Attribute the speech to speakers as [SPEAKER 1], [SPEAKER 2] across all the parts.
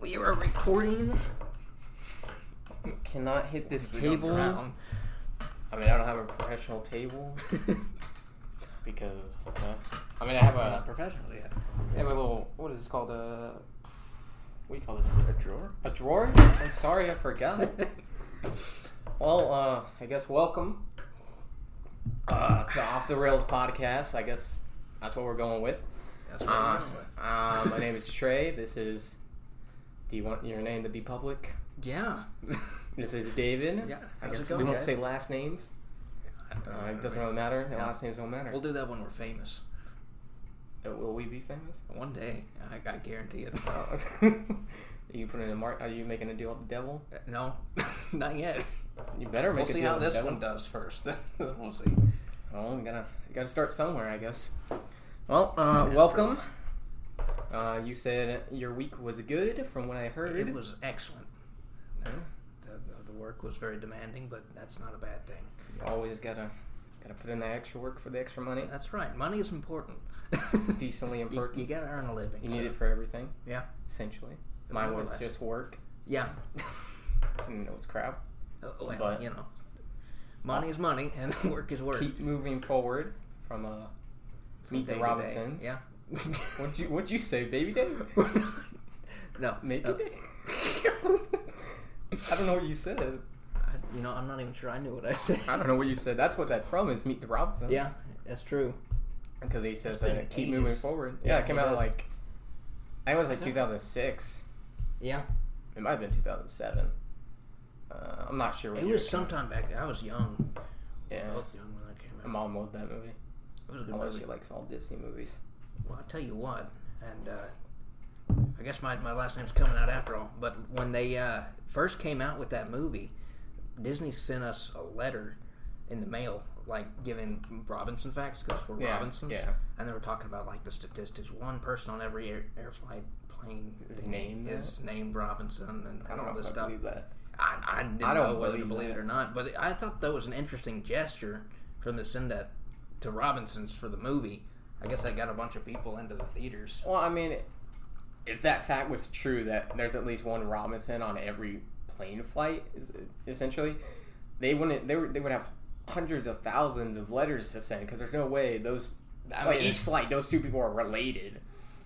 [SPEAKER 1] We are recording. Cannot hit this
[SPEAKER 2] We don't
[SPEAKER 1] table.
[SPEAKER 2] drown. I mean, I don't have a professional table because uh, I mean, I have
[SPEAKER 3] Not
[SPEAKER 2] a
[SPEAKER 3] professional yet.
[SPEAKER 2] I have a little what is this called? Uh, what do you call this?
[SPEAKER 3] A drawer?
[SPEAKER 2] A drawer? I'm sorry, I forgot. well, uh, I guess welcome uh, to Off the Rails podcast. I guess that's what we're going with.
[SPEAKER 3] That's what
[SPEAKER 2] Uh,
[SPEAKER 3] I'm with.
[SPEAKER 2] uh, my name is Trey. This is. Do you want your name to be public?
[SPEAKER 3] Yeah.
[SPEAKER 2] uh, This is David.
[SPEAKER 3] Yeah,
[SPEAKER 2] I
[SPEAKER 3] how's
[SPEAKER 2] guess
[SPEAKER 3] it going,
[SPEAKER 2] we won't
[SPEAKER 3] guys?
[SPEAKER 2] say last names.
[SPEAKER 3] I don't
[SPEAKER 2] Uh, it
[SPEAKER 3] know.
[SPEAKER 2] doesn't really matter. The
[SPEAKER 3] Yeah.
[SPEAKER 2] last names don't matter.
[SPEAKER 3] We'll do that when we're famous.
[SPEAKER 2] Uh, Will we be famous?
[SPEAKER 3] One day. I, I guarantee it.
[SPEAKER 2] Uh, are you putting a mark? Are you making a deal with the devil?
[SPEAKER 3] no, not yet.
[SPEAKER 2] You better make
[SPEAKER 3] We'll
[SPEAKER 2] a
[SPEAKER 3] see
[SPEAKER 2] deal
[SPEAKER 3] how
[SPEAKER 2] with the
[SPEAKER 3] this
[SPEAKER 2] devil.
[SPEAKER 3] one does first. then we'll see.
[SPEAKER 2] Well, we gotta you gotta start somewhere, I guess. Well, uh,
[SPEAKER 3] That's
[SPEAKER 2] welcome. Uh, you said your week was good, from what I heard.
[SPEAKER 3] It was excellent. No, the, the work was very demanding, but that's not a bad thing.
[SPEAKER 2] You always gotta gotta put in the extra work for the extra money.
[SPEAKER 3] That's right. Money is important.
[SPEAKER 2] Decently
[SPEAKER 3] You-
[SPEAKER 2] important.
[SPEAKER 3] You,
[SPEAKER 2] You,
[SPEAKER 3] gotta earn a living.
[SPEAKER 2] need
[SPEAKER 3] so-
[SPEAKER 2] it for everything,
[SPEAKER 3] Yeah.
[SPEAKER 2] essentially. Mine
[SPEAKER 3] More or
[SPEAKER 2] was
[SPEAKER 3] less.
[SPEAKER 2] just work,
[SPEAKER 3] Yeah.
[SPEAKER 2] and it was crap.
[SPEAKER 3] Uh, well,
[SPEAKER 2] But- uh,
[SPEAKER 3] you know, money is money, and work is work.
[SPEAKER 2] Keep moving forward from uh,
[SPEAKER 3] from
[SPEAKER 2] Meet the
[SPEAKER 3] day to day.
[SPEAKER 2] Robinsons.
[SPEAKER 3] Yeah.
[SPEAKER 2] What'd you What'd you say, baby day?
[SPEAKER 3] no.
[SPEAKER 2] Maybe
[SPEAKER 3] no.
[SPEAKER 2] day. I don't know what you said.
[SPEAKER 3] I- you know, I'm not even sure I knew what I said.
[SPEAKER 2] I don't know what you said. That's what that's from. Is Meet the Robinsons.
[SPEAKER 3] Yeah, that's true.
[SPEAKER 2] because he says
[SPEAKER 3] It's been
[SPEAKER 2] uh, keep
[SPEAKER 3] ages.
[SPEAKER 2] moving forward. Yeah,
[SPEAKER 3] Yeah, Uh-huh.
[SPEAKER 2] it came
[SPEAKER 3] it
[SPEAKER 2] out
[SPEAKER 3] has.
[SPEAKER 2] like I think it was like
[SPEAKER 3] Is it?
[SPEAKER 2] 2006.
[SPEAKER 3] Yeah.
[SPEAKER 2] It might have been 2007. Uh, I'm not sure. What
[SPEAKER 3] It
[SPEAKER 2] year
[SPEAKER 3] was
[SPEAKER 2] came out.
[SPEAKER 3] sometime back then. I was young. We were
[SPEAKER 2] Yeah,
[SPEAKER 3] Both young when that came
[SPEAKER 2] my
[SPEAKER 3] out.
[SPEAKER 2] mom loved that movie.
[SPEAKER 3] It was a good
[SPEAKER 2] Unless
[SPEAKER 3] movie.
[SPEAKER 2] she likes all Disney movies.
[SPEAKER 3] Well, I'll tell you what, and uh, I guess my, my last name's coming out after all, but when they uh, first came out with that movie, Disney sent us a letter in the mail, like giving Robinson facts, because we're
[SPEAKER 2] Yeah,
[SPEAKER 3] Robinsons.
[SPEAKER 2] yeah.
[SPEAKER 3] And they were talking about like the statistics. One person on every air, air flight plane
[SPEAKER 2] Is
[SPEAKER 3] thingy
[SPEAKER 2] named
[SPEAKER 3] is named Robinson and,
[SPEAKER 2] I
[SPEAKER 3] and
[SPEAKER 2] don't
[SPEAKER 3] all
[SPEAKER 2] know
[SPEAKER 3] this
[SPEAKER 2] if I
[SPEAKER 3] stuff.
[SPEAKER 2] believe that.
[SPEAKER 3] I, I didn't
[SPEAKER 2] I don't
[SPEAKER 3] know whether to
[SPEAKER 2] believe
[SPEAKER 3] believe it
[SPEAKER 2] that.
[SPEAKER 3] or not, but I thought that was an interesting gesture for them to send that to Robinson's for the movie. I guess I got a bunch of people into the theaters.
[SPEAKER 2] Well, I mean, if that fact was true, that there's at least one Robinson on every plane flight, is- essentially, they wouldn't. They would. They would have hundreds of thousands of letters to send because there's no way those.
[SPEAKER 3] I
[SPEAKER 2] like
[SPEAKER 3] mean-
[SPEAKER 2] each flight, those two people are related.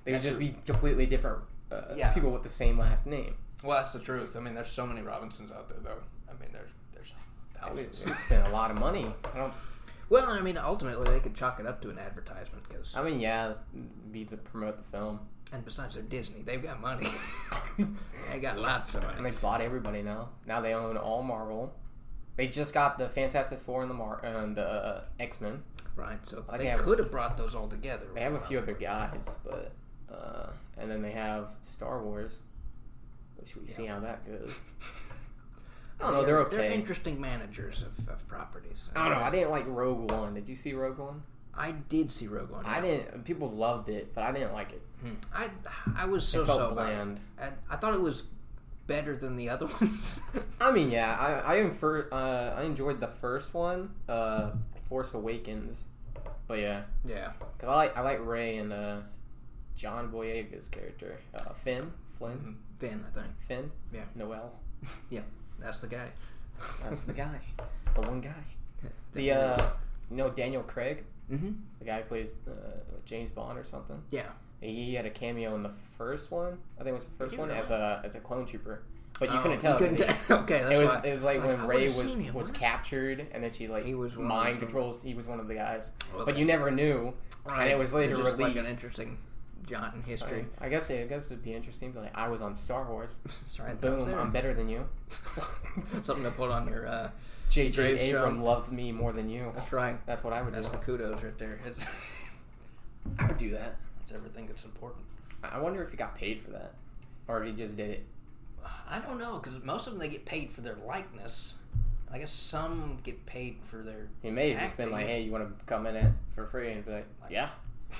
[SPEAKER 2] They would
[SPEAKER 3] That's
[SPEAKER 2] just be completely different uh,
[SPEAKER 3] Yeah.
[SPEAKER 2] people with the same last name.
[SPEAKER 3] Well, that's the truth. I mean, there's so many Robinsons out there, though. I mean, there's there's
[SPEAKER 2] I mean, they spend a lot of money. I don't.
[SPEAKER 3] well, I mean, ultimately they could chalk it up to an advertisement because,
[SPEAKER 2] I mean, yeah, be to promote the film,
[SPEAKER 3] and besides, they're Disney. They've got money. they got lots of
[SPEAKER 2] and
[SPEAKER 3] money.
[SPEAKER 2] they bought everybody now. Now they own all Marvel. They just got the Fantastic Four and the Mar- and the uh, X Men.
[SPEAKER 3] Right. So
[SPEAKER 2] I
[SPEAKER 3] they
[SPEAKER 2] have-
[SPEAKER 3] could have brought those all together.
[SPEAKER 2] They have a few other guys, but uh, and then they have Star Wars, which we see how that goes. I don't know. oh, They're okay.
[SPEAKER 3] Oh, They're interesting managers of, of properties.
[SPEAKER 2] I don't know. I didn't like Rogue One. Did you see Rogue One?
[SPEAKER 3] I did see Rogue One.
[SPEAKER 2] I didn't. People loved it, but I didn't like it.
[SPEAKER 3] Hmm. I I was
[SPEAKER 2] It
[SPEAKER 3] so
[SPEAKER 2] felt
[SPEAKER 3] so about it.
[SPEAKER 2] bland.
[SPEAKER 3] I, I thought it was better than the other ones.
[SPEAKER 2] I mean, yeah, I I, infer, uh, I enjoyed the first one, uh, Force Awakens, but yeah,
[SPEAKER 3] yeah,
[SPEAKER 2] cause I like I like Ray and uh, John Boyega's character, uh, Finn, Flynn,
[SPEAKER 3] Finn. I think
[SPEAKER 2] Finn,
[SPEAKER 3] Mm-hmm. Yeah.
[SPEAKER 2] Noel.
[SPEAKER 3] that's the guy.
[SPEAKER 2] That's the guy, the one guy. The uh, you know Daniel Craig,
[SPEAKER 3] hmm
[SPEAKER 2] the guy who plays uh, James Bond or something.
[SPEAKER 3] Yeah.
[SPEAKER 2] he had a cameo in the first one. I think it was the first
[SPEAKER 3] Did he
[SPEAKER 2] one
[SPEAKER 3] really?
[SPEAKER 2] as a as a clone trooper, but you
[SPEAKER 3] Oh,
[SPEAKER 2] couldn't tell. 'cause he-
[SPEAKER 3] tell. okay, that's
[SPEAKER 2] it was
[SPEAKER 3] why.
[SPEAKER 2] it was like
[SPEAKER 3] It's
[SPEAKER 2] when
[SPEAKER 3] I
[SPEAKER 2] Ray
[SPEAKER 3] would've
[SPEAKER 2] was
[SPEAKER 3] seen him,
[SPEAKER 2] was
[SPEAKER 3] wouldn't
[SPEAKER 2] captured, and then she like
[SPEAKER 3] He was one of
[SPEAKER 2] mind
[SPEAKER 3] those-
[SPEAKER 2] controls. He was one of the guys,
[SPEAKER 3] I? Well,
[SPEAKER 2] but you never knew.
[SPEAKER 3] right,
[SPEAKER 2] and it was later
[SPEAKER 3] just Like
[SPEAKER 2] released.
[SPEAKER 3] an interesting jaunt in
[SPEAKER 2] I,
[SPEAKER 3] history.
[SPEAKER 2] mean, I guess I guess it'd be interesting. But like, I was on Star Wars.
[SPEAKER 3] Sorry,
[SPEAKER 2] Boom! I'm better than you.
[SPEAKER 3] Something to put on your. Uh,
[SPEAKER 2] J.J.
[SPEAKER 3] Gravestone.
[SPEAKER 2] Abram loves me more than you.
[SPEAKER 3] that's right.
[SPEAKER 2] That's what I would do.
[SPEAKER 3] That's the kudos right there. It's,
[SPEAKER 2] I would do that.
[SPEAKER 3] it's everything that's important.
[SPEAKER 2] I I wonder if he got paid for that, or if he just did it.
[SPEAKER 3] I don't know because most of them they get paid for their likeness. I guess some get paid for their
[SPEAKER 2] He may have just been like,
[SPEAKER 3] Acting.
[SPEAKER 2] "Hey, you want to come in it for free?" And be like, "Yeah."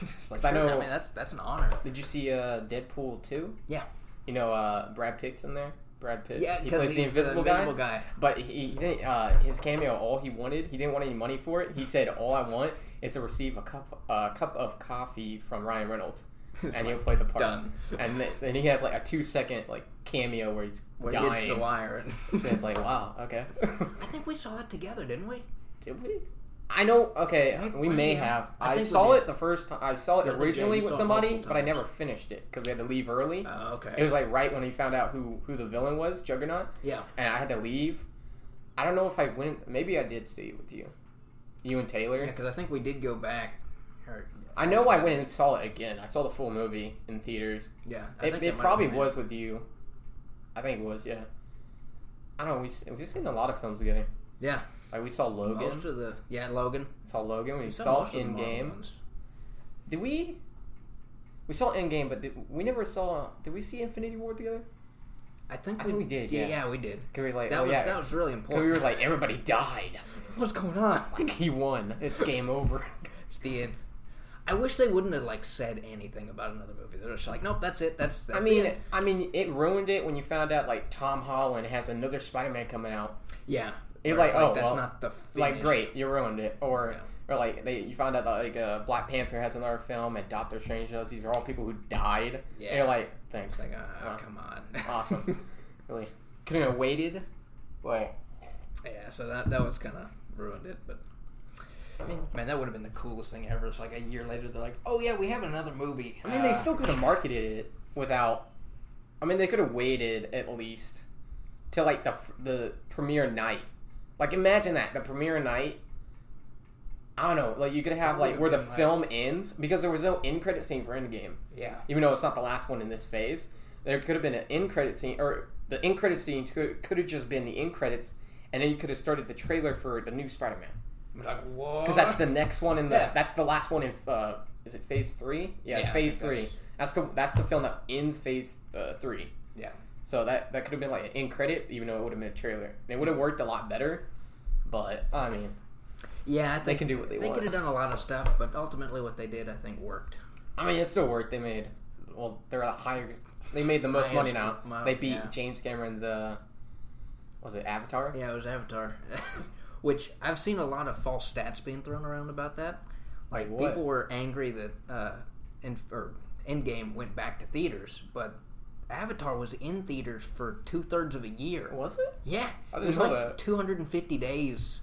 [SPEAKER 3] It's
[SPEAKER 2] Like,
[SPEAKER 3] sure,
[SPEAKER 2] I know-
[SPEAKER 3] mean, that's that's an honor.
[SPEAKER 2] Did you see uh, Deadpool two?
[SPEAKER 3] Yeah.
[SPEAKER 2] You know uh, Brad Pitt's in there. Brad Pitt.
[SPEAKER 3] Yeah,
[SPEAKER 2] he
[SPEAKER 3] because
[SPEAKER 2] plays
[SPEAKER 3] he's
[SPEAKER 2] the invisible, guy.
[SPEAKER 3] guy.
[SPEAKER 2] But he, he didn't. Uh, his cameo, all he wanted, he didn't want any uh, money for it. He said, "All I want is to receive a cup, a cup of coffee from Ryan Reynolds." and he'll play the part.
[SPEAKER 3] Done.
[SPEAKER 2] And th- then he has like a two second like cameo where he's
[SPEAKER 3] When he hits
[SPEAKER 2] dying.
[SPEAKER 3] the wire.
[SPEAKER 2] And it's like wow, okay.
[SPEAKER 3] I think we saw that together, didn't we?
[SPEAKER 2] Did we? I know. Okay,
[SPEAKER 3] Maybe-
[SPEAKER 2] we may
[SPEAKER 3] yeah,
[SPEAKER 2] have.
[SPEAKER 3] I
[SPEAKER 2] I,
[SPEAKER 3] think we
[SPEAKER 2] saw
[SPEAKER 3] may.
[SPEAKER 2] it the first time. I saw it
[SPEAKER 3] I think, yeah,
[SPEAKER 2] originally
[SPEAKER 3] you
[SPEAKER 2] with
[SPEAKER 3] saw it
[SPEAKER 2] somebody,
[SPEAKER 3] multiple
[SPEAKER 2] but I
[SPEAKER 3] times.
[SPEAKER 2] never finished it because we had to leave early.
[SPEAKER 3] Oh, okay.
[SPEAKER 2] It was like right when he found out who who the villain was, Juggernaut,
[SPEAKER 3] yeah.
[SPEAKER 2] and I had to leave. I don't know if I went. Maybe I did stay with you, you and Taylor.
[SPEAKER 3] Yeah, because I think we did go back. Or,
[SPEAKER 2] I know I went and saw it again. I saw the full movie in theaters.
[SPEAKER 3] yeah. I
[SPEAKER 2] It,
[SPEAKER 3] think
[SPEAKER 2] it
[SPEAKER 3] that might have
[SPEAKER 2] probably
[SPEAKER 3] been
[SPEAKER 2] was with you. I think it was. Yeah. I don't know. We s- we've seen a lot of films together.
[SPEAKER 3] Yeah.
[SPEAKER 2] Like we saw Logan.
[SPEAKER 3] Most of the yeah Logan.
[SPEAKER 2] saw Logan. We
[SPEAKER 3] We saw
[SPEAKER 2] saw
[SPEAKER 3] most of the
[SPEAKER 2] In
[SPEAKER 3] Marvel
[SPEAKER 2] Game.
[SPEAKER 3] ones.
[SPEAKER 2] Did we? We saw Endgame, but did, we never saw. Did we see Infinity War together?
[SPEAKER 3] I think
[SPEAKER 2] I
[SPEAKER 3] we,
[SPEAKER 2] think we did,
[SPEAKER 3] Yeah,
[SPEAKER 2] yeah.
[SPEAKER 3] yeah, we did.
[SPEAKER 2] Cause we were like,
[SPEAKER 3] That
[SPEAKER 2] oh,
[SPEAKER 3] was
[SPEAKER 2] yeah.
[SPEAKER 3] that was really
[SPEAKER 2] 'Cause
[SPEAKER 3] important.
[SPEAKER 2] we were like, everybody died.
[SPEAKER 3] what's going on?
[SPEAKER 2] Like he won. It's game over.
[SPEAKER 3] It's the end. I wish they wouldn't have like said anything about another movie. They're just like, nope, that's it. That's, that's
[SPEAKER 2] I
[SPEAKER 3] the
[SPEAKER 2] mean,
[SPEAKER 3] end.
[SPEAKER 2] I mean, it ruined it when you found out like Tom Holland has another Spider-Man coming out.
[SPEAKER 3] yeah.
[SPEAKER 2] You're
[SPEAKER 3] Where
[SPEAKER 2] like,
[SPEAKER 3] it's
[SPEAKER 2] oh,
[SPEAKER 3] that's
[SPEAKER 2] well,
[SPEAKER 3] not the
[SPEAKER 2] Like,
[SPEAKER 3] finished-
[SPEAKER 2] great, you ruined it. Or,
[SPEAKER 3] Yeah.
[SPEAKER 2] or like they, you found out that like uh, Black Panther has another film and Doctor Strange does. These are all people who died.
[SPEAKER 3] Yeah.
[SPEAKER 2] And you're like, thanks.
[SPEAKER 3] It's like, oh,
[SPEAKER 2] Wow.
[SPEAKER 3] come on.
[SPEAKER 2] Awesome. really, couldn't have waited. But
[SPEAKER 3] yeah. So that that was kind of ruined it, but.
[SPEAKER 2] I mean,
[SPEAKER 3] Man, that would have been the coolest thing ever. It's like a year later, they're like, "Oh yeah, we have another movie."
[SPEAKER 2] I mean,
[SPEAKER 3] Uh,
[SPEAKER 2] they still could have marketed it without. I mean, they could have waited at least till like the the premiere night. Like, imagine that the premiere night. I don't know. Like, you could have
[SPEAKER 3] It
[SPEAKER 2] like
[SPEAKER 3] would've
[SPEAKER 2] where the
[SPEAKER 3] been, like-
[SPEAKER 2] film ends because there was no end credit scene for Endgame,
[SPEAKER 3] yeah,
[SPEAKER 2] even though it's not the last one in this phase. There could have been an end credit scene, or the end credit scene could could have just been the end credits, and then you could have started the trailer for the new Spider Man
[SPEAKER 3] I'm like whoa,
[SPEAKER 2] because that's the next one in the
[SPEAKER 3] Yeah.
[SPEAKER 2] that's the last one in uh, is it phase three yeah,
[SPEAKER 3] Yeah, I
[SPEAKER 2] phase
[SPEAKER 3] think
[SPEAKER 2] three that's
[SPEAKER 3] that's-
[SPEAKER 2] the that's the film that ends phase uh, three
[SPEAKER 3] yeah,
[SPEAKER 2] so that that could have been like an end credit even though it would have been a trailer and it would have worked a lot better but i mean
[SPEAKER 3] yeah. I think
[SPEAKER 2] they can do what they,
[SPEAKER 3] They
[SPEAKER 2] want
[SPEAKER 3] could have done a lot of stuff, but ultimately, what they did, I think, worked.
[SPEAKER 2] i mean it's still work they made well they're a higher they made the most money
[SPEAKER 3] Highest
[SPEAKER 2] now
[SPEAKER 3] amount,
[SPEAKER 2] they beat
[SPEAKER 3] yeah.
[SPEAKER 2] james cameron's uh was it avatar
[SPEAKER 3] Yeah, it was Avatar, which I've seen a lot of false stats being thrown around about that. Like
[SPEAKER 2] Like what?
[SPEAKER 3] people were angry that uh, in, or Endgame went back to theaters, but Avatar was in theaters for two thirds of a year.
[SPEAKER 2] was it
[SPEAKER 3] Yeah,
[SPEAKER 2] I
[SPEAKER 3] it
[SPEAKER 2] didn't
[SPEAKER 3] was
[SPEAKER 2] know
[SPEAKER 3] like
[SPEAKER 2] that.
[SPEAKER 3] 250 days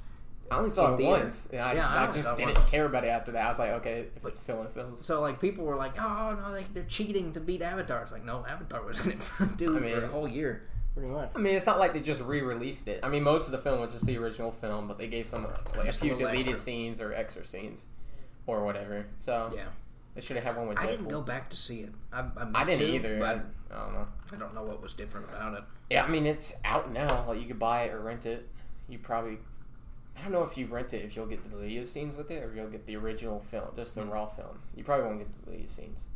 [SPEAKER 2] i only saw
[SPEAKER 3] In
[SPEAKER 2] it
[SPEAKER 3] theater.
[SPEAKER 2] once and i,
[SPEAKER 3] Yeah, I
[SPEAKER 2] I,
[SPEAKER 3] only saw
[SPEAKER 2] just
[SPEAKER 3] it
[SPEAKER 2] didn't
[SPEAKER 3] once.
[SPEAKER 2] care about it after that i was like okay if it's still in films
[SPEAKER 3] So like people were like, "Oh no, they, they're cheating to beat Avatar." It's like, no, Avatar was in it for dude
[SPEAKER 2] I mean-
[SPEAKER 3] for a whole year, pretty much.
[SPEAKER 2] I mean, it's not like they just re-released it. I mean, most of the film was just the original film, but they gave some like a
[SPEAKER 3] Just a
[SPEAKER 2] few
[SPEAKER 3] little
[SPEAKER 2] deleted
[SPEAKER 3] extra.
[SPEAKER 2] scenes or extra scenes or whatever. So
[SPEAKER 3] Yeah,
[SPEAKER 2] they should have had one with Deadpool.
[SPEAKER 3] I didn't go back to see it. I, I, meant
[SPEAKER 2] I didn't
[SPEAKER 3] to,
[SPEAKER 2] either.
[SPEAKER 3] but
[SPEAKER 2] I, I don't know.
[SPEAKER 3] I don't know what was different about it.
[SPEAKER 2] Yeah, I mean, it's out now. Like you could buy it or rent it. You probably. I don't know if you rent it if you'll get the deleted scenes with it or you'll get the original film, just
[SPEAKER 3] Mm-hmm.
[SPEAKER 2] the raw film. You probably won't get the deleted scenes.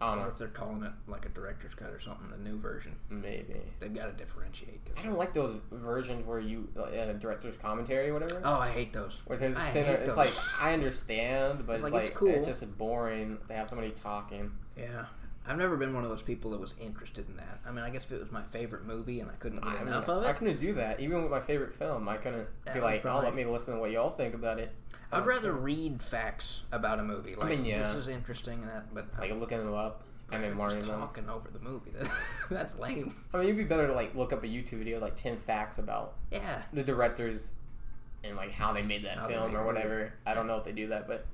[SPEAKER 2] I
[SPEAKER 3] I
[SPEAKER 2] don't
[SPEAKER 3] don't know
[SPEAKER 2] know.
[SPEAKER 3] if they're calling it like a director's cut or something. The new version,
[SPEAKER 2] Maybe.
[SPEAKER 3] they've got to differentiate. 'cause-
[SPEAKER 2] I don't like those versions where you uh, director's commentary or whatever.
[SPEAKER 3] oh, I hate those.
[SPEAKER 2] Which is
[SPEAKER 3] I
[SPEAKER 2] center-
[SPEAKER 3] hate
[SPEAKER 2] it's
[SPEAKER 3] those.
[SPEAKER 2] like I understand, but it's, like, it's,
[SPEAKER 3] cool.
[SPEAKER 2] just boring to have somebody talking.
[SPEAKER 3] Yeah, I've never been one of those people that was interested in that. I mean, I guess if it was my favorite movie and I couldn't get
[SPEAKER 2] I, mean,
[SPEAKER 3] enough of
[SPEAKER 2] I
[SPEAKER 3] it,
[SPEAKER 2] couldn't do that. Even with my favorite film, I couldn't
[SPEAKER 3] That
[SPEAKER 2] be
[SPEAKER 3] would
[SPEAKER 2] like, "Oh, let
[SPEAKER 3] probably-
[SPEAKER 2] me listen to what y'all think about it." Um, I
[SPEAKER 3] I'd
[SPEAKER 2] don't
[SPEAKER 3] rather read facts about a movie. Like,
[SPEAKER 2] mean, yeah.
[SPEAKER 3] this is interesting. That, but
[SPEAKER 2] like looking them up and then
[SPEAKER 3] Just
[SPEAKER 2] learning them.
[SPEAKER 3] talking over the movie. That- That's lame.
[SPEAKER 2] I mean, it'd be better to like look up a YouTube video like ten facts about
[SPEAKER 3] Yeah.
[SPEAKER 2] the directors and like how they made that
[SPEAKER 3] How they
[SPEAKER 2] film
[SPEAKER 3] made
[SPEAKER 2] or
[SPEAKER 3] it.
[SPEAKER 2] whatever. I don't know if they do that, but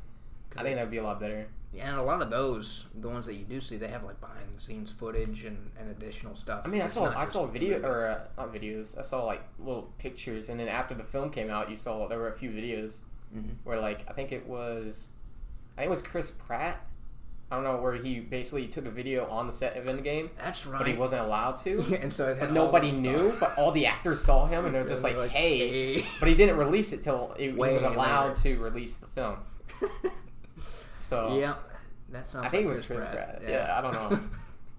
[SPEAKER 2] I think that'd be a lot better.
[SPEAKER 3] And a lot of those, the ones that you do see, they have like behind the scenes footage and, and additional stuff.
[SPEAKER 2] I mean, I
[SPEAKER 3] It's
[SPEAKER 2] saw
[SPEAKER 3] not
[SPEAKER 2] I
[SPEAKER 3] just
[SPEAKER 2] saw
[SPEAKER 3] the
[SPEAKER 2] video
[SPEAKER 3] movie.
[SPEAKER 2] or uh, not videos. I saw like little pictures, and then after the film came out, you saw there were a few videos
[SPEAKER 3] Mhm.
[SPEAKER 2] where like I think it was, I think it was Chris Pratt. I don't know where he basically took a video on the set of Endgame,
[SPEAKER 3] That's right.
[SPEAKER 2] but he wasn't allowed to.
[SPEAKER 3] Yeah, and so it
[SPEAKER 2] But
[SPEAKER 3] had all
[SPEAKER 2] nobody
[SPEAKER 3] this
[SPEAKER 2] knew,
[SPEAKER 3] stuff.
[SPEAKER 2] but all the actors saw him, and they're just
[SPEAKER 3] They're
[SPEAKER 2] like, "Hey!"
[SPEAKER 3] hey.
[SPEAKER 2] But he didn't release it till it, he
[SPEAKER 3] Way
[SPEAKER 2] was allowed
[SPEAKER 3] later.
[SPEAKER 2] to release the film. So
[SPEAKER 3] yeah, that sounds.
[SPEAKER 2] I think
[SPEAKER 3] like
[SPEAKER 2] it was Chris Pratt.
[SPEAKER 3] Yeah.
[SPEAKER 2] Yeah, I don't know.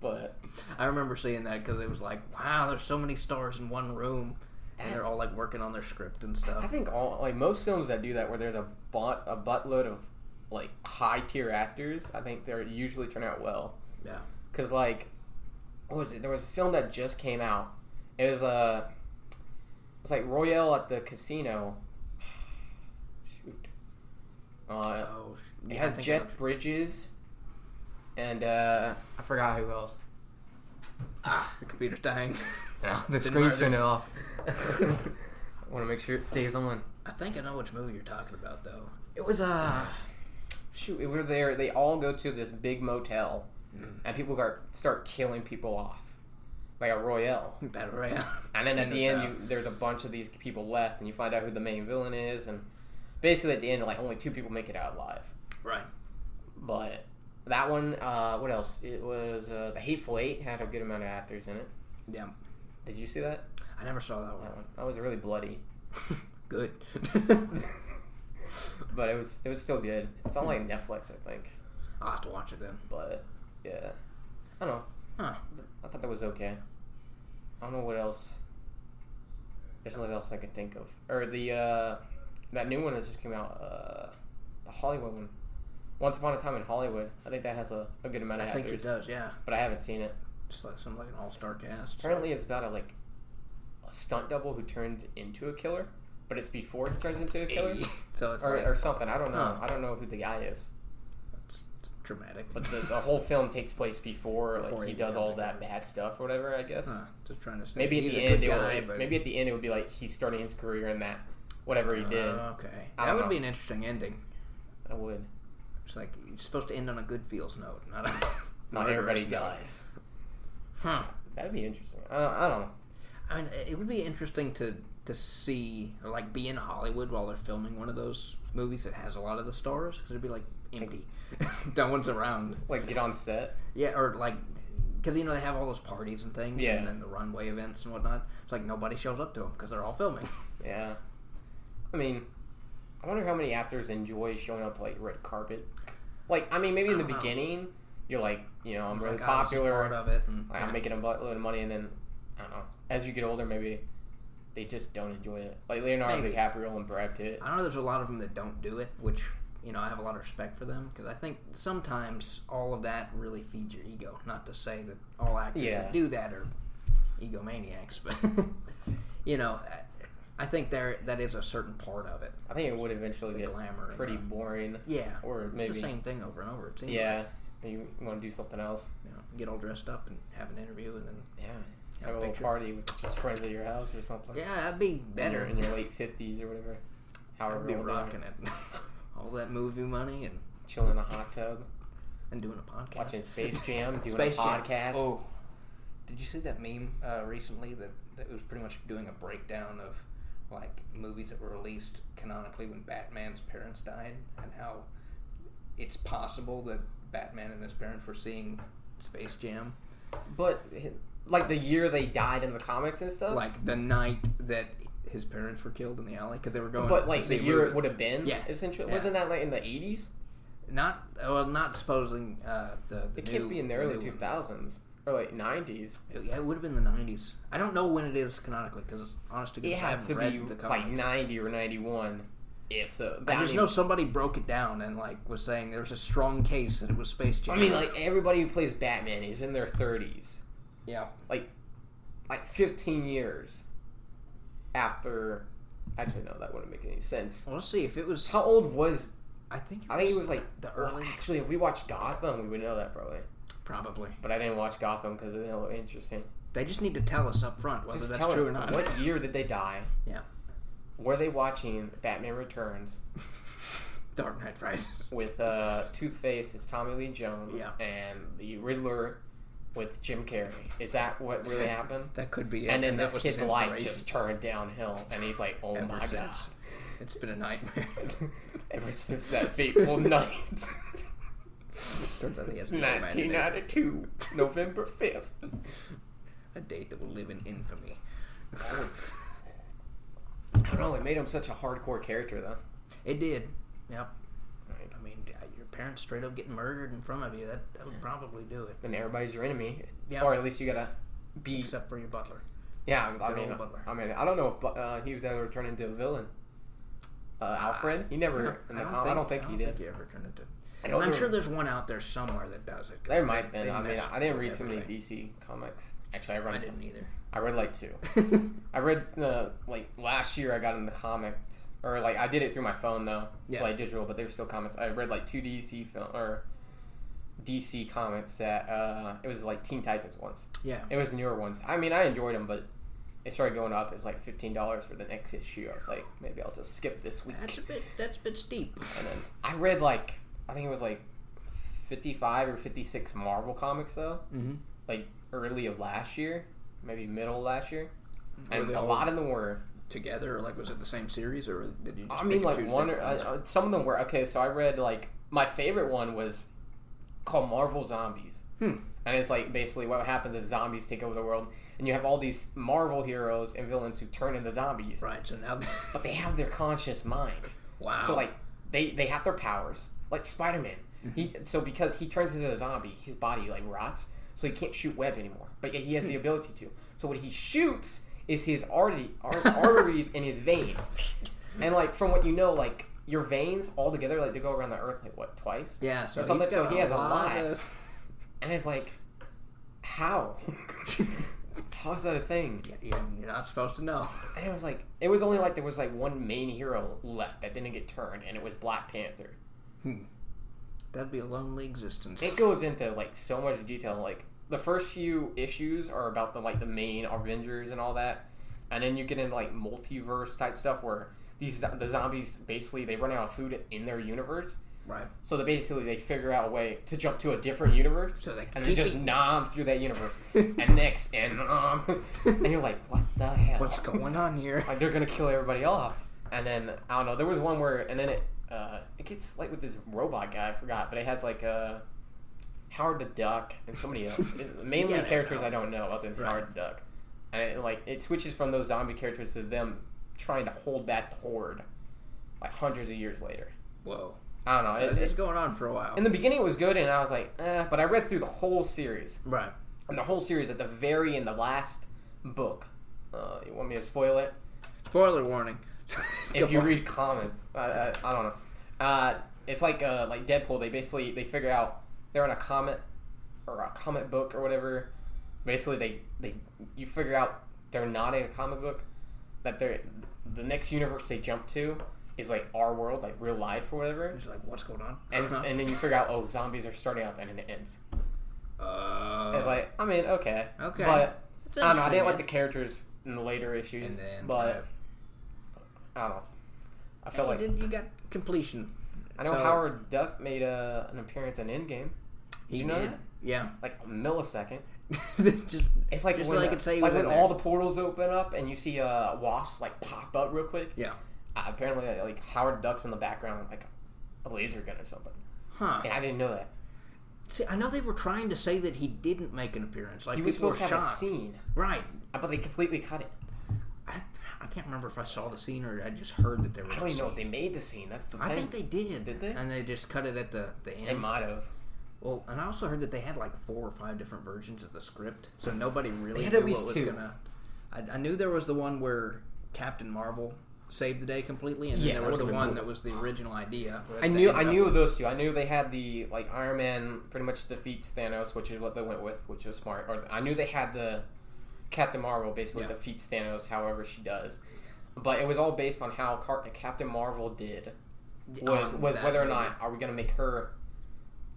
[SPEAKER 2] but
[SPEAKER 3] I remember seeing that because it was like, wow, there's so many stars in one room, and they're all like working on their script and
[SPEAKER 2] I
[SPEAKER 3] stuff.
[SPEAKER 2] think all like most films that do that, where there's a butt a buttload of like high tier actors, I think they are usually turn out well.
[SPEAKER 3] Yeah.
[SPEAKER 2] Cause like, what was it? There was a film that just came out. It was uh, it's like Royale at the casino. Shoot. Uh,
[SPEAKER 3] Oh, sh-
[SPEAKER 2] it
[SPEAKER 3] yeah, I
[SPEAKER 2] had
[SPEAKER 3] Oh, think I
[SPEAKER 2] Jeff
[SPEAKER 3] know-
[SPEAKER 2] Bridges. and uh, I forgot who else.
[SPEAKER 3] Ah, the computer's dying.
[SPEAKER 2] the
[SPEAKER 3] It's been
[SPEAKER 2] screen's
[SPEAKER 3] murdered.
[SPEAKER 2] turning off. I want to make sure it stays on.
[SPEAKER 3] I think I know which movie you're talking about, though.
[SPEAKER 2] It was uh shoot, it was there they all go to this big motel and people gar- start killing people off. Like a Royale.
[SPEAKER 3] Battle Royale.
[SPEAKER 2] And then at the end
[SPEAKER 3] Sinister.
[SPEAKER 2] you, there's a bunch of these people left and you find out who the main villain is and basically at the end like only two people make it out alive.
[SPEAKER 3] Right.
[SPEAKER 2] But that one, uh, what else? It was uh, The Hateful Eight had a good amount of actors in it.
[SPEAKER 3] Yeah.
[SPEAKER 2] Did you see that?
[SPEAKER 3] I never saw that
[SPEAKER 2] That
[SPEAKER 3] one.
[SPEAKER 2] one. That was really bloody.
[SPEAKER 3] Good.
[SPEAKER 2] But it was it was still good. It's on like Netflix, I think.
[SPEAKER 3] I'll have to watch it then.
[SPEAKER 2] But yeah. I don't know.
[SPEAKER 3] Huh.
[SPEAKER 2] I thought that was okay. I don't know what else. There's nothing else I can think of. Or the uh, that new one that just came out, uh, the Hollywood one. Once upon a time in Hollywood. I think that has a, a good amount
[SPEAKER 3] I
[SPEAKER 2] of
[SPEAKER 3] think it
[SPEAKER 2] actors,
[SPEAKER 3] does. Yeah.
[SPEAKER 2] but I haven't seen it.
[SPEAKER 3] Just like some like an all-star cast.
[SPEAKER 2] Apparently, it's about a like a stunt double who turns into a killer, but it's before he turns into a killer,
[SPEAKER 3] so it's
[SPEAKER 2] or,
[SPEAKER 3] like
[SPEAKER 2] or something. I don't know.
[SPEAKER 3] Huh.
[SPEAKER 2] I don't know who the guy is,
[SPEAKER 3] it's dramatic.
[SPEAKER 2] but the, the whole film takes place before,
[SPEAKER 3] Before
[SPEAKER 2] like
[SPEAKER 3] he
[SPEAKER 2] he does
[SPEAKER 3] becomes
[SPEAKER 2] all
[SPEAKER 3] a
[SPEAKER 2] that
[SPEAKER 3] killer.
[SPEAKER 2] bad stuff or whatever. I guess.
[SPEAKER 3] Huh. Just trying to say
[SPEAKER 2] Maybe at
[SPEAKER 3] he's
[SPEAKER 2] the
[SPEAKER 3] a
[SPEAKER 2] end,
[SPEAKER 3] good
[SPEAKER 2] it
[SPEAKER 3] guy,
[SPEAKER 2] would,
[SPEAKER 3] but
[SPEAKER 2] maybe at the end it would be like he's starting his career in that whatever he did.
[SPEAKER 3] Oh, okay.
[SPEAKER 2] I
[SPEAKER 3] That
[SPEAKER 2] don't
[SPEAKER 3] would
[SPEAKER 2] know.
[SPEAKER 3] be an interesting ending.
[SPEAKER 2] I would.
[SPEAKER 3] It's like you're supposed to end on a good feels note, not a
[SPEAKER 2] Not
[SPEAKER 3] murderous
[SPEAKER 2] everybody
[SPEAKER 3] note.
[SPEAKER 2] dies.
[SPEAKER 3] Huh.
[SPEAKER 2] That'd be interesting. I don't, I don't know.
[SPEAKER 3] I mean, it would be interesting to to see, or like, be in Hollywood while they're filming one of those movies that has a lot of the stars, 'cause it'd be like empty. no one's around.
[SPEAKER 2] Like get on set.
[SPEAKER 3] Yeah, or like, because you know they have all those parties and things,
[SPEAKER 2] Yeah.
[SPEAKER 3] and then the runway events and whatnot. It's like nobody shows up to them because they're all filming.
[SPEAKER 2] Yeah. I mean, I wonder how many actors enjoy showing up to like red carpet. Like, I mean, maybe in the
[SPEAKER 3] I don't know.
[SPEAKER 2] beginning, you're like, you know, I'm really
[SPEAKER 3] Like, I was
[SPEAKER 2] popular.
[SPEAKER 3] part of it. And,
[SPEAKER 2] like, I'm making a buttload of money, and then I don't know. As you get older, maybe they just don't enjoy it. Like Leonardo
[SPEAKER 3] Maybe.
[SPEAKER 2] DiCaprio and Brad Pitt.
[SPEAKER 3] I know there's a lot of them that don't do it, which you know I have a lot of respect for them because I think sometimes all of that really feeds your ego. Not to say that all actors
[SPEAKER 2] Yeah.
[SPEAKER 3] that do that are egomaniacs, but you know, I, I think there that is a certain part of it.
[SPEAKER 2] I think it would eventually
[SPEAKER 3] The
[SPEAKER 2] get
[SPEAKER 3] glamour,
[SPEAKER 2] pretty
[SPEAKER 3] and,
[SPEAKER 2] boring,
[SPEAKER 3] yeah.
[SPEAKER 2] or
[SPEAKER 3] It's the
[SPEAKER 2] maybe
[SPEAKER 3] same thing over and over. It seems like.
[SPEAKER 2] yeah. You want to do something else?
[SPEAKER 3] You know, get all dressed up and have an interview, and then
[SPEAKER 2] Yeah,
[SPEAKER 3] have
[SPEAKER 2] have a
[SPEAKER 3] a
[SPEAKER 2] little
[SPEAKER 3] picture.
[SPEAKER 2] party with just friends at your house or something.
[SPEAKER 3] yeah, that'd be
[SPEAKER 2] When
[SPEAKER 3] better.
[SPEAKER 2] you're in your late fifties or whatever. However,
[SPEAKER 3] I'd be
[SPEAKER 2] old you are.
[SPEAKER 3] rocking it. all that movie money and
[SPEAKER 2] chilling in a hot tub,
[SPEAKER 3] and doing a podcast.
[SPEAKER 2] watching Space Jam, doing
[SPEAKER 3] Space
[SPEAKER 2] a
[SPEAKER 3] Jam.
[SPEAKER 2] podcast.
[SPEAKER 3] Oh, did you see that meme uh, recently that, that was pretty much doing a breakdown of like movies that were released canonically when Batman's parents died and how it's possible that Batman and his parents were seeing Space Jam
[SPEAKER 2] But like the year they died in the comics and stuff.
[SPEAKER 3] like the night that his parents were killed in the alley because they were going.
[SPEAKER 2] but
[SPEAKER 3] to
[SPEAKER 2] like
[SPEAKER 3] see
[SPEAKER 2] the
[SPEAKER 3] a
[SPEAKER 2] year
[SPEAKER 3] movie.
[SPEAKER 2] it would have been.
[SPEAKER 3] Yeah.
[SPEAKER 2] Essentially,
[SPEAKER 3] Yeah.
[SPEAKER 2] wasn't that like in the eighties?
[SPEAKER 3] not well, not supposing uh, the, the
[SPEAKER 2] It can't
[SPEAKER 3] new-
[SPEAKER 2] be in the
[SPEAKER 3] new
[SPEAKER 2] early two
[SPEAKER 3] one.
[SPEAKER 2] thousands or like nineties.
[SPEAKER 3] Yeah, it would have been the '90s. I don't know when it is canonically because, honest to
[SPEAKER 2] It
[SPEAKER 3] goodness, I
[SPEAKER 2] has
[SPEAKER 3] haven't
[SPEAKER 2] to
[SPEAKER 3] read
[SPEAKER 2] be
[SPEAKER 3] the
[SPEAKER 2] like
[SPEAKER 3] comics.
[SPEAKER 2] ninety or ninety one. If so, but
[SPEAKER 3] I just
[SPEAKER 2] mean-
[SPEAKER 3] know somebody broke it down and like was saying there was a strong case that it was Space Jam.
[SPEAKER 2] I mean, like everybody who plays Batman is in their thirties.
[SPEAKER 3] yeah,
[SPEAKER 2] like 15 years after. Actually, no, that wouldn't make any sense.
[SPEAKER 3] well, let's see if it was.
[SPEAKER 2] How old was?
[SPEAKER 3] I think it
[SPEAKER 2] I think it was like
[SPEAKER 3] the
[SPEAKER 2] well,
[SPEAKER 3] early,
[SPEAKER 2] actually, if we watched Gotham, we would know that probably.
[SPEAKER 3] probably.
[SPEAKER 2] But I didn't watch Gotham because it didn't look interesting.
[SPEAKER 3] They just need to tell us up front whether
[SPEAKER 2] Just
[SPEAKER 3] that's
[SPEAKER 2] tell
[SPEAKER 3] true
[SPEAKER 2] us
[SPEAKER 3] or not.
[SPEAKER 2] what year did they die?
[SPEAKER 3] Yeah.
[SPEAKER 2] Were they watching Batman Returns
[SPEAKER 3] Dark Knight Rises.
[SPEAKER 2] with uh, Toothface as Tommy Lee Jones
[SPEAKER 3] Yeah.
[SPEAKER 2] and the Riddler with Jim Carrey? Is that what really happened?
[SPEAKER 3] That could be it.
[SPEAKER 2] and then
[SPEAKER 3] that
[SPEAKER 2] this
[SPEAKER 3] was
[SPEAKER 2] kid's
[SPEAKER 3] his
[SPEAKER 2] life
[SPEAKER 3] inspiration
[SPEAKER 2] just turned downhill, and he's like, "Oh
[SPEAKER 3] ever
[SPEAKER 2] my god."
[SPEAKER 3] since. It's been a nightmare.
[SPEAKER 2] ever since that fateful night,
[SPEAKER 3] Turns out he has no imagination.
[SPEAKER 2] 1992, November 5th.
[SPEAKER 3] A date that will live in infamy.
[SPEAKER 2] I don't know, it made him such a hardcore character, though.
[SPEAKER 3] It did. Yep. I mean, uh, your parents straight up getting murdered in front of you, that, that would probably do it.
[SPEAKER 2] And everybody's your enemy.
[SPEAKER 3] Yeah.
[SPEAKER 2] Or at least you gotta be.
[SPEAKER 3] Except for your butler.
[SPEAKER 2] yeah, I
[SPEAKER 3] good
[SPEAKER 2] mean,
[SPEAKER 3] old Butler.
[SPEAKER 2] I mean, I don't know if Bu- uh, he was ever turned into a villain. Uh, Alfred? He
[SPEAKER 3] I
[SPEAKER 2] never.
[SPEAKER 3] don't,
[SPEAKER 2] in the com- I don't think he did.
[SPEAKER 3] Think he ever turned into.
[SPEAKER 2] I know
[SPEAKER 3] Well, I'm
[SPEAKER 2] there-
[SPEAKER 3] sure there's one out there somewhere that does it. 'cause
[SPEAKER 2] There
[SPEAKER 3] they-
[SPEAKER 2] might have been.
[SPEAKER 3] they
[SPEAKER 2] I mean,
[SPEAKER 3] mess
[SPEAKER 2] I didn't
[SPEAKER 3] with
[SPEAKER 2] read too many
[SPEAKER 3] everything.
[SPEAKER 2] DC comics. Actually, I read.
[SPEAKER 3] I didn't either.
[SPEAKER 2] I read like two. I read uh, like last year. I got in the comics, or like I did it through my phone though,
[SPEAKER 3] Yeah.
[SPEAKER 2] so like digital, but they were still comics. I read like two DC film or DC comics that uh, it was like Teen Titans ones.
[SPEAKER 3] Yeah.
[SPEAKER 2] It was newer ones. I mean, I enjoyed them, but it started going up. It's like fifteen dollars for the next issue. I was like, maybe I'll just skip this week.
[SPEAKER 3] That's a bit. That's a bit steep.
[SPEAKER 2] And then I read like I think it was like fifty five or fifty six Marvel comics though,
[SPEAKER 3] Mm-hmm.
[SPEAKER 2] like early of last year, maybe middle of last year,
[SPEAKER 3] Were
[SPEAKER 2] and
[SPEAKER 3] they
[SPEAKER 2] a
[SPEAKER 3] all-
[SPEAKER 2] lot of them were
[SPEAKER 3] Together, or like, was it the same series, or did you? Just
[SPEAKER 2] I mean,
[SPEAKER 3] pick and
[SPEAKER 2] like
[SPEAKER 3] choose
[SPEAKER 2] one. Or,
[SPEAKER 3] different ones?
[SPEAKER 2] uh, some of them were okay. So I read like my favorite one was called Marvel Zombies,
[SPEAKER 3] Hmm.
[SPEAKER 2] and it's like basically what happens if zombies take over the world, and you have all these Marvel heroes and villains who turn into zombies,
[SPEAKER 3] right. So now,
[SPEAKER 2] but they have their conscious mind.
[SPEAKER 3] wow.
[SPEAKER 2] So like they they have their powers, like Spider Man. He so because he turns into a zombie, his body like rots, so he can't shoot web anymore. But yet he has the ability to. So what he shoots is his artery, ar- arteries and his veins. And like from what you know, like your veins all together, like they go around the earth like what twice?
[SPEAKER 3] yeah. So,
[SPEAKER 2] or something,
[SPEAKER 3] he's got
[SPEAKER 2] so he has a lot.
[SPEAKER 3] Of,
[SPEAKER 2] And it's like, how? how is that a thing?
[SPEAKER 3] yeah, yeah, you're not supposed to know.
[SPEAKER 2] And it was like it was only like there was like one main hero left that didn't get turned, and it was Black Panther.
[SPEAKER 3] That'd be a lonely existence.
[SPEAKER 2] it goes into like so much detail like the first few issues are about the like the main avengers and all that and then you get into like multiverse type stuff where these zo- the zombies basically they run out of food in their universe
[SPEAKER 3] right.
[SPEAKER 2] so they basically they figure out a way to jump to a different universe
[SPEAKER 3] So they
[SPEAKER 2] and then
[SPEAKER 3] keep
[SPEAKER 2] just
[SPEAKER 3] it-
[SPEAKER 2] nom through that universe and next and nom and you're like what the hell
[SPEAKER 3] What's going on here?
[SPEAKER 2] like they're gonna kill everybody off. And then I don't know. There was one where, and then it uh, it gets like with this robot guy. I forgot, but it has like uh, Howard the Duck and somebody else. It- mainly
[SPEAKER 3] Yeah, I
[SPEAKER 2] characters
[SPEAKER 3] know.
[SPEAKER 2] I don't know other than
[SPEAKER 3] Right.
[SPEAKER 2] Howard the Duck. And it, like it switches from those zombie characters to them trying to hold back the horde, like hundreds of years later.
[SPEAKER 3] Whoa.
[SPEAKER 2] I don't know. It,
[SPEAKER 3] It's
[SPEAKER 2] it-
[SPEAKER 3] going on for a while.
[SPEAKER 2] in the beginning, it was good, and I was like, eh. But I read through the whole series,
[SPEAKER 3] right.
[SPEAKER 2] and the whole series at the very end, the last book. Uh, you want me to spoil it?
[SPEAKER 3] Spoiler warning.
[SPEAKER 2] if you read comments, I, I, I don't know. Uh, it's like uh, like Deadpool. They basically they figure out they're in a comic or a comic book or whatever. Basically, they they you figure out they're not in a comic book. That they're the next universe they jump to is like our world, like real life or whatever.
[SPEAKER 3] It's like, what's going on?
[SPEAKER 2] And and then you figure out oh zombies are starting up and then it ends.
[SPEAKER 3] uh,
[SPEAKER 2] It's like I mean okay
[SPEAKER 3] Okay.
[SPEAKER 2] but
[SPEAKER 3] It's
[SPEAKER 2] I don't know. I didn't like the
[SPEAKER 3] interesting,
[SPEAKER 2] characters in the later
[SPEAKER 3] man.
[SPEAKER 2] issues,
[SPEAKER 3] And then,
[SPEAKER 2] but I don't know. I
[SPEAKER 3] uh,
[SPEAKER 2] felt like
[SPEAKER 3] you, did, you got completion.
[SPEAKER 2] I know
[SPEAKER 3] So-
[SPEAKER 2] Howard Duck made uh, an appearance in Endgame,
[SPEAKER 3] He
[SPEAKER 2] you know
[SPEAKER 3] did.
[SPEAKER 2] that?
[SPEAKER 3] Yeah.
[SPEAKER 2] like a millisecond.
[SPEAKER 3] just
[SPEAKER 2] It's like
[SPEAKER 3] just
[SPEAKER 2] when,
[SPEAKER 3] like
[SPEAKER 2] the-
[SPEAKER 3] it say he
[SPEAKER 2] like
[SPEAKER 3] was
[SPEAKER 2] when
[SPEAKER 3] in
[SPEAKER 2] all the portals open up and you see uh, wasps like pop up real quick.
[SPEAKER 3] there. yeah.
[SPEAKER 2] Uh, apparently, like Howard Duck's in the background, like a laser gun or something.
[SPEAKER 3] Huh.
[SPEAKER 2] And I didn't know that
[SPEAKER 3] See, I know they were trying to say that he didn't make an appearance. Like
[SPEAKER 2] he was
[SPEAKER 3] people
[SPEAKER 2] supposed to have
[SPEAKER 3] were
[SPEAKER 2] a
[SPEAKER 3] shocked.
[SPEAKER 2] scene,
[SPEAKER 3] Right.
[SPEAKER 2] uh, but they completely cut it.
[SPEAKER 3] I, I can't remember if I saw the scene or I just heard that there was.
[SPEAKER 2] I
[SPEAKER 3] a
[SPEAKER 2] don't even know if they
[SPEAKER 3] scene.
[SPEAKER 2] made the scene. That's the
[SPEAKER 3] I
[SPEAKER 2] thing.
[SPEAKER 3] think they did.
[SPEAKER 2] Did they?
[SPEAKER 3] And they just cut it at the the
[SPEAKER 2] they
[SPEAKER 3] end.
[SPEAKER 2] might have.
[SPEAKER 3] well, and I also heard that they had like four or five different versions of the script, so nobody really
[SPEAKER 2] They had
[SPEAKER 3] knew
[SPEAKER 2] at least
[SPEAKER 3] what was
[SPEAKER 2] two.
[SPEAKER 3] gonna. I, I knew there was the one where Captain Marvel saved the day completely, and then
[SPEAKER 2] Yeah, that
[SPEAKER 3] there was the
[SPEAKER 2] would've been
[SPEAKER 3] one
[SPEAKER 2] cool.
[SPEAKER 3] that was the original idea. but
[SPEAKER 2] I
[SPEAKER 3] they
[SPEAKER 2] knew
[SPEAKER 3] ended
[SPEAKER 2] I
[SPEAKER 3] up-
[SPEAKER 2] knew of those two. I knew they had the like Iron Man pretty much defeats Thanos, which is what they went with, which was smart. Or I knew they had the Captain Marvel basically
[SPEAKER 3] Yeah.
[SPEAKER 2] defeats Thanos, however she does. But it was all based on how Car- Captain Marvel did was
[SPEAKER 3] Um,
[SPEAKER 2] was
[SPEAKER 3] that
[SPEAKER 2] whether or
[SPEAKER 3] movie.
[SPEAKER 2] not are we gonna make her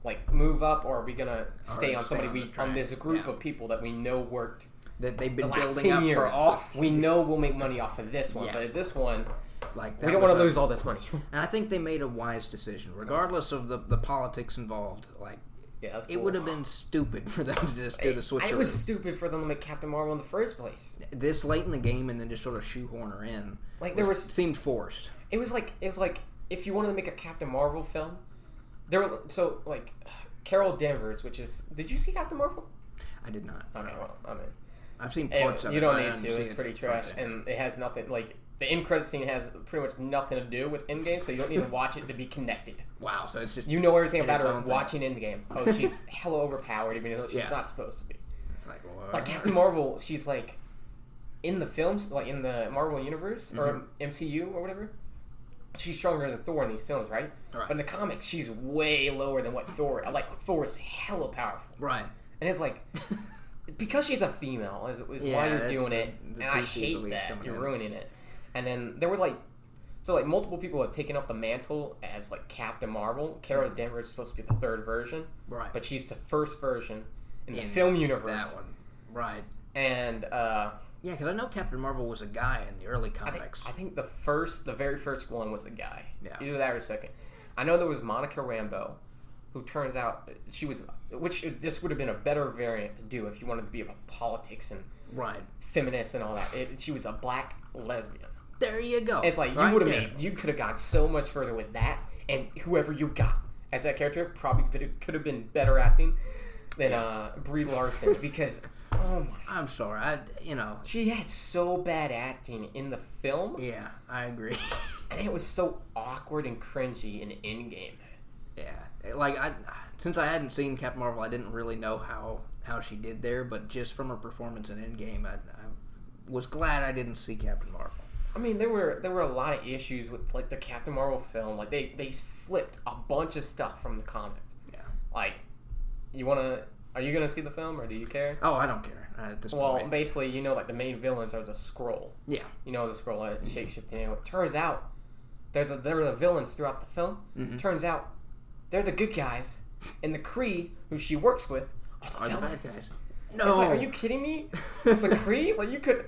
[SPEAKER 2] like move up or are we gonna stay
[SPEAKER 3] Or
[SPEAKER 2] on
[SPEAKER 3] stay
[SPEAKER 2] somebody
[SPEAKER 3] on
[SPEAKER 2] we
[SPEAKER 3] the
[SPEAKER 2] on
[SPEAKER 3] track,
[SPEAKER 2] this group
[SPEAKER 3] yeah.
[SPEAKER 2] of people that we know worked
[SPEAKER 3] that they've been
[SPEAKER 2] the last
[SPEAKER 3] building up
[SPEAKER 2] ten years.
[SPEAKER 3] for all.
[SPEAKER 2] we know we'll make money off of this one,
[SPEAKER 3] Yeah.
[SPEAKER 2] but at this one
[SPEAKER 3] like
[SPEAKER 2] we
[SPEAKER 3] that
[SPEAKER 2] don't
[SPEAKER 3] was
[SPEAKER 2] want to
[SPEAKER 3] a-
[SPEAKER 2] lose all this money.
[SPEAKER 3] And I think they made a wise decision, regardless of the, the politics involved. Like
[SPEAKER 2] yeah, that's
[SPEAKER 3] it
[SPEAKER 2] cool.
[SPEAKER 3] would have been stupid for them to just do the switch.
[SPEAKER 2] It was stupid for them to make Captain Marvel in the first place.
[SPEAKER 3] this late in the game and then just sort of shoehorn her in.
[SPEAKER 2] Like, there was-
[SPEAKER 3] seemed forced.
[SPEAKER 2] It was like it was like if you wanted to make a Captain Marvel film, there. Were, so like Carol Danvers, which is did you see Captain Marvel?
[SPEAKER 3] I did not.
[SPEAKER 2] Okay, well, I mean,
[SPEAKER 3] I've seen
[SPEAKER 2] anyway,
[SPEAKER 3] parts of it.
[SPEAKER 2] you don't
[SPEAKER 3] but I
[SPEAKER 2] need
[SPEAKER 3] didn't see
[SPEAKER 2] to. It's
[SPEAKER 3] it
[SPEAKER 2] pretty
[SPEAKER 3] from
[SPEAKER 2] trash,
[SPEAKER 3] it.
[SPEAKER 2] and it has nothing like the end credit scene has pretty much nothing to do with Endgame, so you don't need to watch it to be connected.
[SPEAKER 3] wow, so it's just
[SPEAKER 2] You know everything
[SPEAKER 3] In
[SPEAKER 2] about
[SPEAKER 3] its
[SPEAKER 2] her
[SPEAKER 3] own thing.
[SPEAKER 2] watching Endgame. Oh, she's hella overpowered, even though she's
[SPEAKER 3] Yeah.
[SPEAKER 2] not supposed to be.
[SPEAKER 3] it's like, well,
[SPEAKER 2] Like Captain Marvel, she's like in the films, like in the Marvel universe
[SPEAKER 3] Mm-hmm.
[SPEAKER 2] or MCU or whatever. She's stronger than Thor in these films, right?
[SPEAKER 3] Right.
[SPEAKER 2] But in the comics, she's way lower than what Thor. Like Thor is hella powerful,
[SPEAKER 3] right.
[SPEAKER 2] and it's like because she's a female is, is
[SPEAKER 3] Yeah,
[SPEAKER 2] why you're
[SPEAKER 3] that's
[SPEAKER 2] doing
[SPEAKER 3] the-
[SPEAKER 2] it,
[SPEAKER 3] the
[SPEAKER 2] and I
[SPEAKER 3] issues at
[SPEAKER 2] hate
[SPEAKER 3] least
[SPEAKER 2] that
[SPEAKER 3] coming
[SPEAKER 2] you're
[SPEAKER 3] in.
[SPEAKER 2] ruining it. And then there were like So like multiple people have taken up the mantle as like Captain Marvel. Carol
[SPEAKER 3] Mm-hmm.
[SPEAKER 2] Danvers is supposed to be the third version,
[SPEAKER 3] Right.
[SPEAKER 2] but she's the first version in the
[SPEAKER 3] In
[SPEAKER 2] film universe.
[SPEAKER 3] that one. Right.
[SPEAKER 2] And uh,
[SPEAKER 3] Yeah, because I know Captain Marvel was a guy in the early
[SPEAKER 2] I, think,
[SPEAKER 3] comics.
[SPEAKER 2] I think the first, the very first one was a guy.
[SPEAKER 3] Yeah.
[SPEAKER 2] Either that or second. I know there was Monica Rambeau, who turns out she was, which this would have been a better variant to do if you wanted to be about politics and
[SPEAKER 3] right.
[SPEAKER 2] feminists and all that. It, she was a black lesbian.
[SPEAKER 3] There you go.
[SPEAKER 2] It's like you
[SPEAKER 3] Right
[SPEAKER 2] would
[SPEAKER 3] there.
[SPEAKER 2] have made you could have gone so much further with that, and whoever you got as that character probably could have been better acting than uh, Brie Larson because oh my,
[SPEAKER 3] I'm sorry. I, you know,
[SPEAKER 2] she had so bad acting in the film,
[SPEAKER 3] yeah, I agree.
[SPEAKER 2] and it was so awkward and cringy in Endgame.
[SPEAKER 3] yeah, like I, since I hadn't seen Captain Marvel, I didn't really know how how she did there. But just from her performance in Endgame, I, I was glad I didn't see Captain Marvel.
[SPEAKER 2] I mean, there were there were a lot of issues with like the Captain Marvel film. Like they they flipped a bunch of stuff from the comics.
[SPEAKER 3] Yeah.
[SPEAKER 2] Like, you wanna are you gonna see the film or do you care?
[SPEAKER 3] Oh, I don't care uh, at this
[SPEAKER 2] Well,
[SPEAKER 3] point.
[SPEAKER 2] basically, you know, like the main villains are the scroll.
[SPEAKER 3] Yeah.
[SPEAKER 2] You know the scroll uh,
[SPEAKER 3] Mm-hmm.
[SPEAKER 2] shapeshifting. Anyway, it turns out they're the, they're the villains throughout the film.
[SPEAKER 3] Mm-hmm.
[SPEAKER 2] Turns out they're the good guys, and the Kree who she works with are the
[SPEAKER 3] Are the
[SPEAKER 2] villains.
[SPEAKER 3] bad guys? No.
[SPEAKER 2] It's like, are you kidding me? the Kree, like you could.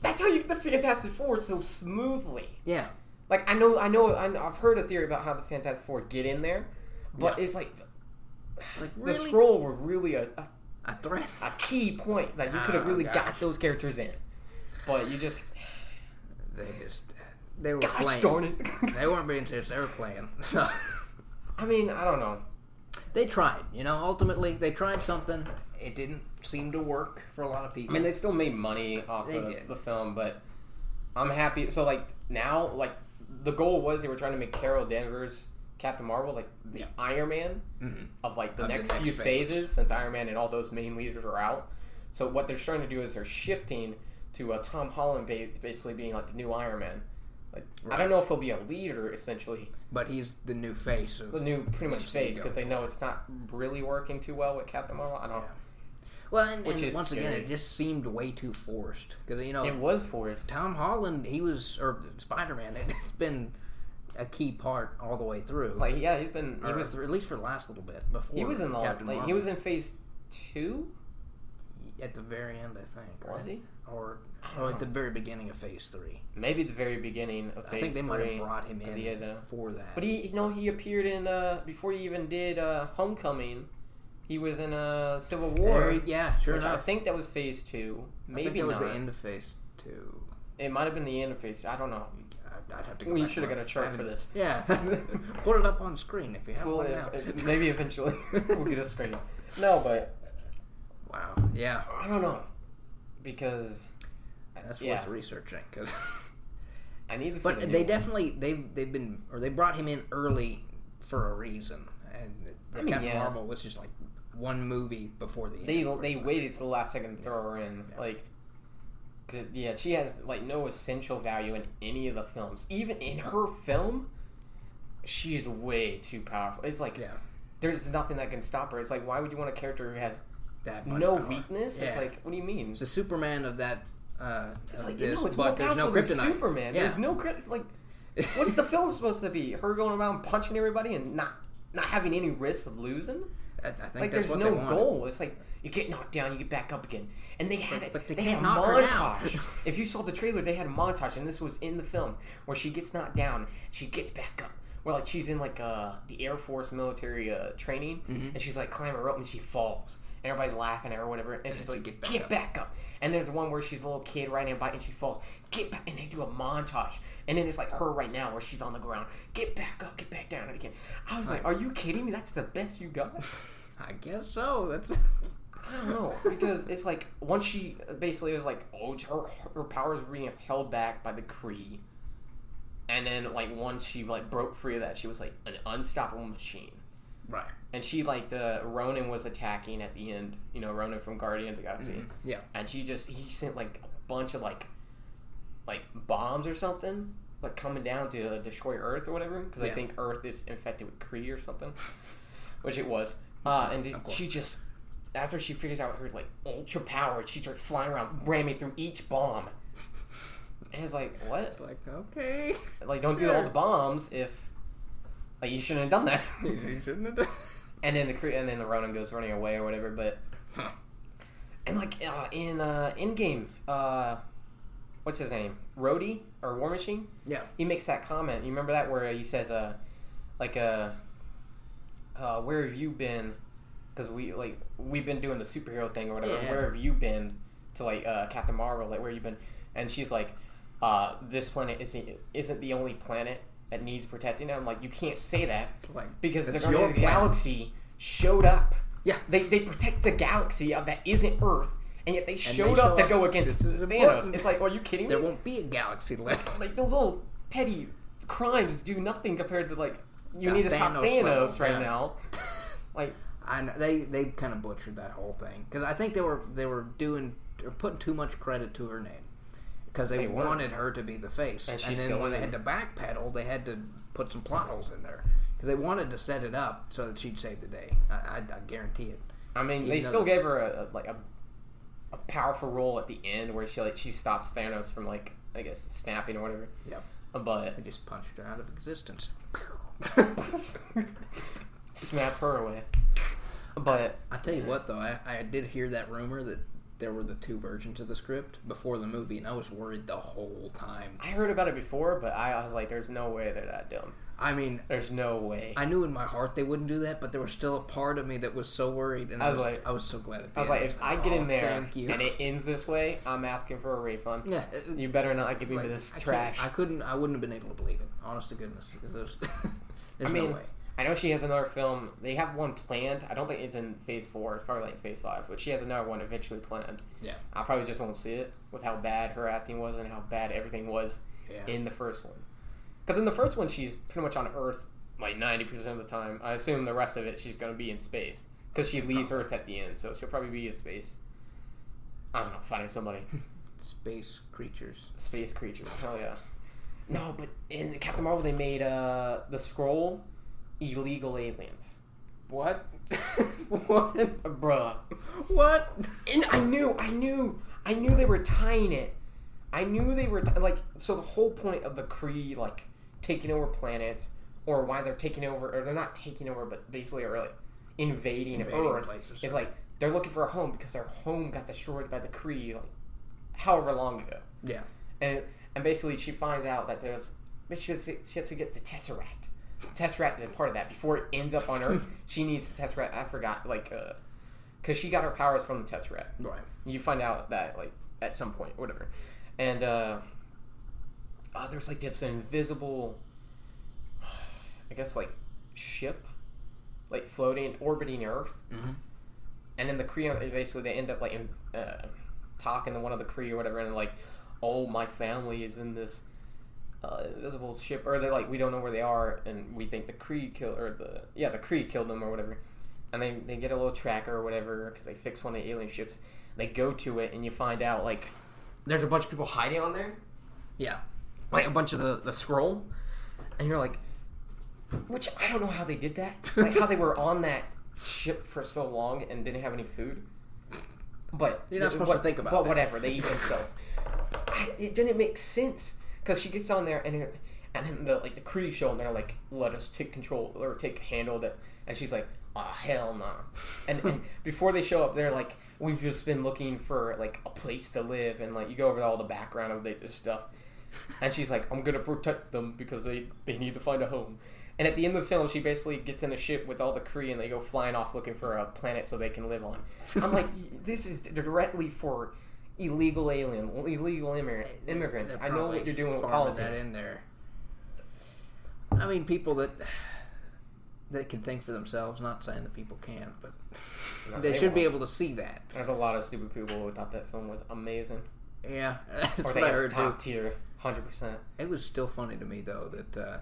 [SPEAKER 2] That's how you get the Fantastic Four so smoothly.
[SPEAKER 3] yeah.
[SPEAKER 2] Like I know, I know, I know I've heard a theory about how the Fantastic Four get in there, but
[SPEAKER 3] Yeah.
[SPEAKER 2] it's like
[SPEAKER 3] It's like
[SPEAKER 2] the
[SPEAKER 3] really
[SPEAKER 2] scroll were really a, a
[SPEAKER 3] a threat.
[SPEAKER 2] a key point that you could have
[SPEAKER 3] Oh,
[SPEAKER 2] really
[SPEAKER 3] gosh.
[SPEAKER 2] got those characters in. But you just
[SPEAKER 3] They just they were
[SPEAKER 2] gosh
[SPEAKER 3] playing.
[SPEAKER 2] darn it.
[SPEAKER 3] They weren't being serious. They were playing. So
[SPEAKER 2] I mean, I don't know.
[SPEAKER 3] they tried. You know, ultimately they tried something. It didn't seem to work for a lot of
[SPEAKER 2] I
[SPEAKER 3] people.
[SPEAKER 2] mean, they still made money off
[SPEAKER 3] They
[SPEAKER 2] of
[SPEAKER 3] did.
[SPEAKER 2] the film, but I'm happy. So like now, like the goal was they were trying to make Carol Danvers Captain Marvel, like the
[SPEAKER 3] Yeah.
[SPEAKER 2] Iron Man
[SPEAKER 3] Mhm.
[SPEAKER 2] of like the
[SPEAKER 3] Of the
[SPEAKER 2] next
[SPEAKER 3] next
[SPEAKER 2] few
[SPEAKER 3] phase.
[SPEAKER 2] phases, since Iron Man and all those main leaders are out. So what they're trying to do is they're shifting to uh, Tom Holland ba- basically being like the new Iron Man. Like I
[SPEAKER 3] Right.
[SPEAKER 2] don't know if he'll be a leader essentially,
[SPEAKER 3] but he's the new face of
[SPEAKER 2] the new pretty much
[SPEAKER 3] Yes, there you
[SPEAKER 2] face
[SPEAKER 3] go.
[SPEAKER 2] because they know it's not really working too well with Captain Marvel. I don't.
[SPEAKER 3] Well, and,
[SPEAKER 2] which
[SPEAKER 3] and
[SPEAKER 2] is
[SPEAKER 3] once again,
[SPEAKER 2] scary.
[SPEAKER 3] it just seemed way too forced because you know
[SPEAKER 2] It was forced.
[SPEAKER 3] Tom Holland, he was or Spider Man. It's been a key part all the way through.
[SPEAKER 2] Like yeah, he's been he
[SPEAKER 3] or
[SPEAKER 2] was
[SPEAKER 3] at least for the last little bit before
[SPEAKER 2] he was in the
[SPEAKER 3] Captain
[SPEAKER 2] like, he
[SPEAKER 3] Marvel.
[SPEAKER 2] was in phase two.
[SPEAKER 3] at the very end, I think.
[SPEAKER 2] Was
[SPEAKER 3] right?
[SPEAKER 2] he?
[SPEAKER 3] Or or at the very beginning of Phase Three.
[SPEAKER 2] Maybe the very beginning of phase
[SPEAKER 3] I think they
[SPEAKER 2] three.
[SPEAKER 3] might have brought him
[SPEAKER 2] 'cause
[SPEAKER 3] in
[SPEAKER 2] he had, uh,
[SPEAKER 3] for that.
[SPEAKER 2] but he you know he appeared in uh before he even did uh Homecoming. He was in uh, Civil War.
[SPEAKER 3] There- yeah, sure
[SPEAKER 2] which I
[SPEAKER 3] enough.
[SPEAKER 2] think that was phase two.
[SPEAKER 3] I think
[SPEAKER 2] Maybe
[SPEAKER 3] that was
[SPEAKER 2] not.
[SPEAKER 3] the end of Phase Two.
[SPEAKER 2] It might have been the end of phase. I don't know.
[SPEAKER 3] I- I'd have to. Go
[SPEAKER 2] We
[SPEAKER 3] back
[SPEAKER 2] should have
[SPEAKER 3] and
[SPEAKER 2] got a
[SPEAKER 3] look. I
[SPEAKER 2] chart for
[SPEAKER 3] haven't-
[SPEAKER 2] this.
[SPEAKER 3] Yeah, put it up on screen if you have
[SPEAKER 2] Cool,
[SPEAKER 3] one now.
[SPEAKER 2] if- if- maybe eventually we'll get a screen. No, but
[SPEAKER 3] Wow. Yeah,
[SPEAKER 2] I don't know because
[SPEAKER 3] that's
[SPEAKER 2] Yeah.
[SPEAKER 3] worth researching. 'cause-
[SPEAKER 2] I need to see.
[SPEAKER 3] but
[SPEAKER 2] the new
[SPEAKER 3] they
[SPEAKER 2] one.
[SPEAKER 3] definitely they've they've been or they brought him in early for a reason. And the, the
[SPEAKER 2] I mean,
[SPEAKER 3] Captain
[SPEAKER 2] yeah.
[SPEAKER 3] Marvel was just like one movie before the
[SPEAKER 2] they
[SPEAKER 3] end.
[SPEAKER 2] they waited to the last second to throw her in like 'cause it- yeah she has like no essential value in any of the films even in her film she's way too powerful it's like
[SPEAKER 3] Yeah,
[SPEAKER 2] there's nothing that can stop her it's like why would you want a character who has
[SPEAKER 3] that much
[SPEAKER 2] no
[SPEAKER 3] power.
[SPEAKER 2] weakness
[SPEAKER 3] Yeah.
[SPEAKER 2] it's like what do you mean
[SPEAKER 3] it's the Superman of that. Uh,
[SPEAKER 2] it's
[SPEAKER 3] of
[SPEAKER 2] like
[SPEAKER 3] this,
[SPEAKER 2] no it's
[SPEAKER 3] but
[SPEAKER 2] more
[SPEAKER 3] there's
[SPEAKER 2] powerful
[SPEAKER 3] no
[SPEAKER 2] than
[SPEAKER 3] kryptonite.
[SPEAKER 2] superman
[SPEAKER 3] Yeah.
[SPEAKER 2] there's no kryptonite like what's the film supposed to be her going around punching everybody and not not having any risk of losing
[SPEAKER 3] I, I think
[SPEAKER 2] like
[SPEAKER 3] that's
[SPEAKER 2] there's
[SPEAKER 3] what
[SPEAKER 2] no
[SPEAKER 3] they wanted.
[SPEAKER 2] goal. It's like you get knocked down, you get back up again, and they had it.
[SPEAKER 3] but they
[SPEAKER 2] they, had
[SPEAKER 3] can't
[SPEAKER 2] a
[SPEAKER 3] knock her down.
[SPEAKER 2] montage. if you saw the trailer, they had a montage, and this was in the film where she gets knocked down, she gets back up. Where like she's in like uh, the Air Force military uh, training,
[SPEAKER 3] Mm-hmm.
[SPEAKER 2] and she's like climbing a rope and she falls, and everybody's laughing at her or whatever, and, she's
[SPEAKER 3] she
[SPEAKER 2] like,
[SPEAKER 3] get back
[SPEAKER 2] "Get
[SPEAKER 3] up."
[SPEAKER 2] back up!" And there's one where she's a little kid riding a bike and she falls, "Get back!" And they do a montage, and then it's like her right now where she's on the ground, "Get back up, get back down," and again. I was like, "Are you kidding me? That's the best you got."
[SPEAKER 3] I guess so. That's
[SPEAKER 2] I don't know because it's like once she basically was like, oh, her her powers were being held back by the Kree, and then like once she like broke free of that, she was like an unstoppable machine.
[SPEAKER 3] right.
[SPEAKER 2] And she like the Ronan was attacking at the end, you know, Ronan from Guardian of the Galaxy,
[SPEAKER 3] Mm-hmm. Yeah.
[SPEAKER 2] and she just he sent like a bunch of like like bombs or something like coming down to uh, destroy Earth or whatever because
[SPEAKER 3] Yeah.
[SPEAKER 2] I think Earth is infected with Kree or something, which it was. Uh, and it-
[SPEAKER 3] course.
[SPEAKER 2] she just after she figures out her like ultra power, she starts flying around ramming through each bomb. And it's like, what?
[SPEAKER 3] Like, okay.
[SPEAKER 2] Like, don't do all the bombs if like you shouldn't have done that.
[SPEAKER 3] You shouldn't have done
[SPEAKER 2] and then the cre- and then the Ronan goes running away or whatever. But and like uh, in uh, Endgame, uh, what's his name? Rhodey or War Machine?
[SPEAKER 3] Yeah.
[SPEAKER 2] He makes that comment. You remember that where he says, "Uh, like uh, uh where have you been? Because we like we've been doing the superhero thing or whatever.
[SPEAKER 3] Yeah.
[SPEAKER 2] Where have you been to like uh, Captain Marvel? Like where you been?" And she's like, "Uh, this planet isn't isn't the only planet." That needs protecting. And I'm like, you can't say that
[SPEAKER 3] Like,
[SPEAKER 2] because the
[SPEAKER 3] It's
[SPEAKER 2] Guardians
[SPEAKER 3] your
[SPEAKER 2] of the
[SPEAKER 3] planet.
[SPEAKER 2] Galaxy showed up.
[SPEAKER 3] Yeah.
[SPEAKER 2] They, they protect the galaxy of that isn't Earth, and yet they showed
[SPEAKER 3] show
[SPEAKER 2] up to
[SPEAKER 3] up.
[SPEAKER 2] go
[SPEAKER 3] This
[SPEAKER 2] against
[SPEAKER 3] is
[SPEAKER 2] Thanos.
[SPEAKER 3] important.
[SPEAKER 2] It's like, are you kidding
[SPEAKER 3] there
[SPEAKER 2] me?
[SPEAKER 3] won't be a galaxy left.
[SPEAKER 2] Like those little petty crimes do nothing compared to like you
[SPEAKER 3] Yeah,
[SPEAKER 2] need to stop
[SPEAKER 3] Thanos level,
[SPEAKER 2] Thanos right
[SPEAKER 3] yeah.
[SPEAKER 2] now. Like
[SPEAKER 3] I know, they they kind of butchered that whole thing because I think they were they were doing or putting too much credit to her name because they,
[SPEAKER 2] They were.
[SPEAKER 3] wanted her to be the face,
[SPEAKER 2] And
[SPEAKER 3] and,
[SPEAKER 2] she
[SPEAKER 3] then
[SPEAKER 2] still
[SPEAKER 3] when they
[SPEAKER 2] is.
[SPEAKER 3] had to backpedal, they had to put some plot holes in there because they wanted to set it up so that she'd save the day. I, I, I guarantee it.
[SPEAKER 2] I mean, they
[SPEAKER 3] Even though-
[SPEAKER 2] still gave her a, a like a, a powerful role at the end where she like she stops Thanos from like I guess snapping or whatever.
[SPEAKER 3] Yep,
[SPEAKER 2] But
[SPEAKER 3] they just punched her out of existence.
[SPEAKER 2] snap her away. But
[SPEAKER 3] I tell you what, though, I, I did hear that rumor that there were the two versions of the script before the movie, and I was worried the whole time.
[SPEAKER 2] I heard about it before, but I, I was like, there's no way they're that dumb.
[SPEAKER 3] I mean,
[SPEAKER 2] There's no way.
[SPEAKER 3] I knew in my heart they wouldn't do that, but there was still a part of me that was so worried, and I, was, like, I was so glad. At the
[SPEAKER 2] I was
[SPEAKER 3] end.
[SPEAKER 2] like, if I get in
[SPEAKER 3] "Oh,
[SPEAKER 2] there
[SPEAKER 3] thank you.
[SPEAKER 2] and it ends this way, I'm asking for a refund.
[SPEAKER 3] yeah, it- it-
[SPEAKER 2] You better not give me
[SPEAKER 3] like,
[SPEAKER 2] this
[SPEAKER 3] I couldn't-
[SPEAKER 2] trash.
[SPEAKER 3] I couldn't, I wouldn't have been able to believe it. Honest to goodness, because there's, there's
[SPEAKER 2] I mean,
[SPEAKER 3] no way.
[SPEAKER 2] I know she has another film. They have one planned. I don't think it's in phase four. It's probably like phase five, but she has another one eventually planned.
[SPEAKER 3] Yeah.
[SPEAKER 2] I probably just won't see it with how bad her acting was and how bad everything was
[SPEAKER 3] Yeah,
[SPEAKER 2] in the first one. Because in the first one, she's pretty much on Earth like 90% of the time. I assume the rest of it, she's going to be in space. Because she leaves Earth at the end, so she'll probably be in space. I don't know, finding somebody.
[SPEAKER 3] space creatures.
[SPEAKER 2] Space creatures. Hell yeah. No, but in Captain Marvel, they made uh, the scroll illegal aliens.
[SPEAKER 3] What? what?
[SPEAKER 2] Bruh.
[SPEAKER 3] What?
[SPEAKER 2] And I knew, I knew, I knew they were tying it. I knew they were t- like so. The whole point of the Kree like taking over planets, or why they're taking over, or they're not taking over, but basically are like invading,
[SPEAKER 3] Invading
[SPEAKER 2] Earth.
[SPEAKER 3] places,
[SPEAKER 2] It's
[SPEAKER 3] right.
[SPEAKER 2] like they're looking for a home because their home got destroyed by the Kree, like however long ago.
[SPEAKER 3] Yeah.
[SPEAKER 2] And and basically she finds out that there's, but she has to, she has to get the Tesseract. Tesseract is part of that. Before it ends up on Earth, she needs the Tesseract. I forgot like, uh, cause she got her powers from the Tesseract
[SPEAKER 3] Right.
[SPEAKER 2] you find out that like at some point whatever and uh, uh there's like this invisible i guess like ship like floating orbiting earth
[SPEAKER 3] Mhm.
[SPEAKER 2] and then the kree they basically they end up like in, uh, talking to one of the kree or whatever and like oh my family is in this uh, invisible ship or they're like we don't know where they are and we think the kree killed or the yeah the kree killed them or whatever and they, they get a little tracker or whatever because they fix one of the alien ships they go to it and you find out like there's a bunch of people hiding on there
[SPEAKER 3] Yeah.
[SPEAKER 2] like a bunch of the, the scroll and you're like which i don't know how they did that like how they were on that ship for so long and didn't have any food but
[SPEAKER 3] You're not supposed
[SPEAKER 2] but-
[SPEAKER 3] to think about
[SPEAKER 2] but
[SPEAKER 3] that.
[SPEAKER 2] whatever they eat themselves I, it didn't make sense because she gets on there and it- and then the like the Kree show and they're like let us take control or take handle that and she's like ah hell no and, and before they show up they're like we've just been looking for like a place to live and like you go over all the background of the, the stuff and she's like I'm gonna protect them because they they need to find a home and at the end of the film she basically gets in a ship with all the Kree and they go flying off looking for a planet so they can live on I'm like this is directly for illegal alien illegal immi- immigrants
[SPEAKER 3] They're
[SPEAKER 2] I know what
[SPEAKER 3] probably
[SPEAKER 2] you're doing with
[SPEAKER 3] farming
[SPEAKER 2] politics
[SPEAKER 3] That in there. I mean, people that that can think for themselves. Not saying that people can, but
[SPEAKER 2] No,
[SPEAKER 3] they,
[SPEAKER 2] they
[SPEAKER 3] should be
[SPEAKER 2] won't.
[SPEAKER 3] able to see that.
[SPEAKER 2] There's a lot of stupid people who thought that film was amazing.
[SPEAKER 3] Yeah, that's
[SPEAKER 2] Or
[SPEAKER 3] what
[SPEAKER 2] that
[SPEAKER 3] I
[SPEAKER 2] it's
[SPEAKER 3] heard.
[SPEAKER 2] top
[SPEAKER 3] too.
[SPEAKER 2] tier, hundred percent.
[SPEAKER 3] It was still funny to me though that uh,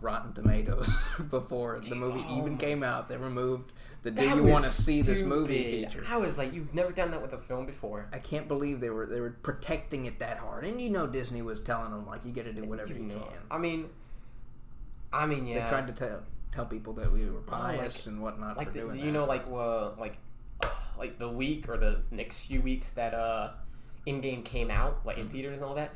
[SPEAKER 3] Rotten Tomatoes before the movie
[SPEAKER 2] oh
[SPEAKER 3] even
[SPEAKER 2] my-
[SPEAKER 3] came out, they removed the "Do you want to see this movie?" feature.
[SPEAKER 2] I was like, you've never done that with a film before.
[SPEAKER 3] I can't believe they were they were protecting it that hard, and you know Disney was telling them like you got to do whatever you,
[SPEAKER 2] You
[SPEAKER 3] can.
[SPEAKER 2] know, I mean, I mean, yeah.
[SPEAKER 3] They tried to tell tell people that we were
[SPEAKER 2] Oh, like-
[SPEAKER 3] biased and whatnot
[SPEAKER 2] like
[SPEAKER 3] for
[SPEAKER 2] the,
[SPEAKER 3] doing
[SPEAKER 2] you
[SPEAKER 3] that.
[SPEAKER 2] know, like uh, like
[SPEAKER 3] Mm-hmm.
[SPEAKER 2] like the week or the next few weeks that uh, in game came out, like in theaters and all that.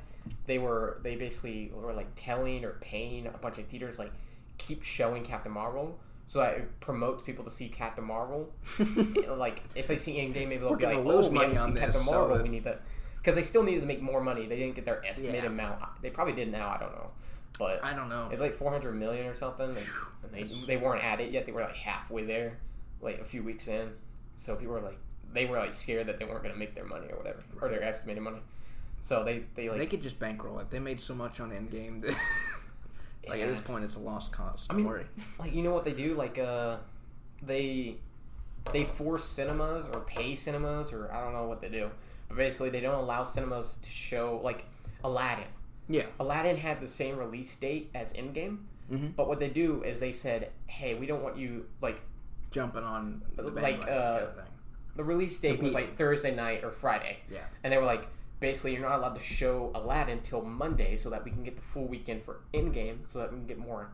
[SPEAKER 2] they were they basically were like telling or paying a bunch of theaters like keep showing Captain Marvel. So that it promotes people to see Captain Marvel. It, like if they see Endgame, maybe they'll
[SPEAKER 3] We're
[SPEAKER 2] be like,
[SPEAKER 3] gonna
[SPEAKER 2] "Oh,
[SPEAKER 3] lose
[SPEAKER 2] we
[SPEAKER 3] money
[SPEAKER 2] haven't
[SPEAKER 3] on
[SPEAKER 2] seen
[SPEAKER 3] this,
[SPEAKER 2] Captain
[SPEAKER 3] so
[SPEAKER 2] Marvel.
[SPEAKER 3] that-
[SPEAKER 2] We need to," because they still needed to make more money. They didn't get their estimated
[SPEAKER 3] Yeah.
[SPEAKER 2] amount. They probably did now. I don't know, but
[SPEAKER 3] I don't know.
[SPEAKER 2] it's like 400 million or something. And, and they they weren't at it yet. They were like halfway there, like a few weeks in. So people were like, they were like scared that they weren't gonna make their money or whatever, or their estimated money. So they they like
[SPEAKER 3] They could just bankroll it. They made so much on Endgame that like
[SPEAKER 2] Yeah.
[SPEAKER 3] at this point it's a lost cause. Don't
[SPEAKER 2] mean-
[SPEAKER 3] worry.
[SPEAKER 2] like you know what they do like uh they they force cinemas or pay cinemas or I don't know what they do. But basically they don't allow cinemas to show like Aladdin.
[SPEAKER 3] Yeah.
[SPEAKER 2] Aladdin had the same release date as Endgame,
[SPEAKER 3] Mhm.
[SPEAKER 2] but what they do is they said, "Hey, we don't want you like
[SPEAKER 3] Jumping on the
[SPEAKER 2] Like,
[SPEAKER 3] bandwagon
[SPEAKER 2] uh,
[SPEAKER 3] kind of thing.
[SPEAKER 2] the release date was
[SPEAKER 3] Compete.
[SPEAKER 2] like Thursday night or Friday."
[SPEAKER 3] Yeah.
[SPEAKER 2] And they were like, basically, you're not allowed to show Aladdin till Monday so that we can get the full weekend for Endgame so that we can get more.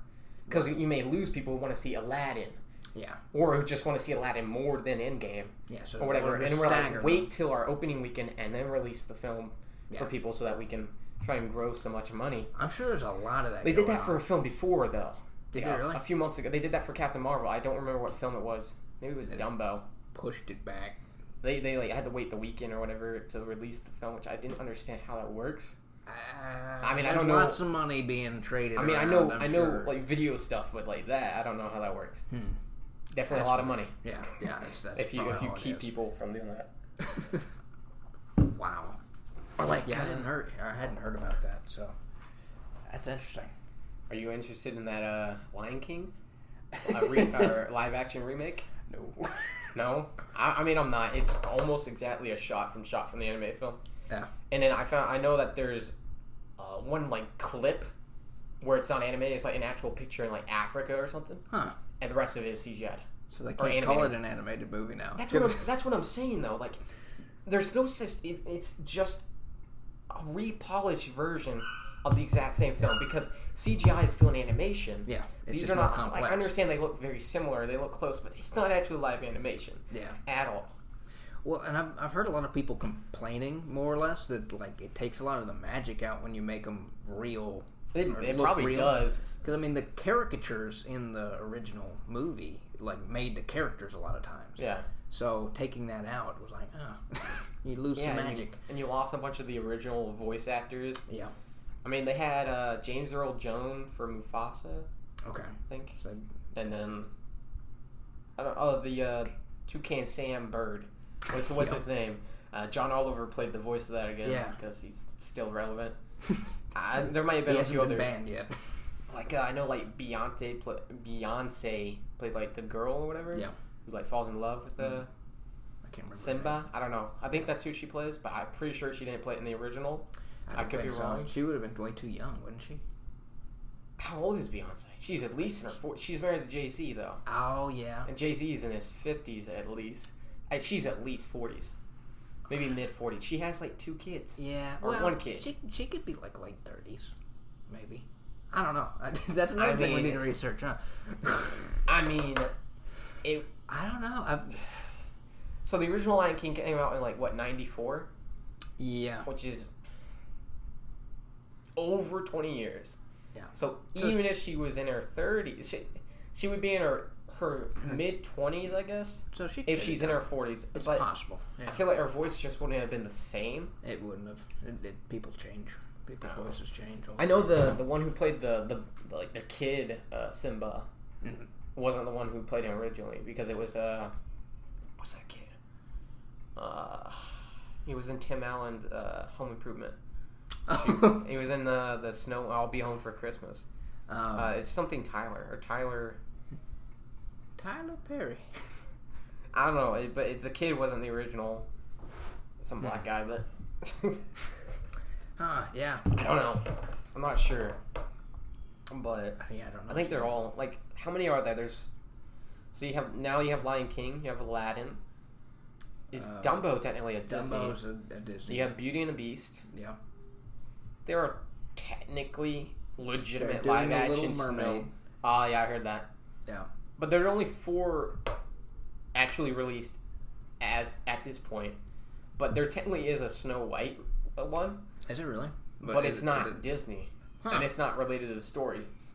[SPEAKER 2] Because you may lose people who want to see Aladdin
[SPEAKER 3] Yeah.
[SPEAKER 2] or who just want to see Aladdin more than Endgame
[SPEAKER 3] Yeah. So
[SPEAKER 2] or whatever.
[SPEAKER 3] we're
[SPEAKER 2] and we're
[SPEAKER 3] staggering.
[SPEAKER 2] like, wait till our opening weekend and then release the film
[SPEAKER 3] Yeah.
[SPEAKER 2] for people so that we can try and grow so much money.
[SPEAKER 3] I'm sure there's a lot of that.
[SPEAKER 2] They did
[SPEAKER 3] going
[SPEAKER 2] that for a film before, though.
[SPEAKER 3] oh, Did they
[SPEAKER 2] Yeah,
[SPEAKER 3] really?
[SPEAKER 2] A few months ago. They did that for Captain Marvel. I don't remember what film it was. Maybe it was Dumbo.
[SPEAKER 3] on. pushed it back.
[SPEAKER 2] They, they like had to wait the weekend or whatever to release the film, which I didn't understand how that works.
[SPEAKER 3] Uh,
[SPEAKER 2] I mean, I
[SPEAKER 3] there's
[SPEAKER 2] don't know-
[SPEAKER 3] Lots of money being traded.
[SPEAKER 2] I mean, I
[SPEAKER 3] around,
[SPEAKER 2] know,
[SPEAKER 3] I'm
[SPEAKER 2] i know,
[SPEAKER 3] sure.
[SPEAKER 2] like video stuff, but like that, I don't know how that works.
[SPEAKER 3] Hmm.
[SPEAKER 2] Definitely
[SPEAKER 3] That's
[SPEAKER 2] a lot of money
[SPEAKER 3] yeah, yeah. That's, that's
[SPEAKER 2] if you
[SPEAKER 3] probably
[SPEAKER 2] if you
[SPEAKER 3] all it
[SPEAKER 2] keep
[SPEAKER 3] is.
[SPEAKER 2] people from doing that.
[SPEAKER 3] wow.
[SPEAKER 2] Or like, uh,
[SPEAKER 3] Yeah, I hadn't heard. I hadn't heard about that. So that's interesting.
[SPEAKER 2] are you interested in that uh, Lion King uh, re- or live action remake?
[SPEAKER 3] no.
[SPEAKER 2] No, I, I mean I'm not. It's almost exactly a shot from shot from the anime film.
[SPEAKER 3] Yeah.
[SPEAKER 2] And then I found I know that there's uh, one like clip where it's not anime. It's like an actual picture in like Africa or something,
[SPEAKER 3] Huh.
[SPEAKER 2] and the rest of it is CGI.
[SPEAKER 3] So they can't call it an animated movie now.
[SPEAKER 2] That's what I'm, that's what I'm saying though. Like, there's no such. It, it's just a repolished version of the exact same film because CGI is still an animation.
[SPEAKER 3] yeah. It's
[SPEAKER 2] These
[SPEAKER 3] just
[SPEAKER 2] are
[SPEAKER 3] more
[SPEAKER 2] not.
[SPEAKER 3] complex.
[SPEAKER 2] Like, I understand they look very similar. They look close, but it's not actually live animation
[SPEAKER 3] Yeah.
[SPEAKER 2] at all.
[SPEAKER 3] Well, and I've, I've heard a lot of people complaining, more or less, that like it takes a lot of the magic out when you make them real.
[SPEAKER 2] It,
[SPEAKER 3] or
[SPEAKER 2] it
[SPEAKER 3] look
[SPEAKER 2] probably
[SPEAKER 3] real.
[SPEAKER 2] does.
[SPEAKER 3] Because I mean, the caricatures in the original movie like made the characters a lot of times.
[SPEAKER 2] Yeah.
[SPEAKER 3] So taking that out was like, oh, you lose
[SPEAKER 2] yeah.
[SPEAKER 3] some
[SPEAKER 2] and you-
[SPEAKER 3] magic.
[SPEAKER 2] And you, lost a bunch of the original voice actors.
[SPEAKER 3] Yeah.
[SPEAKER 2] I mean, they had uh, James Earl Jones for Mufasa,
[SPEAKER 3] Okay.
[SPEAKER 2] I think,
[SPEAKER 3] So
[SPEAKER 2] and then I don't. Oh, the uh, Toucan Sam Bird. What's, what's
[SPEAKER 3] Yeah.
[SPEAKER 2] his name? Uh, John Oliver played the voice of that again
[SPEAKER 3] Yeah.
[SPEAKER 2] because he's still relevant. I, there might have been
[SPEAKER 3] he
[SPEAKER 2] a
[SPEAKER 3] hasn't
[SPEAKER 2] few
[SPEAKER 3] been
[SPEAKER 2] others.
[SPEAKER 3] banned yet.
[SPEAKER 2] Like uh, I know, like Beyonce, pla Beyonce played like the girl or whatever.
[SPEAKER 3] Yeah. Mm,
[SPEAKER 2] Who like falls in love with the
[SPEAKER 3] I can't remember.
[SPEAKER 2] Simba? I don't know. I think that's who she plays, but I'm pretty sure she didn't play it in the original.
[SPEAKER 3] I,
[SPEAKER 2] I
[SPEAKER 3] don't
[SPEAKER 2] could
[SPEAKER 3] think
[SPEAKER 2] be
[SPEAKER 3] so.
[SPEAKER 2] wrong.
[SPEAKER 3] She would have been way too young, wouldn't she?
[SPEAKER 2] How old is Beyonce? She's at least in her 40s. She's married to Jay Z though,
[SPEAKER 3] Oh yeah.
[SPEAKER 2] and Jay Z is in his fifties at least. And she's at least forties, maybe mid forties. She has like two kids.
[SPEAKER 3] Yeah.
[SPEAKER 2] Or
[SPEAKER 3] well,
[SPEAKER 2] one kid.
[SPEAKER 3] She, she could be like late thirties, maybe. I don't know. That's another
[SPEAKER 2] I
[SPEAKER 3] thing we
[SPEAKER 2] mean-
[SPEAKER 3] need to research, huh?
[SPEAKER 2] I mean, it.
[SPEAKER 3] I don't know. I,
[SPEAKER 2] So the original Lion King came out in like what ninety four,
[SPEAKER 3] yeah.
[SPEAKER 2] which is over twenty years.
[SPEAKER 3] Yeah.
[SPEAKER 2] So,
[SPEAKER 3] So-
[SPEAKER 2] even if she was in her thirties, she, she would be in her her mid twenties, I guess.
[SPEAKER 3] So she.
[SPEAKER 2] If
[SPEAKER 3] could-
[SPEAKER 2] she's in her forties,
[SPEAKER 3] it's
[SPEAKER 2] but
[SPEAKER 3] possible.
[SPEAKER 2] I
[SPEAKER 3] Yeah.
[SPEAKER 2] feel like her voice just wouldn't have been the same.
[SPEAKER 3] It wouldn't have. It, it, people change. People's
[SPEAKER 2] Oh.
[SPEAKER 3] voices change. All
[SPEAKER 2] I know the the one who played the the, the like the kid uh, Simba
[SPEAKER 3] Mhm.
[SPEAKER 2] wasn't the one who played him originally because it was uh what's that kid? Uh, he was in Tim Allen's uh, Home Improvement.
[SPEAKER 3] Oh.
[SPEAKER 2] He was in the the Snow. I'll be home for Christmas.
[SPEAKER 3] Um,
[SPEAKER 2] Uh, it's something Tyler or Tyler.
[SPEAKER 3] Tyler Perry.
[SPEAKER 2] I don't know, it, but it, the kid wasn't the original. Some
[SPEAKER 3] Hmm.
[SPEAKER 2] black guy, but
[SPEAKER 3] Huh? Yeah.
[SPEAKER 2] I don't know. I'm not sure. But
[SPEAKER 3] Yeah. I don't know.
[SPEAKER 2] I think they're all like how many are there? There's so you have now you have Lion King, you have Aladdin. Is
[SPEAKER 3] Uh,
[SPEAKER 2] Dumbo technically a Disney?
[SPEAKER 3] Dumbo's a, a Disney.
[SPEAKER 2] You have Beauty and the Beast.
[SPEAKER 3] Yeah.
[SPEAKER 2] There are technically
[SPEAKER 3] They're
[SPEAKER 2] legitimate
[SPEAKER 3] doing
[SPEAKER 2] live
[SPEAKER 3] a
[SPEAKER 2] action
[SPEAKER 3] Little
[SPEAKER 2] Snow.
[SPEAKER 3] Mermaid.
[SPEAKER 2] Oh yeah, I heard that.
[SPEAKER 3] Yeah.
[SPEAKER 2] But there are only four actually released as at this point. But there technically is a Snow White uh, one.
[SPEAKER 3] Is it really?
[SPEAKER 2] but,
[SPEAKER 3] is
[SPEAKER 2] it's
[SPEAKER 3] it-
[SPEAKER 2] not
[SPEAKER 3] is it-
[SPEAKER 2] Disney,
[SPEAKER 3] Huh.
[SPEAKER 2] and it's not related to the story. It's,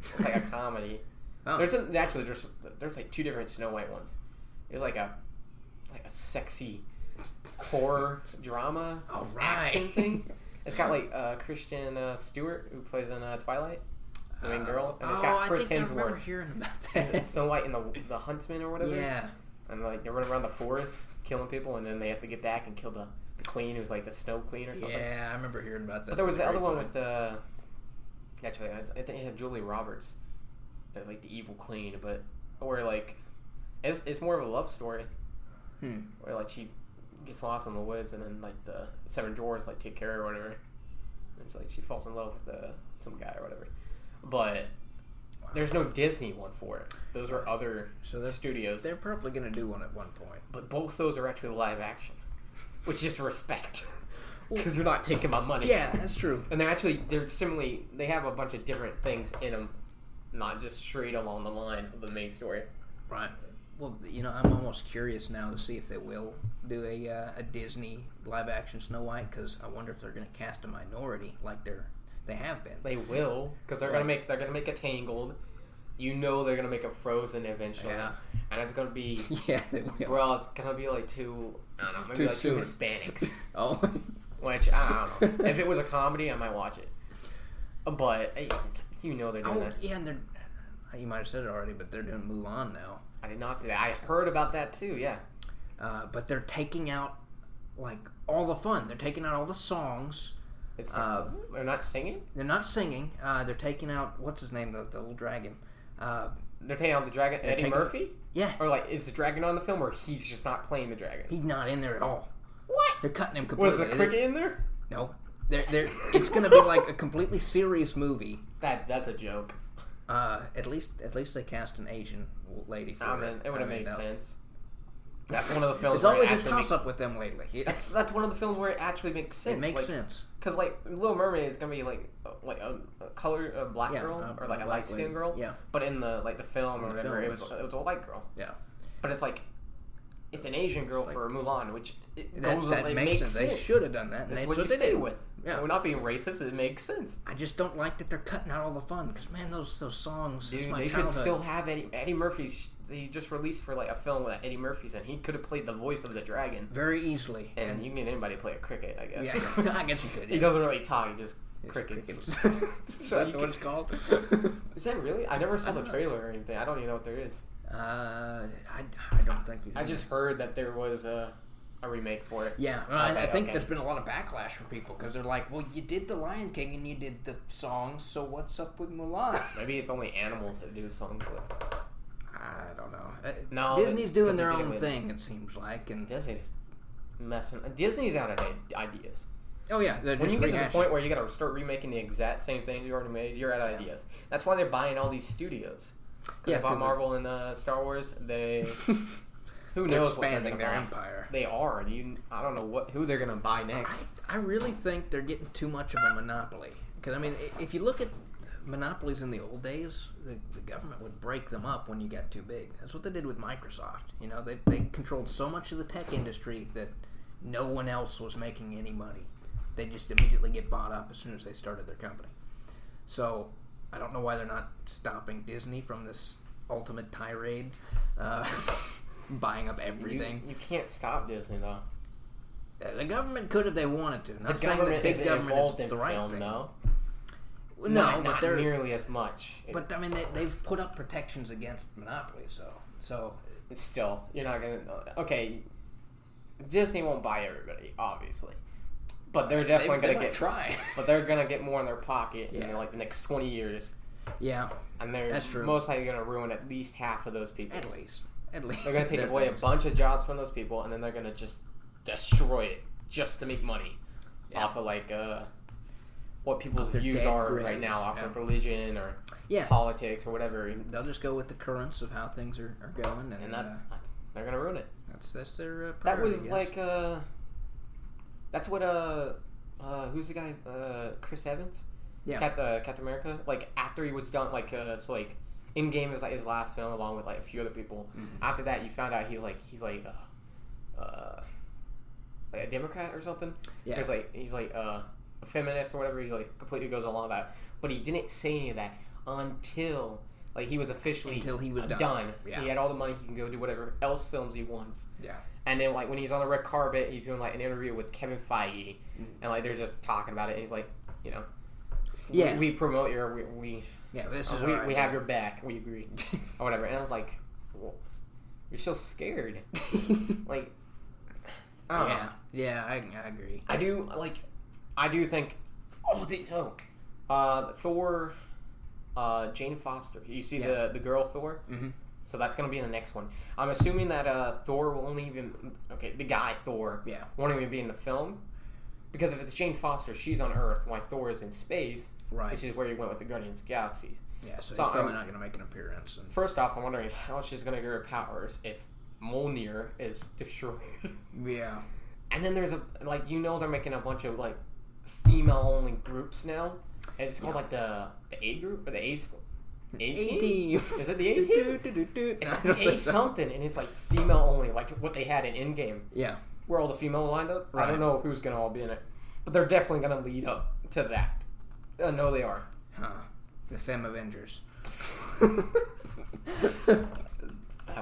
[SPEAKER 2] it's like a comedy.
[SPEAKER 3] Oh.
[SPEAKER 2] There's a, actually there's there's like two different Snow White ones. There's like a like a sexy horror drama
[SPEAKER 3] All
[SPEAKER 2] action
[SPEAKER 3] right.
[SPEAKER 2] thing. It's got like uh, Christian uh, Stewart who plays in uh, Twilight, the main
[SPEAKER 3] Uh,
[SPEAKER 2] girl, and it's
[SPEAKER 3] oh,
[SPEAKER 2] got
[SPEAKER 3] I
[SPEAKER 2] Chris
[SPEAKER 3] think I remember
[SPEAKER 2] Hemsworth.
[SPEAKER 3] hearing about
[SPEAKER 2] It's
[SPEAKER 3] that.
[SPEAKER 2] Snow White and the the Huntsman or whatever.
[SPEAKER 3] yeah.
[SPEAKER 2] And like they're running around the forest killing people, and then they have to get back and kill the, the queen who's like the Snow Queen or something.
[SPEAKER 3] Yeah, I remember hearing about that.
[SPEAKER 2] But there was the
[SPEAKER 3] That's
[SPEAKER 2] other
[SPEAKER 3] a great
[SPEAKER 2] one with the. Actually, I I think it had Julie Roberts as like the evil queen, but or like, it's, it's more of a love story
[SPEAKER 3] Hmm.
[SPEAKER 2] where like she gets lost in the woods and then like the seven dwarves like take care of her or whatever. And it's like she falls in love with the, some guy or whatever. But there's no Disney one for it. Those are other
[SPEAKER 3] So they're,
[SPEAKER 2] studios.
[SPEAKER 3] they're probably going to do one at one point.
[SPEAKER 2] But both those are actually live action, which is respect because you're not taking my money.
[SPEAKER 3] Yeah, that's true.
[SPEAKER 2] and they're actually they're similarly they have a bunch of different things in them not just straight along the line of the main story
[SPEAKER 3] Right. Well, you know, I'm almost curious now to see if they will do a, uh, a Disney live action Snow White because I wonder if they're going to cast a minority like they're they have been.
[SPEAKER 2] they will because they're gonna make they're gonna make a tangled you know they're gonna make a frozen eventually
[SPEAKER 3] Yeah.
[SPEAKER 2] and it's gonna be
[SPEAKER 3] yeah, they will.
[SPEAKER 2] bro it's gonna be like two i don't know maybe
[SPEAKER 3] Too
[SPEAKER 2] like
[SPEAKER 3] soon.
[SPEAKER 2] two hispanics
[SPEAKER 3] Oh,
[SPEAKER 2] which i don't know if it was a comedy i might watch it but eh, you know they're doing
[SPEAKER 3] oh
[SPEAKER 2] that
[SPEAKER 3] yeah, and they're. You might have said it already, but they're doing Mulan now.
[SPEAKER 2] i did not see that i heard about that too yeah
[SPEAKER 3] Uh, but they're taking out like all the fun. They're taking out all the songs.
[SPEAKER 2] it's
[SPEAKER 3] Uh,
[SPEAKER 2] they're not singing
[SPEAKER 3] They're not singing. Uh, they're taking out what's his name, the, the little dragon. Uh,
[SPEAKER 2] they're taking out the dragon eddie
[SPEAKER 3] taking-
[SPEAKER 2] murphy
[SPEAKER 3] yeah,
[SPEAKER 2] Or like, is the dragon on the film, or he's just not playing the dragon?
[SPEAKER 3] he's not in there at all.
[SPEAKER 2] What?
[SPEAKER 3] They're cutting him completely.
[SPEAKER 2] Was the cricket in there?
[SPEAKER 3] No, they're, they're, it's going to be like a completely serious movie.
[SPEAKER 2] That that's a joke.
[SPEAKER 3] Uh, at least, at least they cast an Asian lady for
[SPEAKER 2] I
[SPEAKER 3] it.
[SPEAKER 2] mean, Oh, it would
[SPEAKER 3] I
[SPEAKER 2] have
[SPEAKER 3] mean,
[SPEAKER 2] made
[SPEAKER 3] no.
[SPEAKER 2] sense. That's one of the films.
[SPEAKER 3] It's
[SPEAKER 2] where it
[SPEAKER 3] always a
[SPEAKER 2] actually
[SPEAKER 3] toss
[SPEAKER 2] Makes,
[SPEAKER 3] up with them lately. It,
[SPEAKER 2] that's that's one of the films where it actually makes sense.
[SPEAKER 3] it makes
[SPEAKER 2] like,
[SPEAKER 3] sense.
[SPEAKER 2] Because like Little Mermaid is gonna be like uh, like a, a color a black
[SPEAKER 3] Yeah,
[SPEAKER 2] girl
[SPEAKER 3] uh,
[SPEAKER 2] or like a
[SPEAKER 3] black
[SPEAKER 2] light skinned
[SPEAKER 3] lady.
[SPEAKER 2] girl.
[SPEAKER 3] Yeah.
[SPEAKER 2] But in the like the film or
[SPEAKER 3] the
[SPEAKER 2] whatever,
[SPEAKER 3] film,
[SPEAKER 2] it was
[SPEAKER 3] it's-
[SPEAKER 2] it was a white girl.
[SPEAKER 3] Yeah.
[SPEAKER 2] But it's like it's an Asian girl for Mulan, which it
[SPEAKER 3] That,
[SPEAKER 2] goes
[SPEAKER 3] that
[SPEAKER 2] it
[SPEAKER 3] makes
[SPEAKER 2] makes
[SPEAKER 3] sense.
[SPEAKER 2] sense.
[SPEAKER 3] They should have done that. And
[SPEAKER 2] That's
[SPEAKER 3] that's
[SPEAKER 2] what you
[SPEAKER 3] they
[SPEAKER 2] stay
[SPEAKER 3] did.
[SPEAKER 2] with.
[SPEAKER 3] Yeah.
[SPEAKER 2] We're not being racist. It makes sense.
[SPEAKER 3] I just don't like that they're cutting out all the fun because man, those those songs. it's
[SPEAKER 2] Dude,
[SPEAKER 3] my
[SPEAKER 2] they could
[SPEAKER 3] childhood.
[SPEAKER 2] still have Eddie, Eddie Murphy's. They just released for like a film with Eddie Murphy's, and he could have played the voice of the dragon.
[SPEAKER 3] very easily.
[SPEAKER 2] And, you can get anybody to play a cricket, I
[SPEAKER 3] yeah,
[SPEAKER 2] guess.
[SPEAKER 3] I guess you could.
[SPEAKER 2] he
[SPEAKER 3] yeah.
[SPEAKER 2] doesn't really talk; he just
[SPEAKER 3] It's
[SPEAKER 2] crickets.
[SPEAKER 3] crickets.
[SPEAKER 2] So
[SPEAKER 3] That's
[SPEAKER 2] you
[SPEAKER 3] what
[SPEAKER 2] can-
[SPEAKER 3] it's called.
[SPEAKER 2] Is that really? I never saw
[SPEAKER 3] I
[SPEAKER 2] the
[SPEAKER 3] don't know.
[SPEAKER 2] trailer or anything. I don't even know what there is.
[SPEAKER 3] uh, I, I don't think. you
[SPEAKER 2] I
[SPEAKER 3] can-
[SPEAKER 2] just heard that there was a, a remake for it.
[SPEAKER 3] Yeah, well, I, I
[SPEAKER 2] Okay,
[SPEAKER 3] think
[SPEAKER 2] okay.
[SPEAKER 3] there's been a lot of backlash from people because they're like, "Well, you did the Lion King and you did the songs, so what's up with Mulan?"
[SPEAKER 2] Maybe it's only animals that do songs with.
[SPEAKER 3] I don't know. Uh,
[SPEAKER 2] No,
[SPEAKER 3] Disney's
[SPEAKER 2] it-
[SPEAKER 3] doing
[SPEAKER 2] because
[SPEAKER 3] their
[SPEAKER 2] they did it
[SPEAKER 3] own
[SPEAKER 2] with-
[SPEAKER 3] thing. It seems like, and
[SPEAKER 2] Disney's messing. Disney's out of i- ideas.
[SPEAKER 3] oh yeah, they're
[SPEAKER 2] When
[SPEAKER 3] just
[SPEAKER 2] you get to the
[SPEAKER 3] rehashing.
[SPEAKER 2] point where you got to start remaking the exact same things you already made, you're out of ideas. That's why they're buying all these studios.
[SPEAKER 3] Yeah,
[SPEAKER 2] Yeah, about
[SPEAKER 3] 'cause they're-
[SPEAKER 2] Marvel and uh, Star Wars, they who
[SPEAKER 3] they're
[SPEAKER 2] knows
[SPEAKER 3] expanding
[SPEAKER 2] what
[SPEAKER 3] their
[SPEAKER 2] they're gonna buy.
[SPEAKER 3] empire.
[SPEAKER 2] They are. and You, I don't know what who they're gonna buy
[SPEAKER 3] I,
[SPEAKER 2] next.
[SPEAKER 3] I really think they're getting too much of a monopoly. Because I mean, i- if you look at monopolies in the old days, the, the government would break them up when you got too big. That's what they did with Microsoft. You know, they they controlled so much of the tech industry that no one else was making any money. They just immediately get bought up as soon as they started their company. So I don't know why they're not stopping Disney from this ultimate tirade, uh, buying up
[SPEAKER 2] You,
[SPEAKER 3] everything.
[SPEAKER 2] you can't stop Disney though.
[SPEAKER 3] Uh, The government could if they wanted to. Not
[SPEAKER 2] The
[SPEAKER 3] saying that
[SPEAKER 2] government
[SPEAKER 3] big
[SPEAKER 2] is
[SPEAKER 3] government
[SPEAKER 2] involved
[SPEAKER 3] is
[SPEAKER 2] in
[SPEAKER 3] the right
[SPEAKER 2] film
[SPEAKER 3] thing.
[SPEAKER 2] though.
[SPEAKER 3] Well, No,
[SPEAKER 2] not,
[SPEAKER 3] but
[SPEAKER 2] not
[SPEAKER 3] they're
[SPEAKER 2] nearly as much. It-
[SPEAKER 3] but I mean they, they've put up protections against monopoly. So so
[SPEAKER 2] it's still, you're not gonna. uh, Okay, Disney won't buy everybody, obviously, but they're
[SPEAKER 3] they,
[SPEAKER 2] definitely
[SPEAKER 3] they
[SPEAKER 2] gonna
[SPEAKER 3] might
[SPEAKER 2] get.
[SPEAKER 3] try.
[SPEAKER 2] But they're gonna get more in their pocket
[SPEAKER 3] Yeah.
[SPEAKER 2] in like the next twenty years.
[SPEAKER 3] yeah,
[SPEAKER 2] and they're
[SPEAKER 3] That's true.
[SPEAKER 2] most likely going to ruin at least half of those people.
[SPEAKER 3] at least at least
[SPEAKER 2] They're going to take
[SPEAKER 3] their
[SPEAKER 2] away a
[SPEAKER 3] things.
[SPEAKER 2] bunch of jobs from those people, and then they're going to just destroy it just to make money
[SPEAKER 3] Yeah.
[SPEAKER 2] off of like uh, what people's
[SPEAKER 3] their
[SPEAKER 2] views
[SPEAKER 3] dead
[SPEAKER 2] are
[SPEAKER 3] graves,
[SPEAKER 2] right now, off of
[SPEAKER 3] yeah.
[SPEAKER 2] religion or
[SPEAKER 3] Yeah,
[SPEAKER 2] politics or whatever, and
[SPEAKER 3] they'll just go with the currents of how things are, are going, and,
[SPEAKER 2] that's,
[SPEAKER 3] uh,
[SPEAKER 2] that's they're going to ruin it.
[SPEAKER 3] that's that's their uh,
[SPEAKER 2] That
[SPEAKER 3] priority, I
[SPEAKER 2] was
[SPEAKER 3] guess.
[SPEAKER 2] like uh, that's what uh. Uh, who's the guy? Uh, Chris Evans,
[SPEAKER 3] Yeah.
[SPEAKER 2] Cap, uh, Captain America. Like after he was done, like uh, so like in game is like his last film, along with like a few other people.
[SPEAKER 3] Mhm.
[SPEAKER 2] after that you found out he's like he's like uh, uh like a Democrat or something.
[SPEAKER 3] Yeah.
[SPEAKER 2] He's like he's like uh a feminist or whatever. He like completely goes along with that, but he didn't say any of that until like he was officially
[SPEAKER 3] Until he was
[SPEAKER 2] uh,
[SPEAKER 3] done. Yeah.
[SPEAKER 2] He had all the money; he can go do whatever else films he wants.
[SPEAKER 3] Yeah.
[SPEAKER 2] And then like when he's on the red carpet, he's doing like an interview with Kevin Feige, and like they're just talking about it. And he's like, you know,
[SPEAKER 3] Yeah.
[SPEAKER 2] we, we promote your, we we,
[SPEAKER 3] Yeah, this is
[SPEAKER 2] oh, we,
[SPEAKER 3] alright.
[SPEAKER 2] we have your back. We agree or whatever. And I was like, well, you're so scared. Like, I don't know.
[SPEAKER 3] yeah, yeah, I, I agree.
[SPEAKER 2] I do like. I do think. Oh, they, oh, uh, Thor, uh, Jane Foster. You see
[SPEAKER 3] Yeah.
[SPEAKER 2] the the girl Thor.
[SPEAKER 3] Mhm.
[SPEAKER 2] So that's gonna be in the next one. I'm assuming that uh, Thor will only even okay the guy Thor
[SPEAKER 3] Yeah.
[SPEAKER 2] won't even be in the film because if it's Jane Foster, she's on Earth. Why Thor is in space,
[SPEAKER 3] Right.
[SPEAKER 2] which is where you went with the Guardians of the Galaxy.
[SPEAKER 3] Yeah, so, he's
[SPEAKER 2] So,
[SPEAKER 3] probably
[SPEAKER 2] um,
[SPEAKER 3] not going to make an appearance. And,
[SPEAKER 2] First off, I'm wondering how she's gonna get her powers if Mjolnir is destroyed.
[SPEAKER 3] yeah,
[SPEAKER 2] And then there's a like you know they're making a bunch of like female only groups now. And it's called like the the A group or the A squ- A team. Is it the A team? It's like A something, and it's like female only, like what they had in Endgame,
[SPEAKER 3] Yeah,
[SPEAKER 2] where all the female lined up. I
[SPEAKER 3] Right.
[SPEAKER 2] don't know who's gonna all be in it, but they're definitely gonna lead up to that. I know they are.
[SPEAKER 3] huh? The Femme Avengers.
[SPEAKER 2] That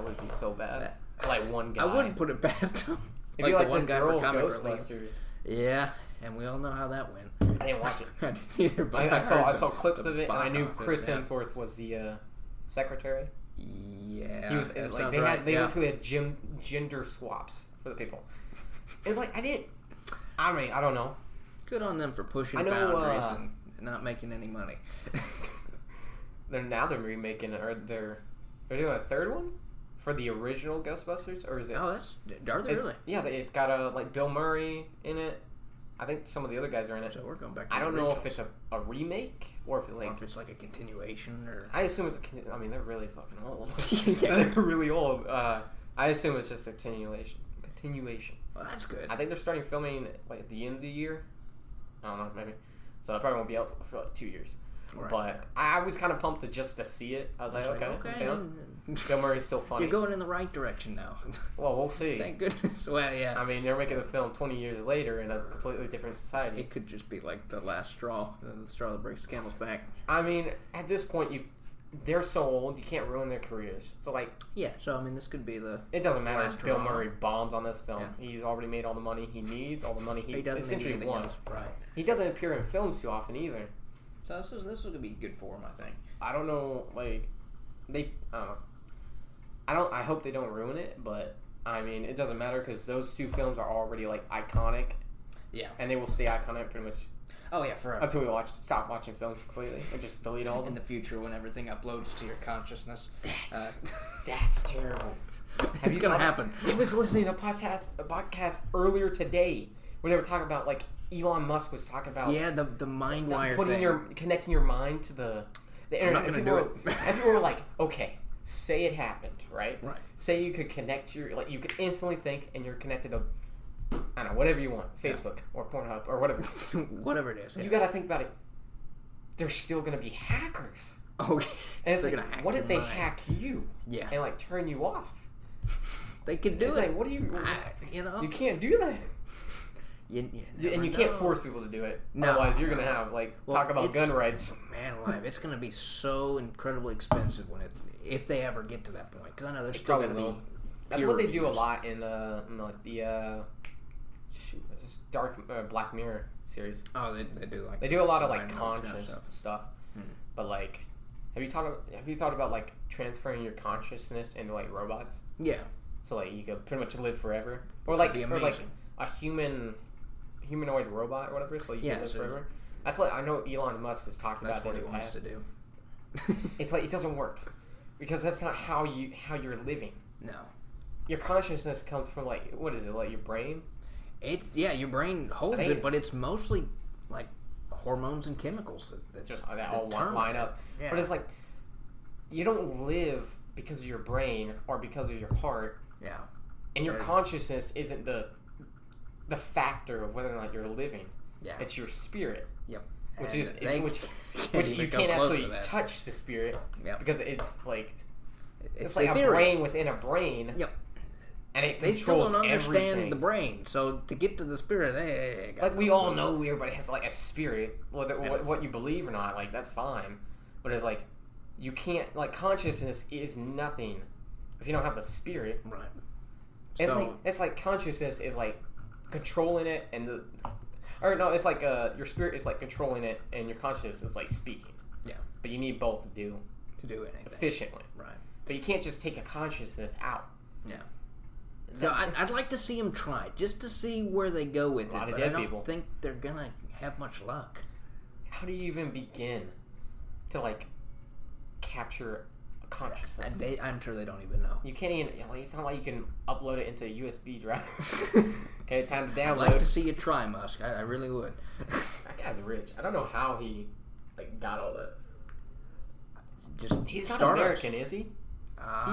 [SPEAKER 2] would be so bad. Like one guy.
[SPEAKER 3] I wouldn't put it past them.
[SPEAKER 2] It'd be like, the, girl
[SPEAKER 3] relief.
[SPEAKER 2] Ghostbusters.
[SPEAKER 3] Yeah, and we all know how that went.
[SPEAKER 2] I didn't watch it.
[SPEAKER 3] I didn't either, but
[SPEAKER 2] I, I saw
[SPEAKER 3] heard
[SPEAKER 2] I
[SPEAKER 3] the-
[SPEAKER 2] saw clips
[SPEAKER 3] the
[SPEAKER 2] of it, and I
[SPEAKER 3] bop
[SPEAKER 2] knew
[SPEAKER 3] off it,
[SPEAKER 2] Chris
[SPEAKER 3] yeah.
[SPEAKER 2] Hemsworth was the uh, secretary.
[SPEAKER 3] Yeah,
[SPEAKER 2] He was
[SPEAKER 3] that
[SPEAKER 2] it, like
[SPEAKER 3] sounds
[SPEAKER 2] they
[SPEAKER 3] right,
[SPEAKER 2] had they
[SPEAKER 3] yeah.
[SPEAKER 2] went to a gym gender swaps for the people. It's like I didn't. I mean, I don't know.
[SPEAKER 3] Good on them for pushing
[SPEAKER 2] I know,
[SPEAKER 3] boundaries
[SPEAKER 2] uh,
[SPEAKER 3] and not making any money.
[SPEAKER 2] They're now they're remaking it, or they're they're doing a third one for the original Ghostbusters, or is it?
[SPEAKER 3] oh, that's are they
[SPEAKER 2] it's-
[SPEAKER 3] really?
[SPEAKER 2] Yeah, they- it's got a like Bill Murray in it. I think some of the other guys are in it.
[SPEAKER 3] So we're going back. To
[SPEAKER 2] I
[SPEAKER 3] the
[SPEAKER 2] don't know if
[SPEAKER 3] originals.
[SPEAKER 2] it's a, a remake or if it
[SPEAKER 3] Or
[SPEAKER 2] like
[SPEAKER 3] if it's like a continuation or
[SPEAKER 2] I assume it's. a con- I mean, they're really fucking old.
[SPEAKER 3] Yeah.
[SPEAKER 2] they're really old. Uh, I assume it's just a continuation. Continuation.
[SPEAKER 3] well, that's good.
[SPEAKER 2] I think they're starting filming like at the end of the year. I don't know, maybe. So it probably won't be out for like two years.
[SPEAKER 3] Right.
[SPEAKER 2] But I I was kind of pumped to just to see it. I was like, okay, okay.
[SPEAKER 3] then-
[SPEAKER 2] Bill Murray's still funny.
[SPEAKER 3] you're going in the right direction now.
[SPEAKER 2] well, we'll see.
[SPEAKER 3] Thank goodness. Well, yeah,
[SPEAKER 2] I mean, they're making the film 20 years later in a completely different society.
[SPEAKER 3] it could just be like the last straw, the straw that breaks the camel's back.
[SPEAKER 2] I mean, at this point, you they're so old, you can't ruin their careers. So like,
[SPEAKER 3] Yeah. So I mean, this could be the.
[SPEAKER 2] It doesn't matter
[SPEAKER 3] Last
[SPEAKER 2] if Bill
[SPEAKER 3] Hurrah.
[SPEAKER 2] Murray bombs on this film. He's already made all the money he needs, all the money he,
[SPEAKER 3] He doesn't need
[SPEAKER 2] essentially
[SPEAKER 3] anything
[SPEAKER 2] wants.
[SPEAKER 3] else. Right.
[SPEAKER 2] He doesn't appear in films too often either.
[SPEAKER 3] So this is this is gonna be good for him, I think.
[SPEAKER 2] I don't know, like they, I don't know. I don't. I hope they don't ruin it, but I mean, it doesn't matter because those two films are already like iconic,
[SPEAKER 3] Yeah.
[SPEAKER 2] and they will stay iconic pretty much
[SPEAKER 3] Oh yeah, forever.
[SPEAKER 2] until we watch stop watching films completely and just delete all of
[SPEAKER 3] in
[SPEAKER 2] them.
[SPEAKER 3] the future when everything uploads to your consciousness.
[SPEAKER 2] That's-
[SPEAKER 3] Uh,
[SPEAKER 2] That's terrible.
[SPEAKER 3] it's
[SPEAKER 2] you
[SPEAKER 3] gonna
[SPEAKER 2] thought-
[SPEAKER 3] happen.
[SPEAKER 2] I was listening to a podcast, a podcast earlier today where they were talking about like Elon Musk was talking about
[SPEAKER 3] Yeah, the the mind wire
[SPEAKER 2] putting
[SPEAKER 3] thing.
[SPEAKER 2] your connecting your mind to the the internet.
[SPEAKER 3] not
[SPEAKER 2] and
[SPEAKER 3] gonna
[SPEAKER 2] people
[SPEAKER 3] do
[SPEAKER 2] were-
[SPEAKER 3] it.
[SPEAKER 2] and people were like, okay, say it happened, right?
[SPEAKER 3] Right.
[SPEAKER 2] Say you could connect your like you could instantly think and you're connected to I don't know whatever you want, Facebook or Pornhub or whatever.
[SPEAKER 3] Whatever it is.
[SPEAKER 2] you
[SPEAKER 3] yeah.
[SPEAKER 2] got to think about it. There's still gonna be hackers,
[SPEAKER 3] Okay.
[SPEAKER 2] and it's
[SPEAKER 3] They're
[SPEAKER 2] like,
[SPEAKER 3] gonna hack
[SPEAKER 2] what
[SPEAKER 3] your
[SPEAKER 2] if they
[SPEAKER 3] mind.
[SPEAKER 2] hack you
[SPEAKER 3] Yeah.
[SPEAKER 2] and like turn you off?
[SPEAKER 3] They could do
[SPEAKER 2] it's
[SPEAKER 3] it.
[SPEAKER 2] like, what do you?
[SPEAKER 3] I- oh. you know.
[SPEAKER 2] you can't do that,
[SPEAKER 3] You, you
[SPEAKER 2] You- and
[SPEAKER 3] never
[SPEAKER 2] you can't
[SPEAKER 3] know.
[SPEAKER 2] force people to do it.
[SPEAKER 3] No,
[SPEAKER 2] Otherwise, you're
[SPEAKER 3] no.
[SPEAKER 2] gonna have like
[SPEAKER 3] Well,
[SPEAKER 2] talk about
[SPEAKER 3] it's-
[SPEAKER 2] gun rights.
[SPEAKER 3] Man alive, it's going to be so incredibly expensive when it if they ever get to that point. Because I know there's still
[SPEAKER 2] probably
[SPEAKER 3] going to
[SPEAKER 2] will.
[SPEAKER 3] be.
[SPEAKER 2] That's
[SPEAKER 3] peer
[SPEAKER 2] what they do a
[SPEAKER 3] reviews.
[SPEAKER 2] lot in, uh, in like the uh, shoot, what's this dark uh, Black Mirror series.
[SPEAKER 3] Oh, they, they do like
[SPEAKER 2] They do a lot of like
[SPEAKER 3] Mind control
[SPEAKER 2] conscious
[SPEAKER 3] stuff.
[SPEAKER 2] stuff.
[SPEAKER 3] Hmm.
[SPEAKER 2] But like, have you thought of, have you thought about like transferring your consciousness into like robots?
[SPEAKER 3] Yeah,
[SPEAKER 2] So like you could pretty much live forever, or
[SPEAKER 3] That'd
[SPEAKER 2] like
[SPEAKER 3] be
[SPEAKER 2] or like
[SPEAKER 3] amazing.
[SPEAKER 2] a human humanoid robot or whatever. So you
[SPEAKER 3] Yeah,
[SPEAKER 2] can live
[SPEAKER 3] so-
[SPEAKER 2] forever. That's what I know. Elon Musk has talked
[SPEAKER 3] that's
[SPEAKER 2] about
[SPEAKER 3] what
[SPEAKER 2] in
[SPEAKER 3] he
[SPEAKER 2] the
[SPEAKER 3] wants
[SPEAKER 2] past.
[SPEAKER 3] to do.
[SPEAKER 2] It's like it doesn't work because that's not how you how you're living.
[SPEAKER 3] no,
[SPEAKER 2] Your consciousness comes from like what is it like your brain?
[SPEAKER 3] it's yeah, your brain holds
[SPEAKER 2] think
[SPEAKER 3] it,
[SPEAKER 2] it's-
[SPEAKER 3] but it's mostly like hormones and chemicals that, that
[SPEAKER 2] just that
[SPEAKER 3] the
[SPEAKER 2] all
[SPEAKER 3] term.
[SPEAKER 2] one line up.
[SPEAKER 3] Yeah.
[SPEAKER 2] But it's like you don't live because of your brain or because of your heart,
[SPEAKER 3] yeah,
[SPEAKER 2] and your
[SPEAKER 3] Right.
[SPEAKER 2] consciousness isn't the the factor of whether or not you're living.
[SPEAKER 3] yeah,
[SPEAKER 2] It's your spirit,
[SPEAKER 3] yep.
[SPEAKER 2] which
[SPEAKER 3] And
[SPEAKER 2] is
[SPEAKER 3] they
[SPEAKER 2] which
[SPEAKER 3] can't
[SPEAKER 2] which
[SPEAKER 3] even
[SPEAKER 2] you
[SPEAKER 3] go
[SPEAKER 2] can't
[SPEAKER 3] close to
[SPEAKER 2] actually
[SPEAKER 3] that.
[SPEAKER 2] touch the spirit
[SPEAKER 3] Yep.
[SPEAKER 2] because it's like
[SPEAKER 3] It's,
[SPEAKER 2] it's, like a
[SPEAKER 3] ethereal.
[SPEAKER 2] brain within a brain.
[SPEAKER 3] Yep.
[SPEAKER 2] And and it
[SPEAKER 3] They still
[SPEAKER 2] controls
[SPEAKER 3] don't understand
[SPEAKER 2] everything.
[SPEAKER 3] the brain. So to get to the spirit, they got
[SPEAKER 2] like we all know we everybody has like a spirit whether what, what you believe or not like that's fine but it's like you can't like consciousness is nothing if you don't have the spirit
[SPEAKER 3] right.
[SPEAKER 2] it's
[SPEAKER 3] so
[SPEAKER 2] like it's like consciousness is like controlling it and the or no it's like uh your spirit is like controlling it and your consciousness is like speaking
[SPEAKER 3] Yeah.
[SPEAKER 2] but you need both to do
[SPEAKER 3] to do anything,
[SPEAKER 2] efficiently
[SPEAKER 3] right?
[SPEAKER 2] but you can't just take a consciousness out
[SPEAKER 3] So I, I'd like to see them try, just to see where they go with
[SPEAKER 2] Lot
[SPEAKER 3] it.
[SPEAKER 2] of
[SPEAKER 3] But I
[SPEAKER 2] dead
[SPEAKER 3] don't
[SPEAKER 2] people.
[SPEAKER 3] think they're gonna have much luck.
[SPEAKER 2] how do you even begin to like capture a consciousness
[SPEAKER 3] And they, I'm sure they don't even know.
[SPEAKER 2] You can't even. Like, it's not like you can upload it into a USB drive. okay, time to
[SPEAKER 3] I'd
[SPEAKER 2] download.
[SPEAKER 3] like to see you try, Musk. I, I really would.
[SPEAKER 2] That guy's rich. I don't know how he like got all that.
[SPEAKER 3] Just
[SPEAKER 2] He's not
[SPEAKER 3] start us.
[SPEAKER 2] American, is he?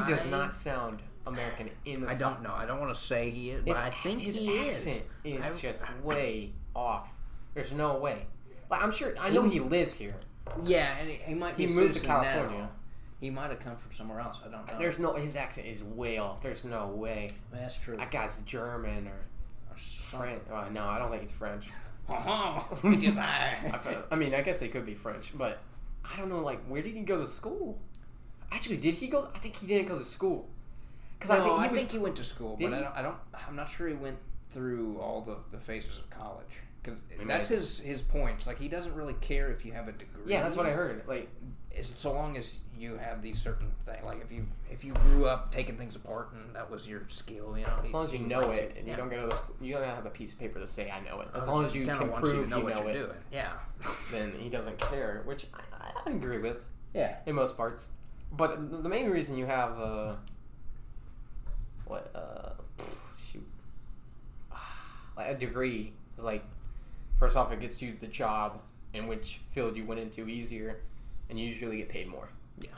[SPEAKER 2] He does
[SPEAKER 3] I-
[SPEAKER 2] not sound American in the.
[SPEAKER 3] I don't know. I don't want to say he is, but
[SPEAKER 2] His,
[SPEAKER 3] I think
[SPEAKER 2] his
[SPEAKER 3] he
[SPEAKER 2] accent is,
[SPEAKER 3] I-
[SPEAKER 2] just way off. There's no way. Like I'm sure. I know he lives here.
[SPEAKER 3] is. Yeah, and he, he might be
[SPEAKER 2] He
[SPEAKER 3] a
[SPEAKER 2] moved to
[SPEAKER 3] citizen now.
[SPEAKER 2] California.
[SPEAKER 3] He might have come from somewhere else. I don't know.
[SPEAKER 2] There's no. His accent is way off. There's no way.
[SPEAKER 3] That's true.
[SPEAKER 2] That guy's German or French. Oh, no, I don't think it's French.
[SPEAKER 3] Which is
[SPEAKER 2] Uh-huh. I, fe- I mean, I guess he could be French, but I don't know. Like, where did he go to school? Actually, did he go? I think he didn't go to school. Because
[SPEAKER 3] No,
[SPEAKER 2] I think he was.
[SPEAKER 3] went to school,
[SPEAKER 2] Did
[SPEAKER 3] but I
[SPEAKER 2] he?
[SPEAKER 3] don't, I don't. I'm not sure he went through all the, the phases of college because
[SPEAKER 2] mean,
[SPEAKER 3] that's
[SPEAKER 2] I-
[SPEAKER 3] his his points. Like he doesn't really care if you have a degree.
[SPEAKER 2] yeah, that's what I heard. Like,
[SPEAKER 3] It's, so long as you have these certain things, like if you if you grew up taking things apart and that was your skill, you know.
[SPEAKER 2] as long as you
[SPEAKER 3] he
[SPEAKER 2] know
[SPEAKER 3] likes
[SPEAKER 2] it, and
[SPEAKER 3] yeah.
[SPEAKER 2] you don't go to the, you don't have a piece of paper to say I know it. As long as you
[SPEAKER 3] Kinda
[SPEAKER 2] can
[SPEAKER 3] wants
[SPEAKER 2] prove
[SPEAKER 3] you
[SPEAKER 2] you
[SPEAKER 3] to know what
[SPEAKER 2] know
[SPEAKER 3] you're
[SPEAKER 2] it,
[SPEAKER 3] doing. Yeah.
[SPEAKER 2] then he doesn't care, which I, I agree with
[SPEAKER 3] Yeah.
[SPEAKER 2] in most parts. But the- the main reason you have uh, what uh, shoot, like a degree is like first off it gets you the job in which field you went into easier and you usually get paid more
[SPEAKER 3] Yeah.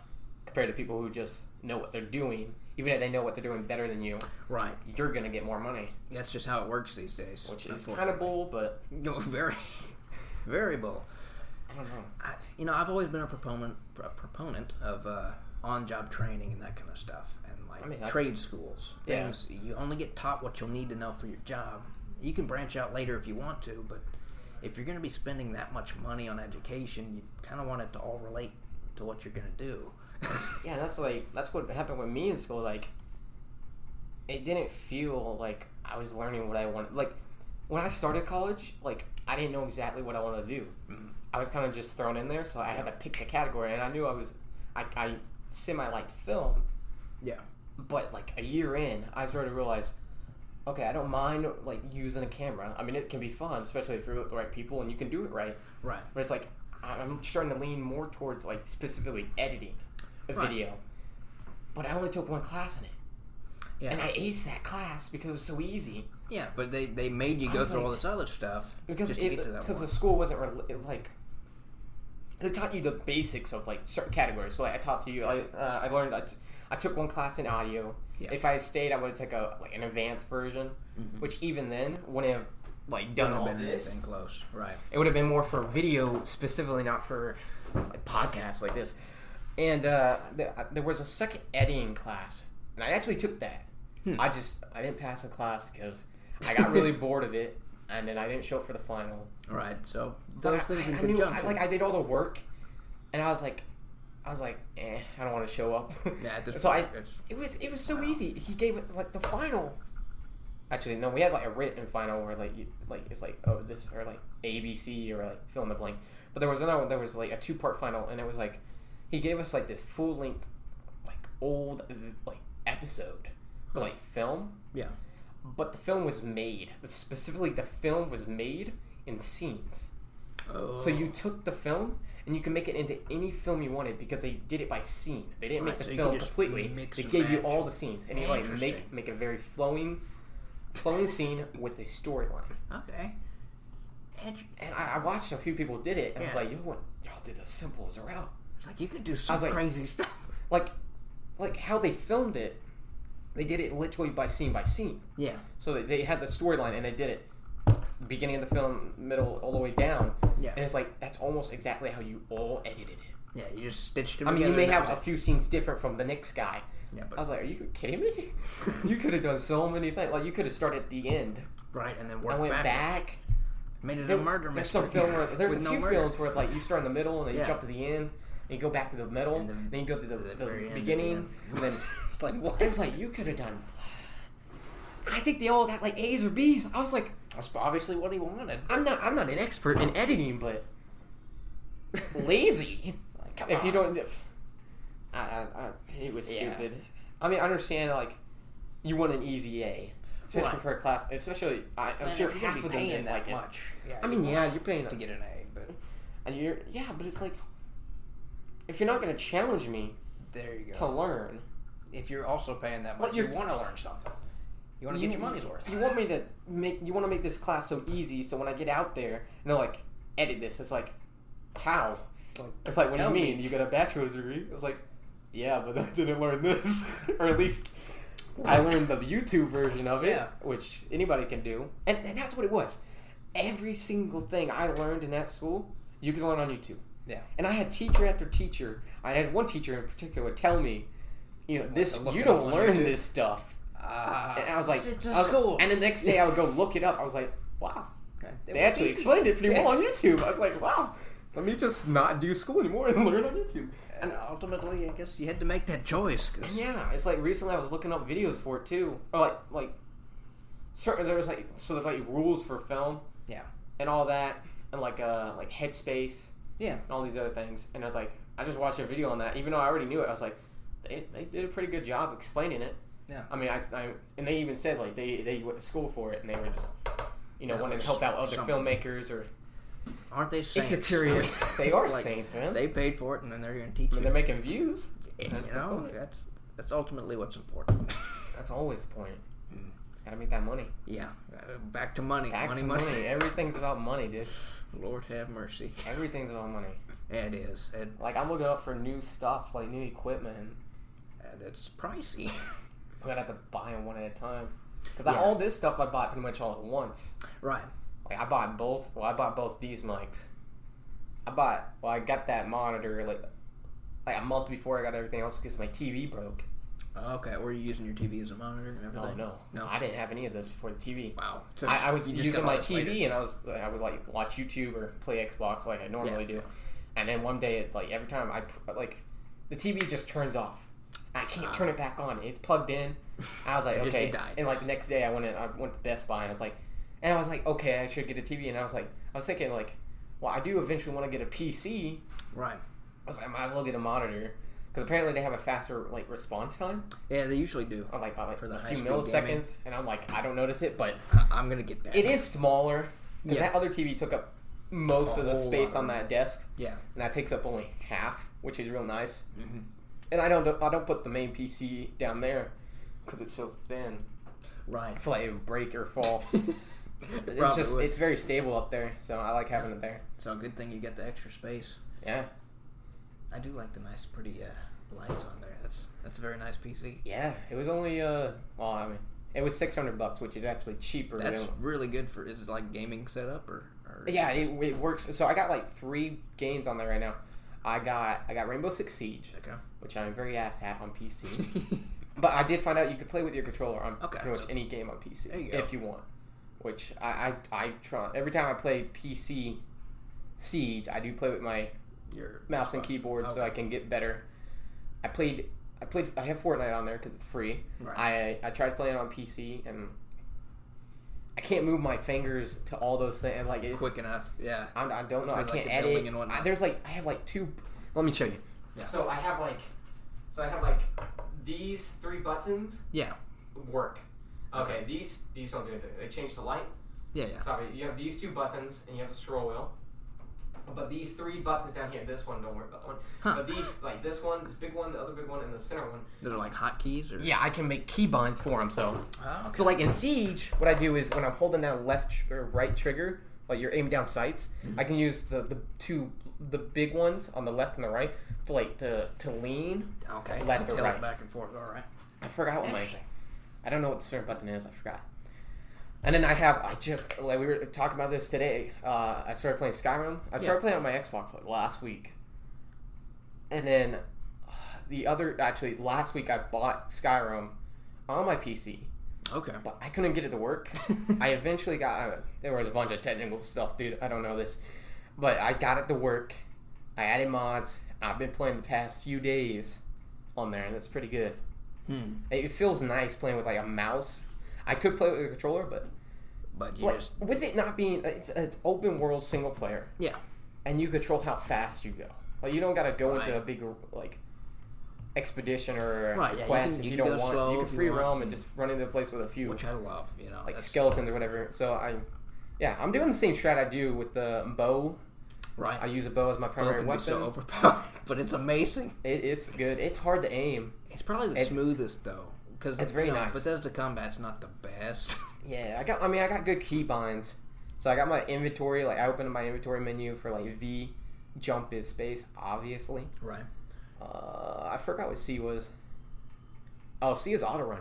[SPEAKER 2] compared to people who just know what they're doing even if they know what they're doing better than you
[SPEAKER 3] Right.
[SPEAKER 2] you're gonna get more money
[SPEAKER 3] That's just how it works these days.
[SPEAKER 2] which is
[SPEAKER 3] unfortunately.
[SPEAKER 2] kind of bull but
[SPEAKER 3] No, very, very bull.
[SPEAKER 2] i don't know
[SPEAKER 3] I, you know, I've always been a proponent a proponent of uh, on-job training and that kind of stuff, and like
[SPEAKER 2] I mean, I-
[SPEAKER 3] trade schools.
[SPEAKER 2] Yeah.
[SPEAKER 3] Things you only get taught what you'll need to know for your job. You can branch out later if you want to, but if you're going to be spending that much money on education, you kind of want it to all relate to what you're going to do.
[SPEAKER 2] yeah that's like that's what happened with me in school like it didn't feel like i was learning what i wanted like when i started college like i didn't know exactly what i wanted to do
[SPEAKER 3] Mhm.
[SPEAKER 2] i was kind of just thrown in there so i had to pick the category and i knew i was i, I semi liked film
[SPEAKER 3] Yeah.
[SPEAKER 2] but like a year in i started to realize okay i don't mind like using a camera i mean it can be fun especially if you're with the right people and you can do it right
[SPEAKER 3] Right.
[SPEAKER 2] but it's like I- I'm starting to lean more towards like specifically editing a
[SPEAKER 3] Right.
[SPEAKER 2] video. But I only took one class in it,
[SPEAKER 3] Yeah.
[SPEAKER 2] and I aced that class because it was so easy.
[SPEAKER 3] yeah. But they they made you
[SPEAKER 2] I
[SPEAKER 3] go
[SPEAKER 2] was
[SPEAKER 3] through
[SPEAKER 2] like-
[SPEAKER 3] all this other stuff
[SPEAKER 2] Because
[SPEAKER 3] just
[SPEAKER 2] it,
[SPEAKER 3] to get to that
[SPEAKER 2] because
[SPEAKER 3] one.
[SPEAKER 2] the school wasn't rel it was like they taught you the basics of like certain categories. So like I taught to you, I uh, I learned I, t- I took one class in audio.
[SPEAKER 3] Yeah. Mm-hmm.
[SPEAKER 2] If I stayed, I would have took a like an advanced version, which even then wouldn't have like done
[SPEAKER 3] Wouldn't have
[SPEAKER 2] all
[SPEAKER 3] been
[SPEAKER 2] this.
[SPEAKER 3] anything close. Right.
[SPEAKER 2] It would have been more for video specifically, not for like podcasts like this. And uh, there, there was a second editing class, and I actually took that.
[SPEAKER 3] Hmm.
[SPEAKER 2] I just I didn't pass the class because I got really bored of it, and then I didn't show up for the final.
[SPEAKER 3] Right. So
[SPEAKER 2] But
[SPEAKER 3] those
[SPEAKER 2] I-
[SPEAKER 3] things
[SPEAKER 2] I,
[SPEAKER 3] in
[SPEAKER 2] I knew,
[SPEAKER 3] conjunction.
[SPEAKER 2] I, like I did all the work, and I was like, I was like, eh, I don't want to show up.
[SPEAKER 3] Yeah, at this
[SPEAKER 2] so
[SPEAKER 3] point,
[SPEAKER 2] I,
[SPEAKER 3] it's-
[SPEAKER 2] it was it was so easy. He gave it like the final. Actually, no, we had like a written final where like you, like it's like oh this or like A B C or like fill in the blank. But there was another one that was like a two part final, and it was like he gave us like this full length like old like episode or like film,
[SPEAKER 3] yeah.
[SPEAKER 2] but the film was made specifically the film was made in scenes.
[SPEAKER 3] Oh.
[SPEAKER 2] So you took the film and you can make it into any film you wanted because they did it by scene. They didn't
[SPEAKER 3] Right,
[SPEAKER 2] make the
[SPEAKER 3] so you
[SPEAKER 2] film
[SPEAKER 3] can just
[SPEAKER 2] completely.
[SPEAKER 3] mix
[SPEAKER 2] They
[SPEAKER 3] and
[SPEAKER 2] gave you
[SPEAKER 3] match.
[SPEAKER 2] all the scenes and you like
[SPEAKER 3] Interesting.
[SPEAKER 2] make make a very flowing, flowing scene with a storyline.
[SPEAKER 3] Oh, okay. And
[SPEAKER 2] And I, I watched a few people did it and I was
[SPEAKER 3] Yeah.
[SPEAKER 2] like, yo, what, y'all did the simplest route.
[SPEAKER 3] it's like you could do some
[SPEAKER 2] was like-
[SPEAKER 3] crazy stuff.
[SPEAKER 2] Like, like how they filmed it. They did it literally by scene by scene.
[SPEAKER 3] Yeah.
[SPEAKER 2] So they, they had the storyline and they did it beginning of the film, middle, all the way down.
[SPEAKER 3] Yeah.
[SPEAKER 2] And it's like that's almost exactly how you all edited it.
[SPEAKER 3] Yeah. You just stitched them.
[SPEAKER 2] I mean, you
[SPEAKER 3] together
[SPEAKER 2] may
[SPEAKER 3] and that
[SPEAKER 2] have
[SPEAKER 3] was
[SPEAKER 2] a few scenes different from the next guy,
[SPEAKER 3] Yeah,
[SPEAKER 2] I
[SPEAKER 3] but
[SPEAKER 2] was like, are you kidding me? you could have done so many things. Like you could have started at the end.
[SPEAKER 3] right, and then
[SPEAKER 2] I
[SPEAKER 3] work
[SPEAKER 2] went
[SPEAKER 3] back,
[SPEAKER 2] back.
[SPEAKER 3] made it
[SPEAKER 2] There-
[SPEAKER 3] a murder
[SPEAKER 2] There's
[SPEAKER 3] mystery.
[SPEAKER 2] some film where there's a
[SPEAKER 3] with no
[SPEAKER 2] few
[SPEAKER 3] murder.
[SPEAKER 2] films where it's like you start in the middle and then you
[SPEAKER 3] Yeah.
[SPEAKER 2] jump to the end, and you go back to the middle,
[SPEAKER 3] And then-
[SPEAKER 2] then you go to the,
[SPEAKER 3] at the
[SPEAKER 2] the,
[SPEAKER 3] very end,
[SPEAKER 2] beginning,
[SPEAKER 3] at
[SPEAKER 2] and
[SPEAKER 3] the end.
[SPEAKER 2] then
[SPEAKER 3] it's like what?
[SPEAKER 2] it was like you could have done. I think they all got like A's or B's. I was like,
[SPEAKER 3] That's obviously what he wanted.
[SPEAKER 2] I'm not I'm not an expert in editing, but lazy.
[SPEAKER 3] Like, come
[SPEAKER 2] if you
[SPEAKER 3] on.
[SPEAKER 2] don't, if, I, I, I, it was
[SPEAKER 3] Yeah.
[SPEAKER 2] stupid. I mean, I understand like you want an easy A, especially
[SPEAKER 3] Right.
[SPEAKER 2] for a class. Especially I, I'm
[SPEAKER 3] Man,
[SPEAKER 2] sure
[SPEAKER 3] if you're gonna
[SPEAKER 2] half
[SPEAKER 3] be
[SPEAKER 2] of them
[SPEAKER 3] paying
[SPEAKER 2] didn't
[SPEAKER 3] that
[SPEAKER 2] like it.
[SPEAKER 3] much. Yeah,
[SPEAKER 2] I
[SPEAKER 3] you
[SPEAKER 2] mean,
[SPEAKER 3] want
[SPEAKER 2] yeah, you're paying
[SPEAKER 3] to get an A, but
[SPEAKER 2] and you're yeah, but it's like if you're not gonna challenge me
[SPEAKER 3] there you
[SPEAKER 2] to
[SPEAKER 3] go.
[SPEAKER 2] learn,
[SPEAKER 3] If you're also paying that
[SPEAKER 2] Well,
[SPEAKER 3] much, you
[SPEAKER 2] you're-
[SPEAKER 3] want to learn something. You want to get your money's worth.
[SPEAKER 2] You want me to make you want to make this class so easy, so when I get out there and they're like, edit this, it's like, how?
[SPEAKER 3] Like,
[SPEAKER 2] It's like, what do you
[SPEAKER 3] Tell me.
[SPEAKER 2] mean? You got a bachelor's degree? It's like, yeah, but I didn't learn this. or at least I learned the YouTube version of it,
[SPEAKER 3] Yeah.
[SPEAKER 2] which anybody can do. And, and that's what it was. Every single thing I learned in that school, you can learn on YouTube.
[SPEAKER 3] Yeah.
[SPEAKER 2] And I had teacher after teacher. I had one teacher in particular tell me, you know, this
[SPEAKER 3] to look
[SPEAKER 2] you
[SPEAKER 3] it
[SPEAKER 2] don't
[SPEAKER 3] up on
[SPEAKER 2] learn
[SPEAKER 3] YouTube.
[SPEAKER 2] this stuff.
[SPEAKER 3] Ah,
[SPEAKER 2] And I was like,
[SPEAKER 3] it's
[SPEAKER 2] I
[SPEAKER 3] a
[SPEAKER 2] was-
[SPEAKER 3] school.
[SPEAKER 2] and the next day I would go look it up. I was like, wow,
[SPEAKER 3] Okay, that
[SPEAKER 2] they
[SPEAKER 3] was
[SPEAKER 2] actually
[SPEAKER 3] easy.
[SPEAKER 2] explained it pretty
[SPEAKER 3] Yeah.
[SPEAKER 2] well on YouTube. I was like, wow, let me just not do school anymore and learn on YouTube.
[SPEAKER 3] And ultimately, I guess you had to make that choice. 'cause-
[SPEAKER 2] And yeah, it's like recently I was looking up videos for it too, or like like certain there was like so there's like rules for film,
[SPEAKER 3] Yeah.
[SPEAKER 2] and all that, and like uh like headspace
[SPEAKER 3] yeah,
[SPEAKER 2] and all these other things, and I was like I just watched a video on that, even though I already knew it, I was like they, they did a pretty good job explaining it.
[SPEAKER 3] Yeah.
[SPEAKER 2] I mean I, I and they even said like they they went to school for it and they were just you know
[SPEAKER 3] Yeah,
[SPEAKER 2] wanting to
[SPEAKER 3] there's
[SPEAKER 2] help out other
[SPEAKER 3] some-
[SPEAKER 2] filmmakers or
[SPEAKER 3] aren't they saints?
[SPEAKER 2] they are
[SPEAKER 3] Like,
[SPEAKER 2] saints man.
[SPEAKER 3] They paid for it, and then they're going to teach
[SPEAKER 2] I mean,
[SPEAKER 3] you.
[SPEAKER 2] they're making views.
[SPEAKER 3] And,
[SPEAKER 2] That's
[SPEAKER 3] you
[SPEAKER 2] the
[SPEAKER 3] know,
[SPEAKER 2] point.
[SPEAKER 3] that's that's ultimately what's important.
[SPEAKER 2] That's always the point. Gotta make that money.
[SPEAKER 3] yeah, uh, back to money,
[SPEAKER 2] Back
[SPEAKER 3] Mm. money,
[SPEAKER 2] to money. Everything's about money, dude.
[SPEAKER 3] Lord have mercy.
[SPEAKER 2] Everything's about money.
[SPEAKER 3] Yeah, it is, and
[SPEAKER 2] Like I'm looking up for new stuff, like new equipment. and
[SPEAKER 3] and it's pricey.
[SPEAKER 2] I'm gonna have to buy them one at a time. Cause I,
[SPEAKER 3] Yeah.
[SPEAKER 2] all this stuff I bought pretty much all at once.
[SPEAKER 3] right.
[SPEAKER 2] Like I bought both. Well, I bought both these mics. I bought. Well, I got that monitor like like a month before I got everything else because my TV broke.
[SPEAKER 3] Okay, were you using your TV as a monitor and
[SPEAKER 2] Oh
[SPEAKER 3] everything?
[SPEAKER 2] no,
[SPEAKER 3] No.
[SPEAKER 2] I didn't have any of this before the TV.
[SPEAKER 3] Wow. So
[SPEAKER 2] I, I was
[SPEAKER 3] you just
[SPEAKER 2] using
[SPEAKER 3] got all
[SPEAKER 2] my
[SPEAKER 3] this
[SPEAKER 2] TV
[SPEAKER 3] later.
[SPEAKER 2] and I was I would like watch YouTube or play Xbox like I normally do, and then one day it's like every time I pr- like the TV just turns off. I can't
[SPEAKER 3] Ah.
[SPEAKER 2] turn it back on. It's plugged in. I was like,
[SPEAKER 3] It just-
[SPEAKER 2] okay.
[SPEAKER 3] it died.
[SPEAKER 2] And like the next day, I went in, I went to Best Buy and I was like, and I was like, okay, I should get a TV. And I was like, I was thinking like, well, I do eventually want to get a PC.
[SPEAKER 3] Right.
[SPEAKER 2] I was like, I might as well get a monitor because apparently they have a faster like response time,
[SPEAKER 3] Yeah, they usually do.
[SPEAKER 2] or like by like
[SPEAKER 3] For the
[SPEAKER 2] a few
[SPEAKER 3] high-speed gaming.
[SPEAKER 2] milliseconds. And I'm like, I don't notice it, but
[SPEAKER 3] I, I'm gonna get that.
[SPEAKER 2] it is smaller because
[SPEAKER 3] Yeah.
[SPEAKER 2] that other TV took up most
[SPEAKER 3] A
[SPEAKER 2] of the
[SPEAKER 3] whole
[SPEAKER 2] space
[SPEAKER 3] lot
[SPEAKER 2] on
[SPEAKER 3] of
[SPEAKER 2] that desk,
[SPEAKER 3] Yeah.
[SPEAKER 2] and that takes up only half, which is real nice.
[SPEAKER 3] Mhm.
[SPEAKER 2] And I don't I don't put the main PC down there because it's so thin.
[SPEAKER 3] Right.
[SPEAKER 2] I feel like it would break or fall. it's
[SPEAKER 3] Probably
[SPEAKER 2] just
[SPEAKER 3] would.
[SPEAKER 2] it's very stable up there, so I like having it there.
[SPEAKER 3] So good thing you got the extra space.
[SPEAKER 2] Yeah,
[SPEAKER 3] I do like the nice, pretty uh, lights on there. That's that's a very nice PC.
[SPEAKER 2] yeah. It was only uh well I mean it was six hundred bucks, which is actually cheaper.
[SPEAKER 3] That's
[SPEAKER 2] than,
[SPEAKER 3] really good for is it like gaming setup or, or
[SPEAKER 2] yeah, it, it works. So I got like three games on there right now. I got I got Rainbow Six Siege,
[SPEAKER 3] Okay.
[SPEAKER 2] which I'm very ass at on PC. But I did find out you could play with your controller on
[SPEAKER 3] Okay.
[SPEAKER 2] pretty much any game on PC
[SPEAKER 3] There you go.
[SPEAKER 2] if you want. Which I, I I try every time I play PC Siege, I do play with my
[SPEAKER 3] Your
[SPEAKER 2] mouse and keyboard so
[SPEAKER 3] Okay.
[SPEAKER 2] I can get better. I played I played I have Fortnite on there because it's free.
[SPEAKER 3] Right.
[SPEAKER 2] I I tried playing it on PC and I can't move my fingers to all those things. Like it's,
[SPEAKER 3] quick enough. Yeah.
[SPEAKER 2] I'm, I don't know.
[SPEAKER 3] For,
[SPEAKER 2] I
[SPEAKER 3] like,
[SPEAKER 2] can't
[SPEAKER 3] the
[SPEAKER 2] edit.
[SPEAKER 3] building and whatnot.
[SPEAKER 2] I, there's like I have like two. Let me show you.
[SPEAKER 3] Yeah.
[SPEAKER 2] So I have like, so I have like these three buttons
[SPEAKER 3] Yeah.
[SPEAKER 2] work. Okay, these these don't do anything. They change the light.
[SPEAKER 3] Yeah. Yeah.
[SPEAKER 2] Sorry, you have these two buttons and you have the scroll wheel. But these three buttons down here, this one, don't worry about that one.
[SPEAKER 3] Huh.
[SPEAKER 2] But these, like this one, this big one, the other big one, and the center one.
[SPEAKER 3] They're like hotkeys or
[SPEAKER 2] Yeah, I can make key binds for them. So,
[SPEAKER 3] Oh, okay.
[SPEAKER 2] so like in Siege, what I do is when I'm holding down left tr- or right trigger, like you're aiming down sights, I can use the, the two the big ones on the left and the right to like to to lean.
[SPEAKER 3] okay.
[SPEAKER 2] Left
[SPEAKER 3] Tail
[SPEAKER 2] or right.
[SPEAKER 3] it back and forth. All right.
[SPEAKER 2] I forgot what my I don't know what the certain button is. I forgot. And then I have I just like we were talking about this today. Uh, I started playing Skyrim. I started
[SPEAKER 3] Yeah.
[SPEAKER 2] playing on my Xbox like last week, and then uh, the other actually last week I bought Skyrim on my PC,
[SPEAKER 3] Okay.
[SPEAKER 2] but I couldn't get it to work. I eventually got uh, there was a bunch of technical stuff, dude. I don't know this, but I got it to work. I added mods. I've been playing the past few days on there, and it's pretty good.
[SPEAKER 3] hmm.
[SPEAKER 2] It it feels nice playing with like a mouse. I could play with a controller, but
[SPEAKER 3] But you
[SPEAKER 2] like,
[SPEAKER 3] just
[SPEAKER 2] with it not being it's, it's open world single player,
[SPEAKER 3] yeah.
[SPEAKER 2] and you control how fast you go. Like you don't got to go into a
[SPEAKER 3] Right.
[SPEAKER 2] big like expedition or
[SPEAKER 3] Right, yeah, you
[SPEAKER 2] quest
[SPEAKER 3] can-
[SPEAKER 2] if
[SPEAKER 3] you
[SPEAKER 2] you,
[SPEAKER 3] can
[SPEAKER 2] don't
[SPEAKER 3] go
[SPEAKER 2] want.
[SPEAKER 3] slow
[SPEAKER 2] you
[SPEAKER 3] if
[SPEAKER 2] can
[SPEAKER 3] you
[SPEAKER 2] free
[SPEAKER 3] want,
[SPEAKER 2] roam
[SPEAKER 3] and-
[SPEAKER 2] and just run into a place with a few
[SPEAKER 3] Which I love. You know.
[SPEAKER 2] like
[SPEAKER 3] that's-
[SPEAKER 2] skeletons or whatever. So I, yeah, I'm doing the same strat I do with the bow. I
[SPEAKER 3] Right.
[SPEAKER 2] use a bow as my
[SPEAKER 3] Bow
[SPEAKER 2] primary
[SPEAKER 3] can be
[SPEAKER 2] weapon.
[SPEAKER 3] so overpowered, but it's amazing.
[SPEAKER 2] It, it's good. It's hard to aim.
[SPEAKER 3] It's probably the
[SPEAKER 2] It-
[SPEAKER 3] smoothest though, because
[SPEAKER 2] It's very nice.
[SPEAKER 3] But that's the combat's not the best.
[SPEAKER 2] Yeah, I got. I mean, I got good key binds. So I got my inventory. Like I opened my inventory menu for like V. Jump is space, obviously.
[SPEAKER 3] right.
[SPEAKER 2] Uh, I forgot what C was. Oh, C is auto run.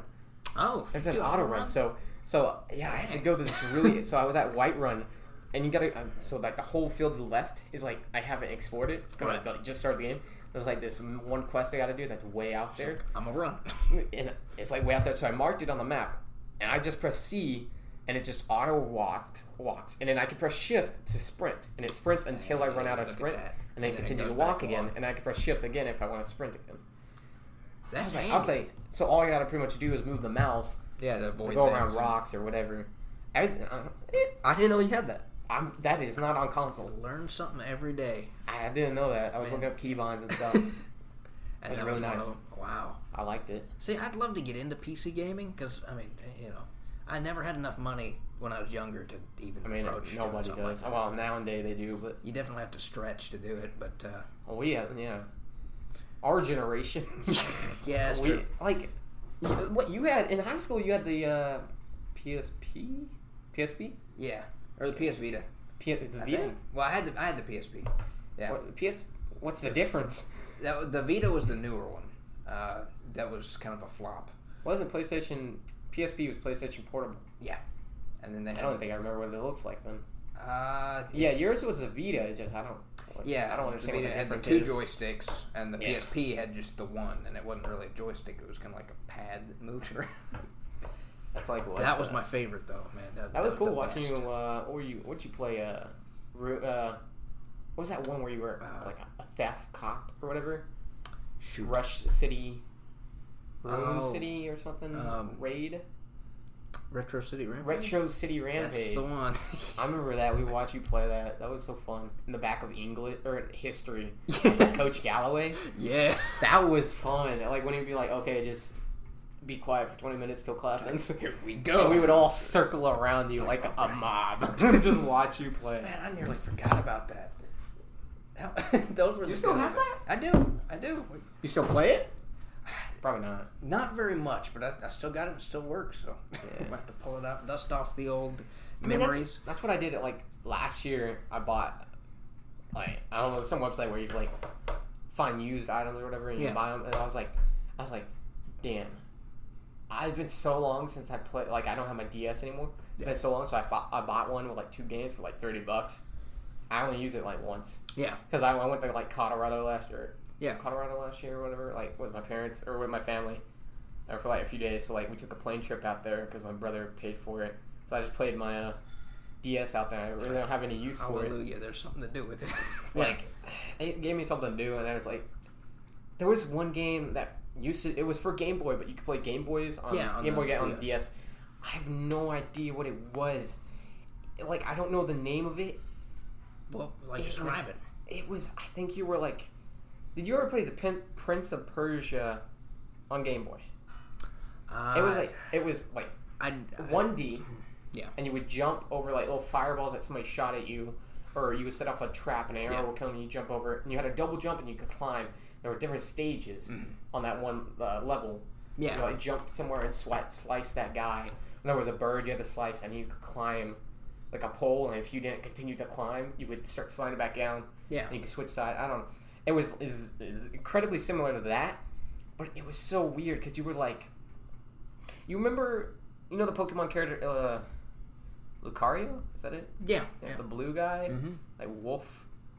[SPEAKER 3] Oh,
[SPEAKER 2] It's an
[SPEAKER 3] you
[SPEAKER 2] auto
[SPEAKER 3] wanna
[SPEAKER 2] run. So, so yeah, I had to go to this really. so I was at White Run, and you gotta. um, So like the whole field to the left is like I haven't explored it. 'cause
[SPEAKER 3] Right.
[SPEAKER 2] I like, just started the game. There's like this m- one quest I gotta do that's way out there,
[SPEAKER 3] I'm a run.
[SPEAKER 2] and it's like way out there. So I marked it on the map, and I just press C, and it just auto walks, walks, and then I can press Shift to sprint, and it sprints until I run out of
[SPEAKER 3] Look at
[SPEAKER 2] sprint,
[SPEAKER 3] that.
[SPEAKER 2] and then
[SPEAKER 3] And then it
[SPEAKER 2] continues to
[SPEAKER 3] goes back
[SPEAKER 2] walk
[SPEAKER 3] to
[SPEAKER 2] again,
[SPEAKER 3] walk.
[SPEAKER 2] and I can press Shift again if I want to sprint again.
[SPEAKER 3] That's
[SPEAKER 2] I
[SPEAKER 3] handy.
[SPEAKER 2] was like, so all I gotta pretty much do is move the mouse
[SPEAKER 3] yeah, to avoid
[SPEAKER 2] go around
[SPEAKER 3] things.
[SPEAKER 2] rocks or whatever. I, was- uh, eh, I didn't know you had that. I'm, that is not on console.
[SPEAKER 3] Learn something every day.
[SPEAKER 2] I, I didn't know that. I was
[SPEAKER 3] Man.
[SPEAKER 2] looking up keybinds and stuff.
[SPEAKER 3] And
[SPEAKER 2] That's
[SPEAKER 3] that
[SPEAKER 2] really
[SPEAKER 3] was one
[SPEAKER 2] nice.
[SPEAKER 3] of them. Wow.
[SPEAKER 2] I liked it.
[SPEAKER 3] See, I'd love to get into PC gaming because I mean, eh, you know, I never had enough money when I was younger to even.
[SPEAKER 2] I mean,
[SPEAKER 3] approach doing
[SPEAKER 2] nobody
[SPEAKER 3] something like
[SPEAKER 2] does.
[SPEAKER 3] that.
[SPEAKER 2] well, nowadays they do, but
[SPEAKER 3] you definitely have to stretch to do it, but uh,
[SPEAKER 2] we, have, yeah, our generation.
[SPEAKER 3] yeah, it's
[SPEAKER 2] we,
[SPEAKER 3] true.
[SPEAKER 2] like, you- what you had in high school? You had the uh, PSP, PSP,
[SPEAKER 3] Yeah, or the PS Vita.
[SPEAKER 2] P- the
[SPEAKER 3] I
[SPEAKER 2] Vita.
[SPEAKER 3] think. Well, I had the I had the PSP. Yeah,
[SPEAKER 2] What, PS. What's the difference?
[SPEAKER 3] that was- the Vita was the newer one. Uh, that was kind of a flop.
[SPEAKER 2] Wasn't PlayStation? PSP was PlayStation Portable.
[SPEAKER 3] And then they
[SPEAKER 2] I
[SPEAKER 3] had.
[SPEAKER 2] don't think I remember what it looks like then.
[SPEAKER 3] Uh,
[SPEAKER 2] Yeah,
[SPEAKER 3] it's-
[SPEAKER 2] yours was a Vita. It's just I don't. like,
[SPEAKER 3] Yeah,
[SPEAKER 2] I don't
[SPEAKER 3] the
[SPEAKER 2] understand
[SPEAKER 3] Vita
[SPEAKER 2] what the
[SPEAKER 3] had the
[SPEAKER 2] difference
[SPEAKER 3] two
[SPEAKER 2] is.
[SPEAKER 3] joysticks, and the
[SPEAKER 2] Yeah.
[SPEAKER 3] PSP had just the one, and it wasn't really a joystick. It was kind of like a pad that moved around.
[SPEAKER 2] That's like what.
[SPEAKER 3] that
[SPEAKER 2] uh,
[SPEAKER 3] was my favorite, though, man. That,
[SPEAKER 2] That was
[SPEAKER 3] the
[SPEAKER 2] cool watching
[SPEAKER 3] best.
[SPEAKER 2] you. Uh, or you? What'd you play? Uh, ru- uh, what was that one where you were
[SPEAKER 3] Uh,
[SPEAKER 2] like a, theft cop or whatever?
[SPEAKER 3] Shoot.
[SPEAKER 2] Rush City, Room
[SPEAKER 3] Oh.
[SPEAKER 2] City or something.
[SPEAKER 3] Um,
[SPEAKER 2] Raid,
[SPEAKER 3] Retro City Rampage.
[SPEAKER 2] Retro City
[SPEAKER 3] That's
[SPEAKER 2] Rampage.
[SPEAKER 3] the one.
[SPEAKER 2] I remember that. We watched you play that. That was so fun. In the back of English or history,
[SPEAKER 3] yeah.
[SPEAKER 2] Coach Galloway.
[SPEAKER 3] yeah.
[SPEAKER 2] That was fun. Like when he'd be like, "Okay, just be quiet for twenty minutes till class ends."
[SPEAKER 3] Here we
[SPEAKER 2] And
[SPEAKER 3] go.
[SPEAKER 2] we would all circle around you like a
[SPEAKER 3] Right.
[SPEAKER 2] mob, just watch you play.
[SPEAKER 3] Man, I nearly forgot about that. That- Those were
[SPEAKER 2] You
[SPEAKER 3] the
[SPEAKER 2] still
[SPEAKER 3] good
[SPEAKER 2] have
[SPEAKER 3] ones.
[SPEAKER 2] that?
[SPEAKER 3] I do. I do.
[SPEAKER 2] You still play it? Probably not.
[SPEAKER 3] Not very much, but I, I still got it. It still works, so I
[SPEAKER 2] Yeah.
[SPEAKER 3] have to pull it out, dust off the old
[SPEAKER 2] I mean, that's-
[SPEAKER 3] memories.
[SPEAKER 2] That's, what I did. At, like last year, I bought like I don't know some website where you can, like find used items or whatever, and you
[SPEAKER 3] Yeah.
[SPEAKER 2] buy them. And I was like, I was like, damn. I've been so long since I played. Like I don't have my DS anymore. It's
[SPEAKER 3] Yeah.
[SPEAKER 2] been so long, so I fought, I bought one with like two games for like thirty bucks. I only used it like once
[SPEAKER 3] Yeah.
[SPEAKER 2] because I, I went to like Colorado last year.
[SPEAKER 3] Yeah.
[SPEAKER 2] Colorado last year or whatever, like with my parents or with my family, or for like a few days. So like we took a plane trip out there because my brother paid for it. So I just played my uh, DS out there. I really don't have any use for it.
[SPEAKER 3] Hallelujah. There's something to do with it.
[SPEAKER 2] Like it gave me something to do, and I was like, there was one game that used to. It was for Game Boy, but you could play Game Boys on,
[SPEAKER 3] Yeah, on
[SPEAKER 2] Game
[SPEAKER 3] the
[SPEAKER 2] Boy on
[SPEAKER 3] DS.
[SPEAKER 2] the DS. I have no idea what it was. Like I don't know the name of it.
[SPEAKER 3] well, like
[SPEAKER 2] It was-
[SPEAKER 3] describe it.
[SPEAKER 2] It was. I think you were like. Did you ever play the Prin- Prince of Persia on Game Boy?
[SPEAKER 3] Uh,
[SPEAKER 2] It was like it was like
[SPEAKER 3] I, I-
[SPEAKER 2] one D.
[SPEAKER 3] Yeah.
[SPEAKER 2] And you would jump over like little fireballs that somebody shot at you, or you would set off a trap and an arrow
[SPEAKER 3] Yeah.
[SPEAKER 2] would come and you jump over it. And you had a double jump and you could climb. There were different stages on that one uh, level.
[SPEAKER 3] Mm-hmm. Yeah.
[SPEAKER 2] You like jump somewhere and sweat slice that guy. And there was a bird you had to slice, and you could climb like a pole. And if you didn't continue to climb, you would start sliding back down.
[SPEAKER 3] Yeah.
[SPEAKER 2] And you could switch side. I don't. know. It was, it was, it was incredibly similar to that, but it was so weird because you were like, you remember, you know the Pokemon character uh, Lucario? Is that it?
[SPEAKER 3] Yeah.
[SPEAKER 2] Yeah, The blue guy,
[SPEAKER 3] Mm-hmm.
[SPEAKER 2] like wolf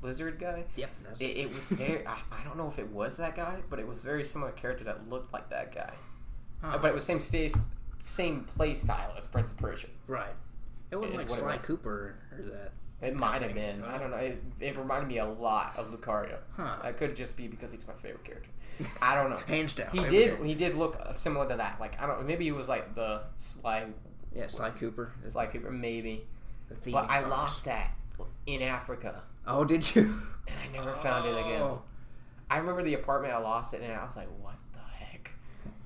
[SPEAKER 2] lizard guy.
[SPEAKER 3] Yep. That's,
[SPEAKER 2] It, it was very. I, I don't know if it was that guy, but it was very similar character that looked like that guy.
[SPEAKER 3] Huh.
[SPEAKER 2] But it was same stage, same play style as Prince of Persia.
[SPEAKER 3] right. It wasn't
[SPEAKER 2] is
[SPEAKER 3] like
[SPEAKER 2] what it
[SPEAKER 3] Sly
[SPEAKER 2] was.
[SPEAKER 3] Cooper or that.
[SPEAKER 2] It might have been. I don't know. It, it reminded me a lot of Lucario.
[SPEAKER 3] Huh.
[SPEAKER 2] That could just be because he's my favorite character. I don't know.
[SPEAKER 3] Hands down.
[SPEAKER 2] He
[SPEAKER 3] favorite
[SPEAKER 2] did.
[SPEAKER 3] character.
[SPEAKER 2] He did look uh, similar to that. Like I don't. Maybe he was like the Sly.
[SPEAKER 3] Yeah, Sly Cooper. is
[SPEAKER 2] Sly Cooper. Maybe.
[SPEAKER 3] The theme
[SPEAKER 2] But I
[SPEAKER 3] song.
[SPEAKER 2] lost that in Africa,
[SPEAKER 3] Oh, did you?
[SPEAKER 2] and I never found it again.
[SPEAKER 3] Oh.
[SPEAKER 2] I remember the apartment I lost it in. and I was like, what the heck?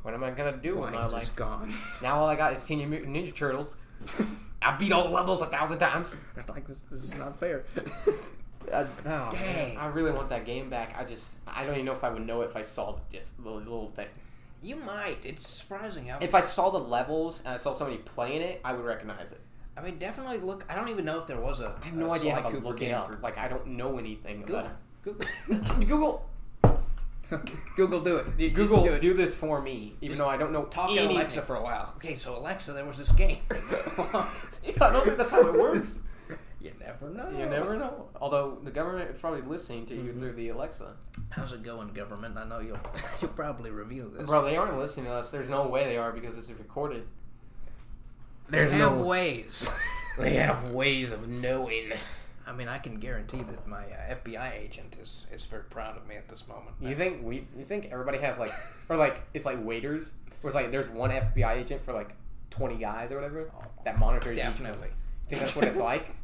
[SPEAKER 2] What am I gonna do with my
[SPEAKER 3] Mine's
[SPEAKER 2] life?
[SPEAKER 3] just gone.
[SPEAKER 2] Now all I got is Teenage Mutant Ninja Turtles. I beat all the levels a thousand times.
[SPEAKER 3] I'm like this, this is not fair.
[SPEAKER 2] Uh, no,
[SPEAKER 3] Dang.
[SPEAKER 2] I really want that game back. I just, I don't even know if I would know it if I saw the disc, the little thing.
[SPEAKER 3] you might. It's surprising. I,
[SPEAKER 2] If I saw the levels and I saw somebody playing it, I would recognize it.
[SPEAKER 3] I mean, definitely look. I don't even know if there was a.
[SPEAKER 2] Uh, I have no idea
[SPEAKER 3] Sly
[SPEAKER 2] how to
[SPEAKER 3] Cooper
[SPEAKER 2] look it
[SPEAKER 3] game
[SPEAKER 2] up. uh,
[SPEAKER 3] for
[SPEAKER 2] Like, I don't know anything
[SPEAKER 3] Google.
[SPEAKER 2] about
[SPEAKER 3] Google.
[SPEAKER 2] it. Google,
[SPEAKER 3] Google, do it. You- you
[SPEAKER 2] Google,
[SPEAKER 3] do
[SPEAKER 2] do,
[SPEAKER 3] it.
[SPEAKER 2] this for me, even though I don't know
[SPEAKER 3] Talk to
[SPEAKER 2] anything.
[SPEAKER 3] Alexa for a while. Okay, so Alexa, there was this game.
[SPEAKER 2] I don't think that's how it works.
[SPEAKER 3] You never know.
[SPEAKER 2] You never know. Although the government is probably listening to you through the Alexa.
[SPEAKER 3] How's it going, government? I know you'll you'll probably review this.
[SPEAKER 2] Bro, they aren't listening to us. There's no way they are because this is recorded.
[SPEAKER 3] There's have ways.
[SPEAKER 2] They have ways of knowing.
[SPEAKER 3] I mean, I can guarantee that my uh, FBI agent is is very proud of me at this moment.
[SPEAKER 2] You think we? You think everybody has like, or like it's like waiters, where it's like there's one FBI agent for like twenty guys or whatever that monitors. each-
[SPEAKER 3] Definitely.
[SPEAKER 2] You think that's what it's like?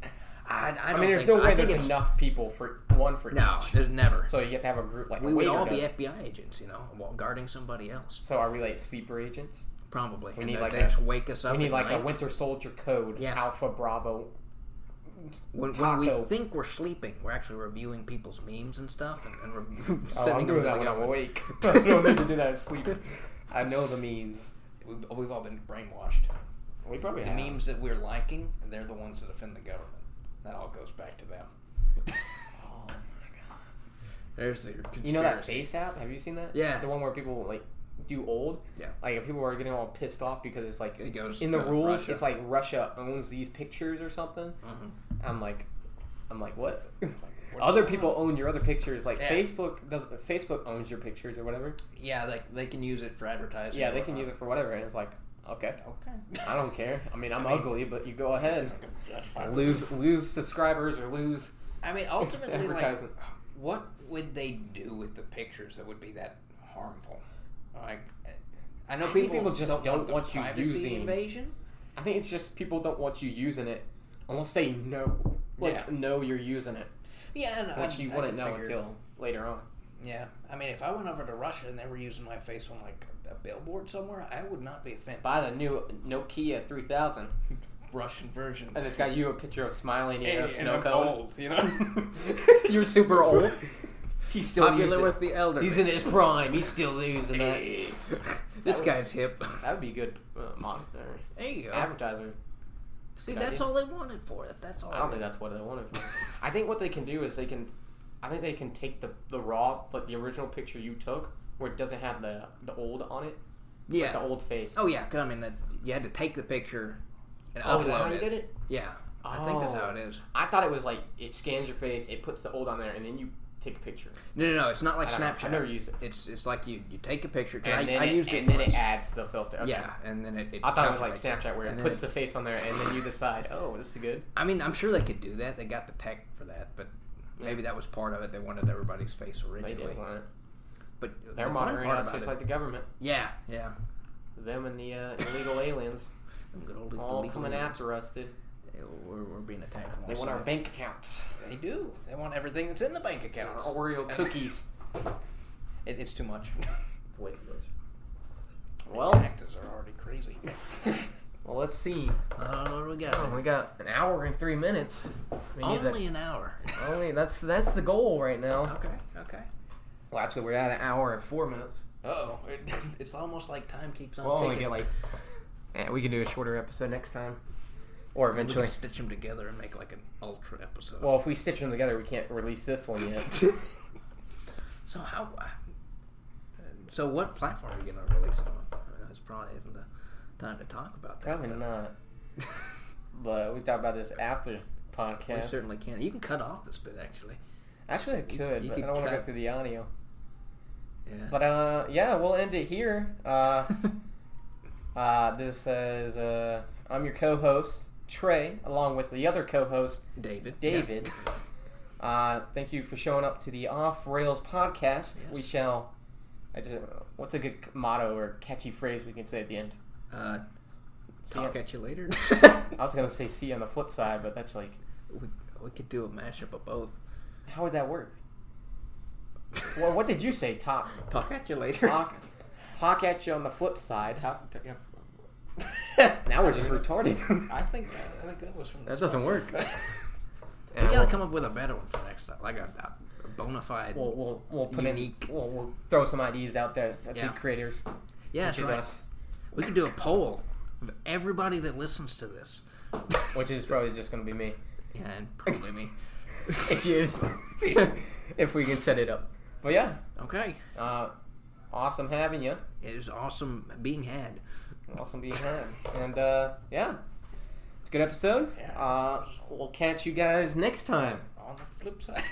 [SPEAKER 3] I, I,
[SPEAKER 2] I
[SPEAKER 3] don't
[SPEAKER 2] mean, there's
[SPEAKER 3] think
[SPEAKER 2] no
[SPEAKER 3] so.
[SPEAKER 2] way
[SPEAKER 3] I think
[SPEAKER 2] there's
[SPEAKER 3] it's
[SPEAKER 2] enough people for one for
[SPEAKER 3] no,
[SPEAKER 2] each.
[SPEAKER 3] there's never.
[SPEAKER 2] So you have to have a group like
[SPEAKER 3] we
[SPEAKER 2] a
[SPEAKER 3] would
[SPEAKER 2] waiter
[SPEAKER 3] all
[SPEAKER 2] does.
[SPEAKER 3] be FBI agents, you know, while guarding somebody else,
[SPEAKER 2] So are we like sleeper agents?
[SPEAKER 3] probably. We
[SPEAKER 2] need like
[SPEAKER 3] they
[SPEAKER 2] a-
[SPEAKER 3] just wake us up.
[SPEAKER 2] We need
[SPEAKER 3] at
[SPEAKER 2] like a
[SPEAKER 3] night.
[SPEAKER 2] Winter Soldier code,
[SPEAKER 3] Yeah.
[SPEAKER 2] Alpha Bravo. Oh,
[SPEAKER 3] when, when we
[SPEAKER 2] taco.
[SPEAKER 3] think we're sleeping, we're actually reviewing people's memes and stuff, and, and we're
[SPEAKER 2] Oh, I'm
[SPEAKER 3] sending
[SPEAKER 2] doing that
[SPEAKER 3] them to
[SPEAKER 2] when
[SPEAKER 3] the
[SPEAKER 2] I'm
[SPEAKER 3] government.
[SPEAKER 2] awake. I don't need to do that asleep. I know the memes.
[SPEAKER 3] We've, we've all been brainwashed.
[SPEAKER 2] We probably
[SPEAKER 3] The
[SPEAKER 2] have.
[SPEAKER 3] memes that we're liking, they're the ones that offend the government. That all goes back to them.
[SPEAKER 2] Oh my god.
[SPEAKER 3] There's the conspiracy.
[SPEAKER 2] You know that face app? Have you seen that?
[SPEAKER 3] Yeah.
[SPEAKER 2] The one where people like do old.
[SPEAKER 3] Yeah.
[SPEAKER 2] Like if people are getting all pissed off because it's like
[SPEAKER 3] It goes
[SPEAKER 2] in the
[SPEAKER 3] to
[SPEAKER 2] rules,
[SPEAKER 3] Russia.
[SPEAKER 2] it's like Russia owns these pictures or something.
[SPEAKER 3] Mhm.
[SPEAKER 2] I'm like, I'm like, what?
[SPEAKER 3] what
[SPEAKER 2] other
[SPEAKER 3] is going
[SPEAKER 2] people own your other pictures. Like
[SPEAKER 3] Yeah.
[SPEAKER 2] Facebook does. Facebook owns your pictures or whatever.
[SPEAKER 3] Yeah, like they can use it for advertising.
[SPEAKER 2] Yeah, they can use it for whatever. And it's like, okay,
[SPEAKER 3] Okay.
[SPEAKER 2] I don't care. I mean, I'm
[SPEAKER 3] I mean-
[SPEAKER 2] ugly, but you go ahead.
[SPEAKER 3] That's fine.
[SPEAKER 2] Lose lose subscribers or lose
[SPEAKER 3] I mean, ultimately, like,
[SPEAKER 2] advertisement.
[SPEAKER 3] what would they do with the pictures that would be that harmful? Like, I know
[SPEAKER 2] I think
[SPEAKER 3] people,
[SPEAKER 2] people just don't
[SPEAKER 3] the
[SPEAKER 2] want you
[SPEAKER 3] privacy
[SPEAKER 2] using-
[SPEAKER 3] invasion.
[SPEAKER 2] I think it's just people don't want you using it unless they know. Like,
[SPEAKER 3] Yeah.
[SPEAKER 2] know you're using it,
[SPEAKER 3] Yeah, and
[SPEAKER 2] which
[SPEAKER 3] I,
[SPEAKER 2] you
[SPEAKER 3] I
[SPEAKER 2] wouldn't
[SPEAKER 3] could
[SPEAKER 2] know
[SPEAKER 3] figure-
[SPEAKER 2] until later on.
[SPEAKER 3] Yeah, I mean, if I went over to Russia and they were using my face on like a billboard somewhere, I would not be offended.
[SPEAKER 2] Buy the new Nokia 3000,
[SPEAKER 3] Russian version.
[SPEAKER 2] and it's got you a picture of smiling in a
[SPEAKER 3] And
[SPEAKER 2] snow
[SPEAKER 3] I'm
[SPEAKER 2] cone.
[SPEAKER 3] old, you know.
[SPEAKER 2] You're super old. He's still using it.
[SPEAKER 3] the elderly.
[SPEAKER 2] He's in his prime. He's still using that.
[SPEAKER 3] this guy's hip.
[SPEAKER 2] That would be a good uh, monitor
[SPEAKER 3] There you go.
[SPEAKER 2] advertiser.
[SPEAKER 3] See,
[SPEAKER 2] Good
[SPEAKER 3] that's
[SPEAKER 2] idea.
[SPEAKER 3] all they wanted for it. That's all.
[SPEAKER 2] I don't think that's what they wanted. For. I think what they can do is they can, I think they can take the the raw like the original picture you took where it doesn't have the the old on it,
[SPEAKER 3] Yeah.
[SPEAKER 2] the old face.
[SPEAKER 3] Oh yeah, 'cause I mean that you had to take the picture and
[SPEAKER 2] Oh,
[SPEAKER 3] upload
[SPEAKER 2] is that how
[SPEAKER 3] it.
[SPEAKER 2] you did it?
[SPEAKER 3] Yeah, I think that's
[SPEAKER 2] Oh.
[SPEAKER 3] how it is.
[SPEAKER 2] I thought it was like it scans your face, it puts the old on there, and then you take a picture.
[SPEAKER 3] No, no, no. It's not like
[SPEAKER 2] I don't know.
[SPEAKER 3] Snapchat.
[SPEAKER 2] I've never used it.
[SPEAKER 3] It's it's like you you take a picture. 'cause
[SPEAKER 2] And
[SPEAKER 3] I,
[SPEAKER 2] then
[SPEAKER 3] I
[SPEAKER 2] it,
[SPEAKER 3] used
[SPEAKER 2] and
[SPEAKER 3] it.
[SPEAKER 2] then
[SPEAKER 3] once.
[SPEAKER 2] it adds the filter. Okay.
[SPEAKER 3] yeah, and then it. it
[SPEAKER 2] I thought it was like
[SPEAKER 3] calculates
[SPEAKER 2] Snapchat where
[SPEAKER 3] And
[SPEAKER 2] it
[SPEAKER 3] then
[SPEAKER 2] puts
[SPEAKER 3] it-
[SPEAKER 2] the face on there, and then you decide, oh, this is good.
[SPEAKER 3] I mean, I'm sure they could do that. They got the tech for that, but maybe that was part of it. They wanted everybody's face
[SPEAKER 2] They
[SPEAKER 3] originally.
[SPEAKER 2] did want it.
[SPEAKER 3] But
[SPEAKER 2] They're
[SPEAKER 3] the fun
[SPEAKER 2] monitoring
[SPEAKER 3] part
[SPEAKER 2] us
[SPEAKER 3] about
[SPEAKER 2] just
[SPEAKER 3] it,
[SPEAKER 2] like the government.
[SPEAKER 3] yeah, yeah.
[SPEAKER 2] Them and the uh, illegal aliens
[SPEAKER 3] Them good old
[SPEAKER 2] all
[SPEAKER 3] illegal
[SPEAKER 2] coming
[SPEAKER 3] aliens.
[SPEAKER 2] after us, dude.
[SPEAKER 3] Yeah, We're, we're being attacked. From
[SPEAKER 2] They
[SPEAKER 3] all
[SPEAKER 2] want our
[SPEAKER 3] sides.
[SPEAKER 2] bank accounts,
[SPEAKER 3] They do. They want everything that's in the bank
[SPEAKER 2] our
[SPEAKER 3] accounts.
[SPEAKER 2] Oreo cookies.
[SPEAKER 3] It, it's too much.
[SPEAKER 2] Well,
[SPEAKER 3] taxes are already crazy.
[SPEAKER 2] well, let's see.
[SPEAKER 3] I don't know what we got.
[SPEAKER 2] Oh, we got an hour and three minutes. We need
[SPEAKER 3] Only Oh. an hour.
[SPEAKER 2] that- Oh, only that's that's the goal right now.
[SPEAKER 3] okay, okay.
[SPEAKER 2] Well, actually, we're at an hour and four minutes.
[SPEAKER 3] Oh, it, it's almost like time keeps on
[SPEAKER 2] We'll only
[SPEAKER 3] ticking.
[SPEAKER 2] get like, yeah, we can do a shorter episode next time, or
[SPEAKER 3] we
[SPEAKER 2] eventually.
[SPEAKER 3] can stitch them together and make like an ultra episode.
[SPEAKER 2] Well, if we stitch them together, we can't release this one yet.
[SPEAKER 3] so how? uh, So what platform are you gonna release it on? I mean, It's probably isn't the time to talk about that.
[SPEAKER 2] Probably not. But we talk about this after
[SPEAKER 3] We
[SPEAKER 2] podcast.
[SPEAKER 3] certainly can. You can cut off this bit actually.
[SPEAKER 2] Actually, I could,
[SPEAKER 3] you
[SPEAKER 2] but
[SPEAKER 3] could
[SPEAKER 2] I don't want to
[SPEAKER 3] cut-
[SPEAKER 2] go through the audio.
[SPEAKER 3] Yeah.
[SPEAKER 2] But uh, yeah, we'll end it here. Uh, uh, this is uh, I'm your co-host Trey, along with the other co-host
[SPEAKER 3] David.
[SPEAKER 2] David. Uh, thank you for showing up to the Off Rails podcast. We
[SPEAKER 3] Yes.
[SPEAKER 2] shall. I just, what's a good motto or catchy phrase we can say at the end?
[SPEAKER 3] Yeah. Uh,
[SPEAKER 2] See ya.
[SPEAKER 3] talk at you later.
[SPEAKER 2] I was gonna say "see you on the flip side," but that's like,
[SPEAKER 3] we, we could do a mashup of both.
[SPEAKER 2] how would that work? Well, what did you say? Talk,
[SPEAKER 3] Talk at you later.
[SPEAKER 2] talk, talk at you on the flip side.
[SPEAKER 1] Top, yeah.
[SPEAKER 2] Now we're just retarded.
[SPEAKER 1] I think I think that was from. the
[SPEAKER 2] That doesn't work.
[SPEAKER 1] start.
[SPEAKER 3] We gotta come up with a better one for next time. Like a, a bona fide.
[SPEAKER 2] We'll we'll, we'll put
[SPEAKER 3] Unique.
[SPEAKER 2] in. We'll, we'll throw some ideas out there. I
[SPEAKER 3] Yeah.
[SPEAKER 2] think creators,
[SPEAKER 3] yeah,
[SPEAKER 2] which
[SPEAKER 3] that's
[SPEAKER 2] is
[SPEAKER 3] right.
[SPEAKER 2] us,
[SPEAKER 3] We could do a poll of everybody that listens to this.
[SPEAKER 2] which is probably just gonna be me.
[SPEAKER 3] yeah, and probably me.
[SPEAKER 2] If you, if we can set it up. But yeah,
[SPEAKER 3] Okay.
[SPEAKER 2] uh, awesome having you.
[SPEAKER 3] It was awesome being had.
[SPEAKER 2] Awesome being had. And uh, yeah, it's a good episode.
[SPEAKER 1] Yeah.
[SPEAKER 2] Uh, we'll catch you guys next time.
[SPEAKER 1] On the flip side.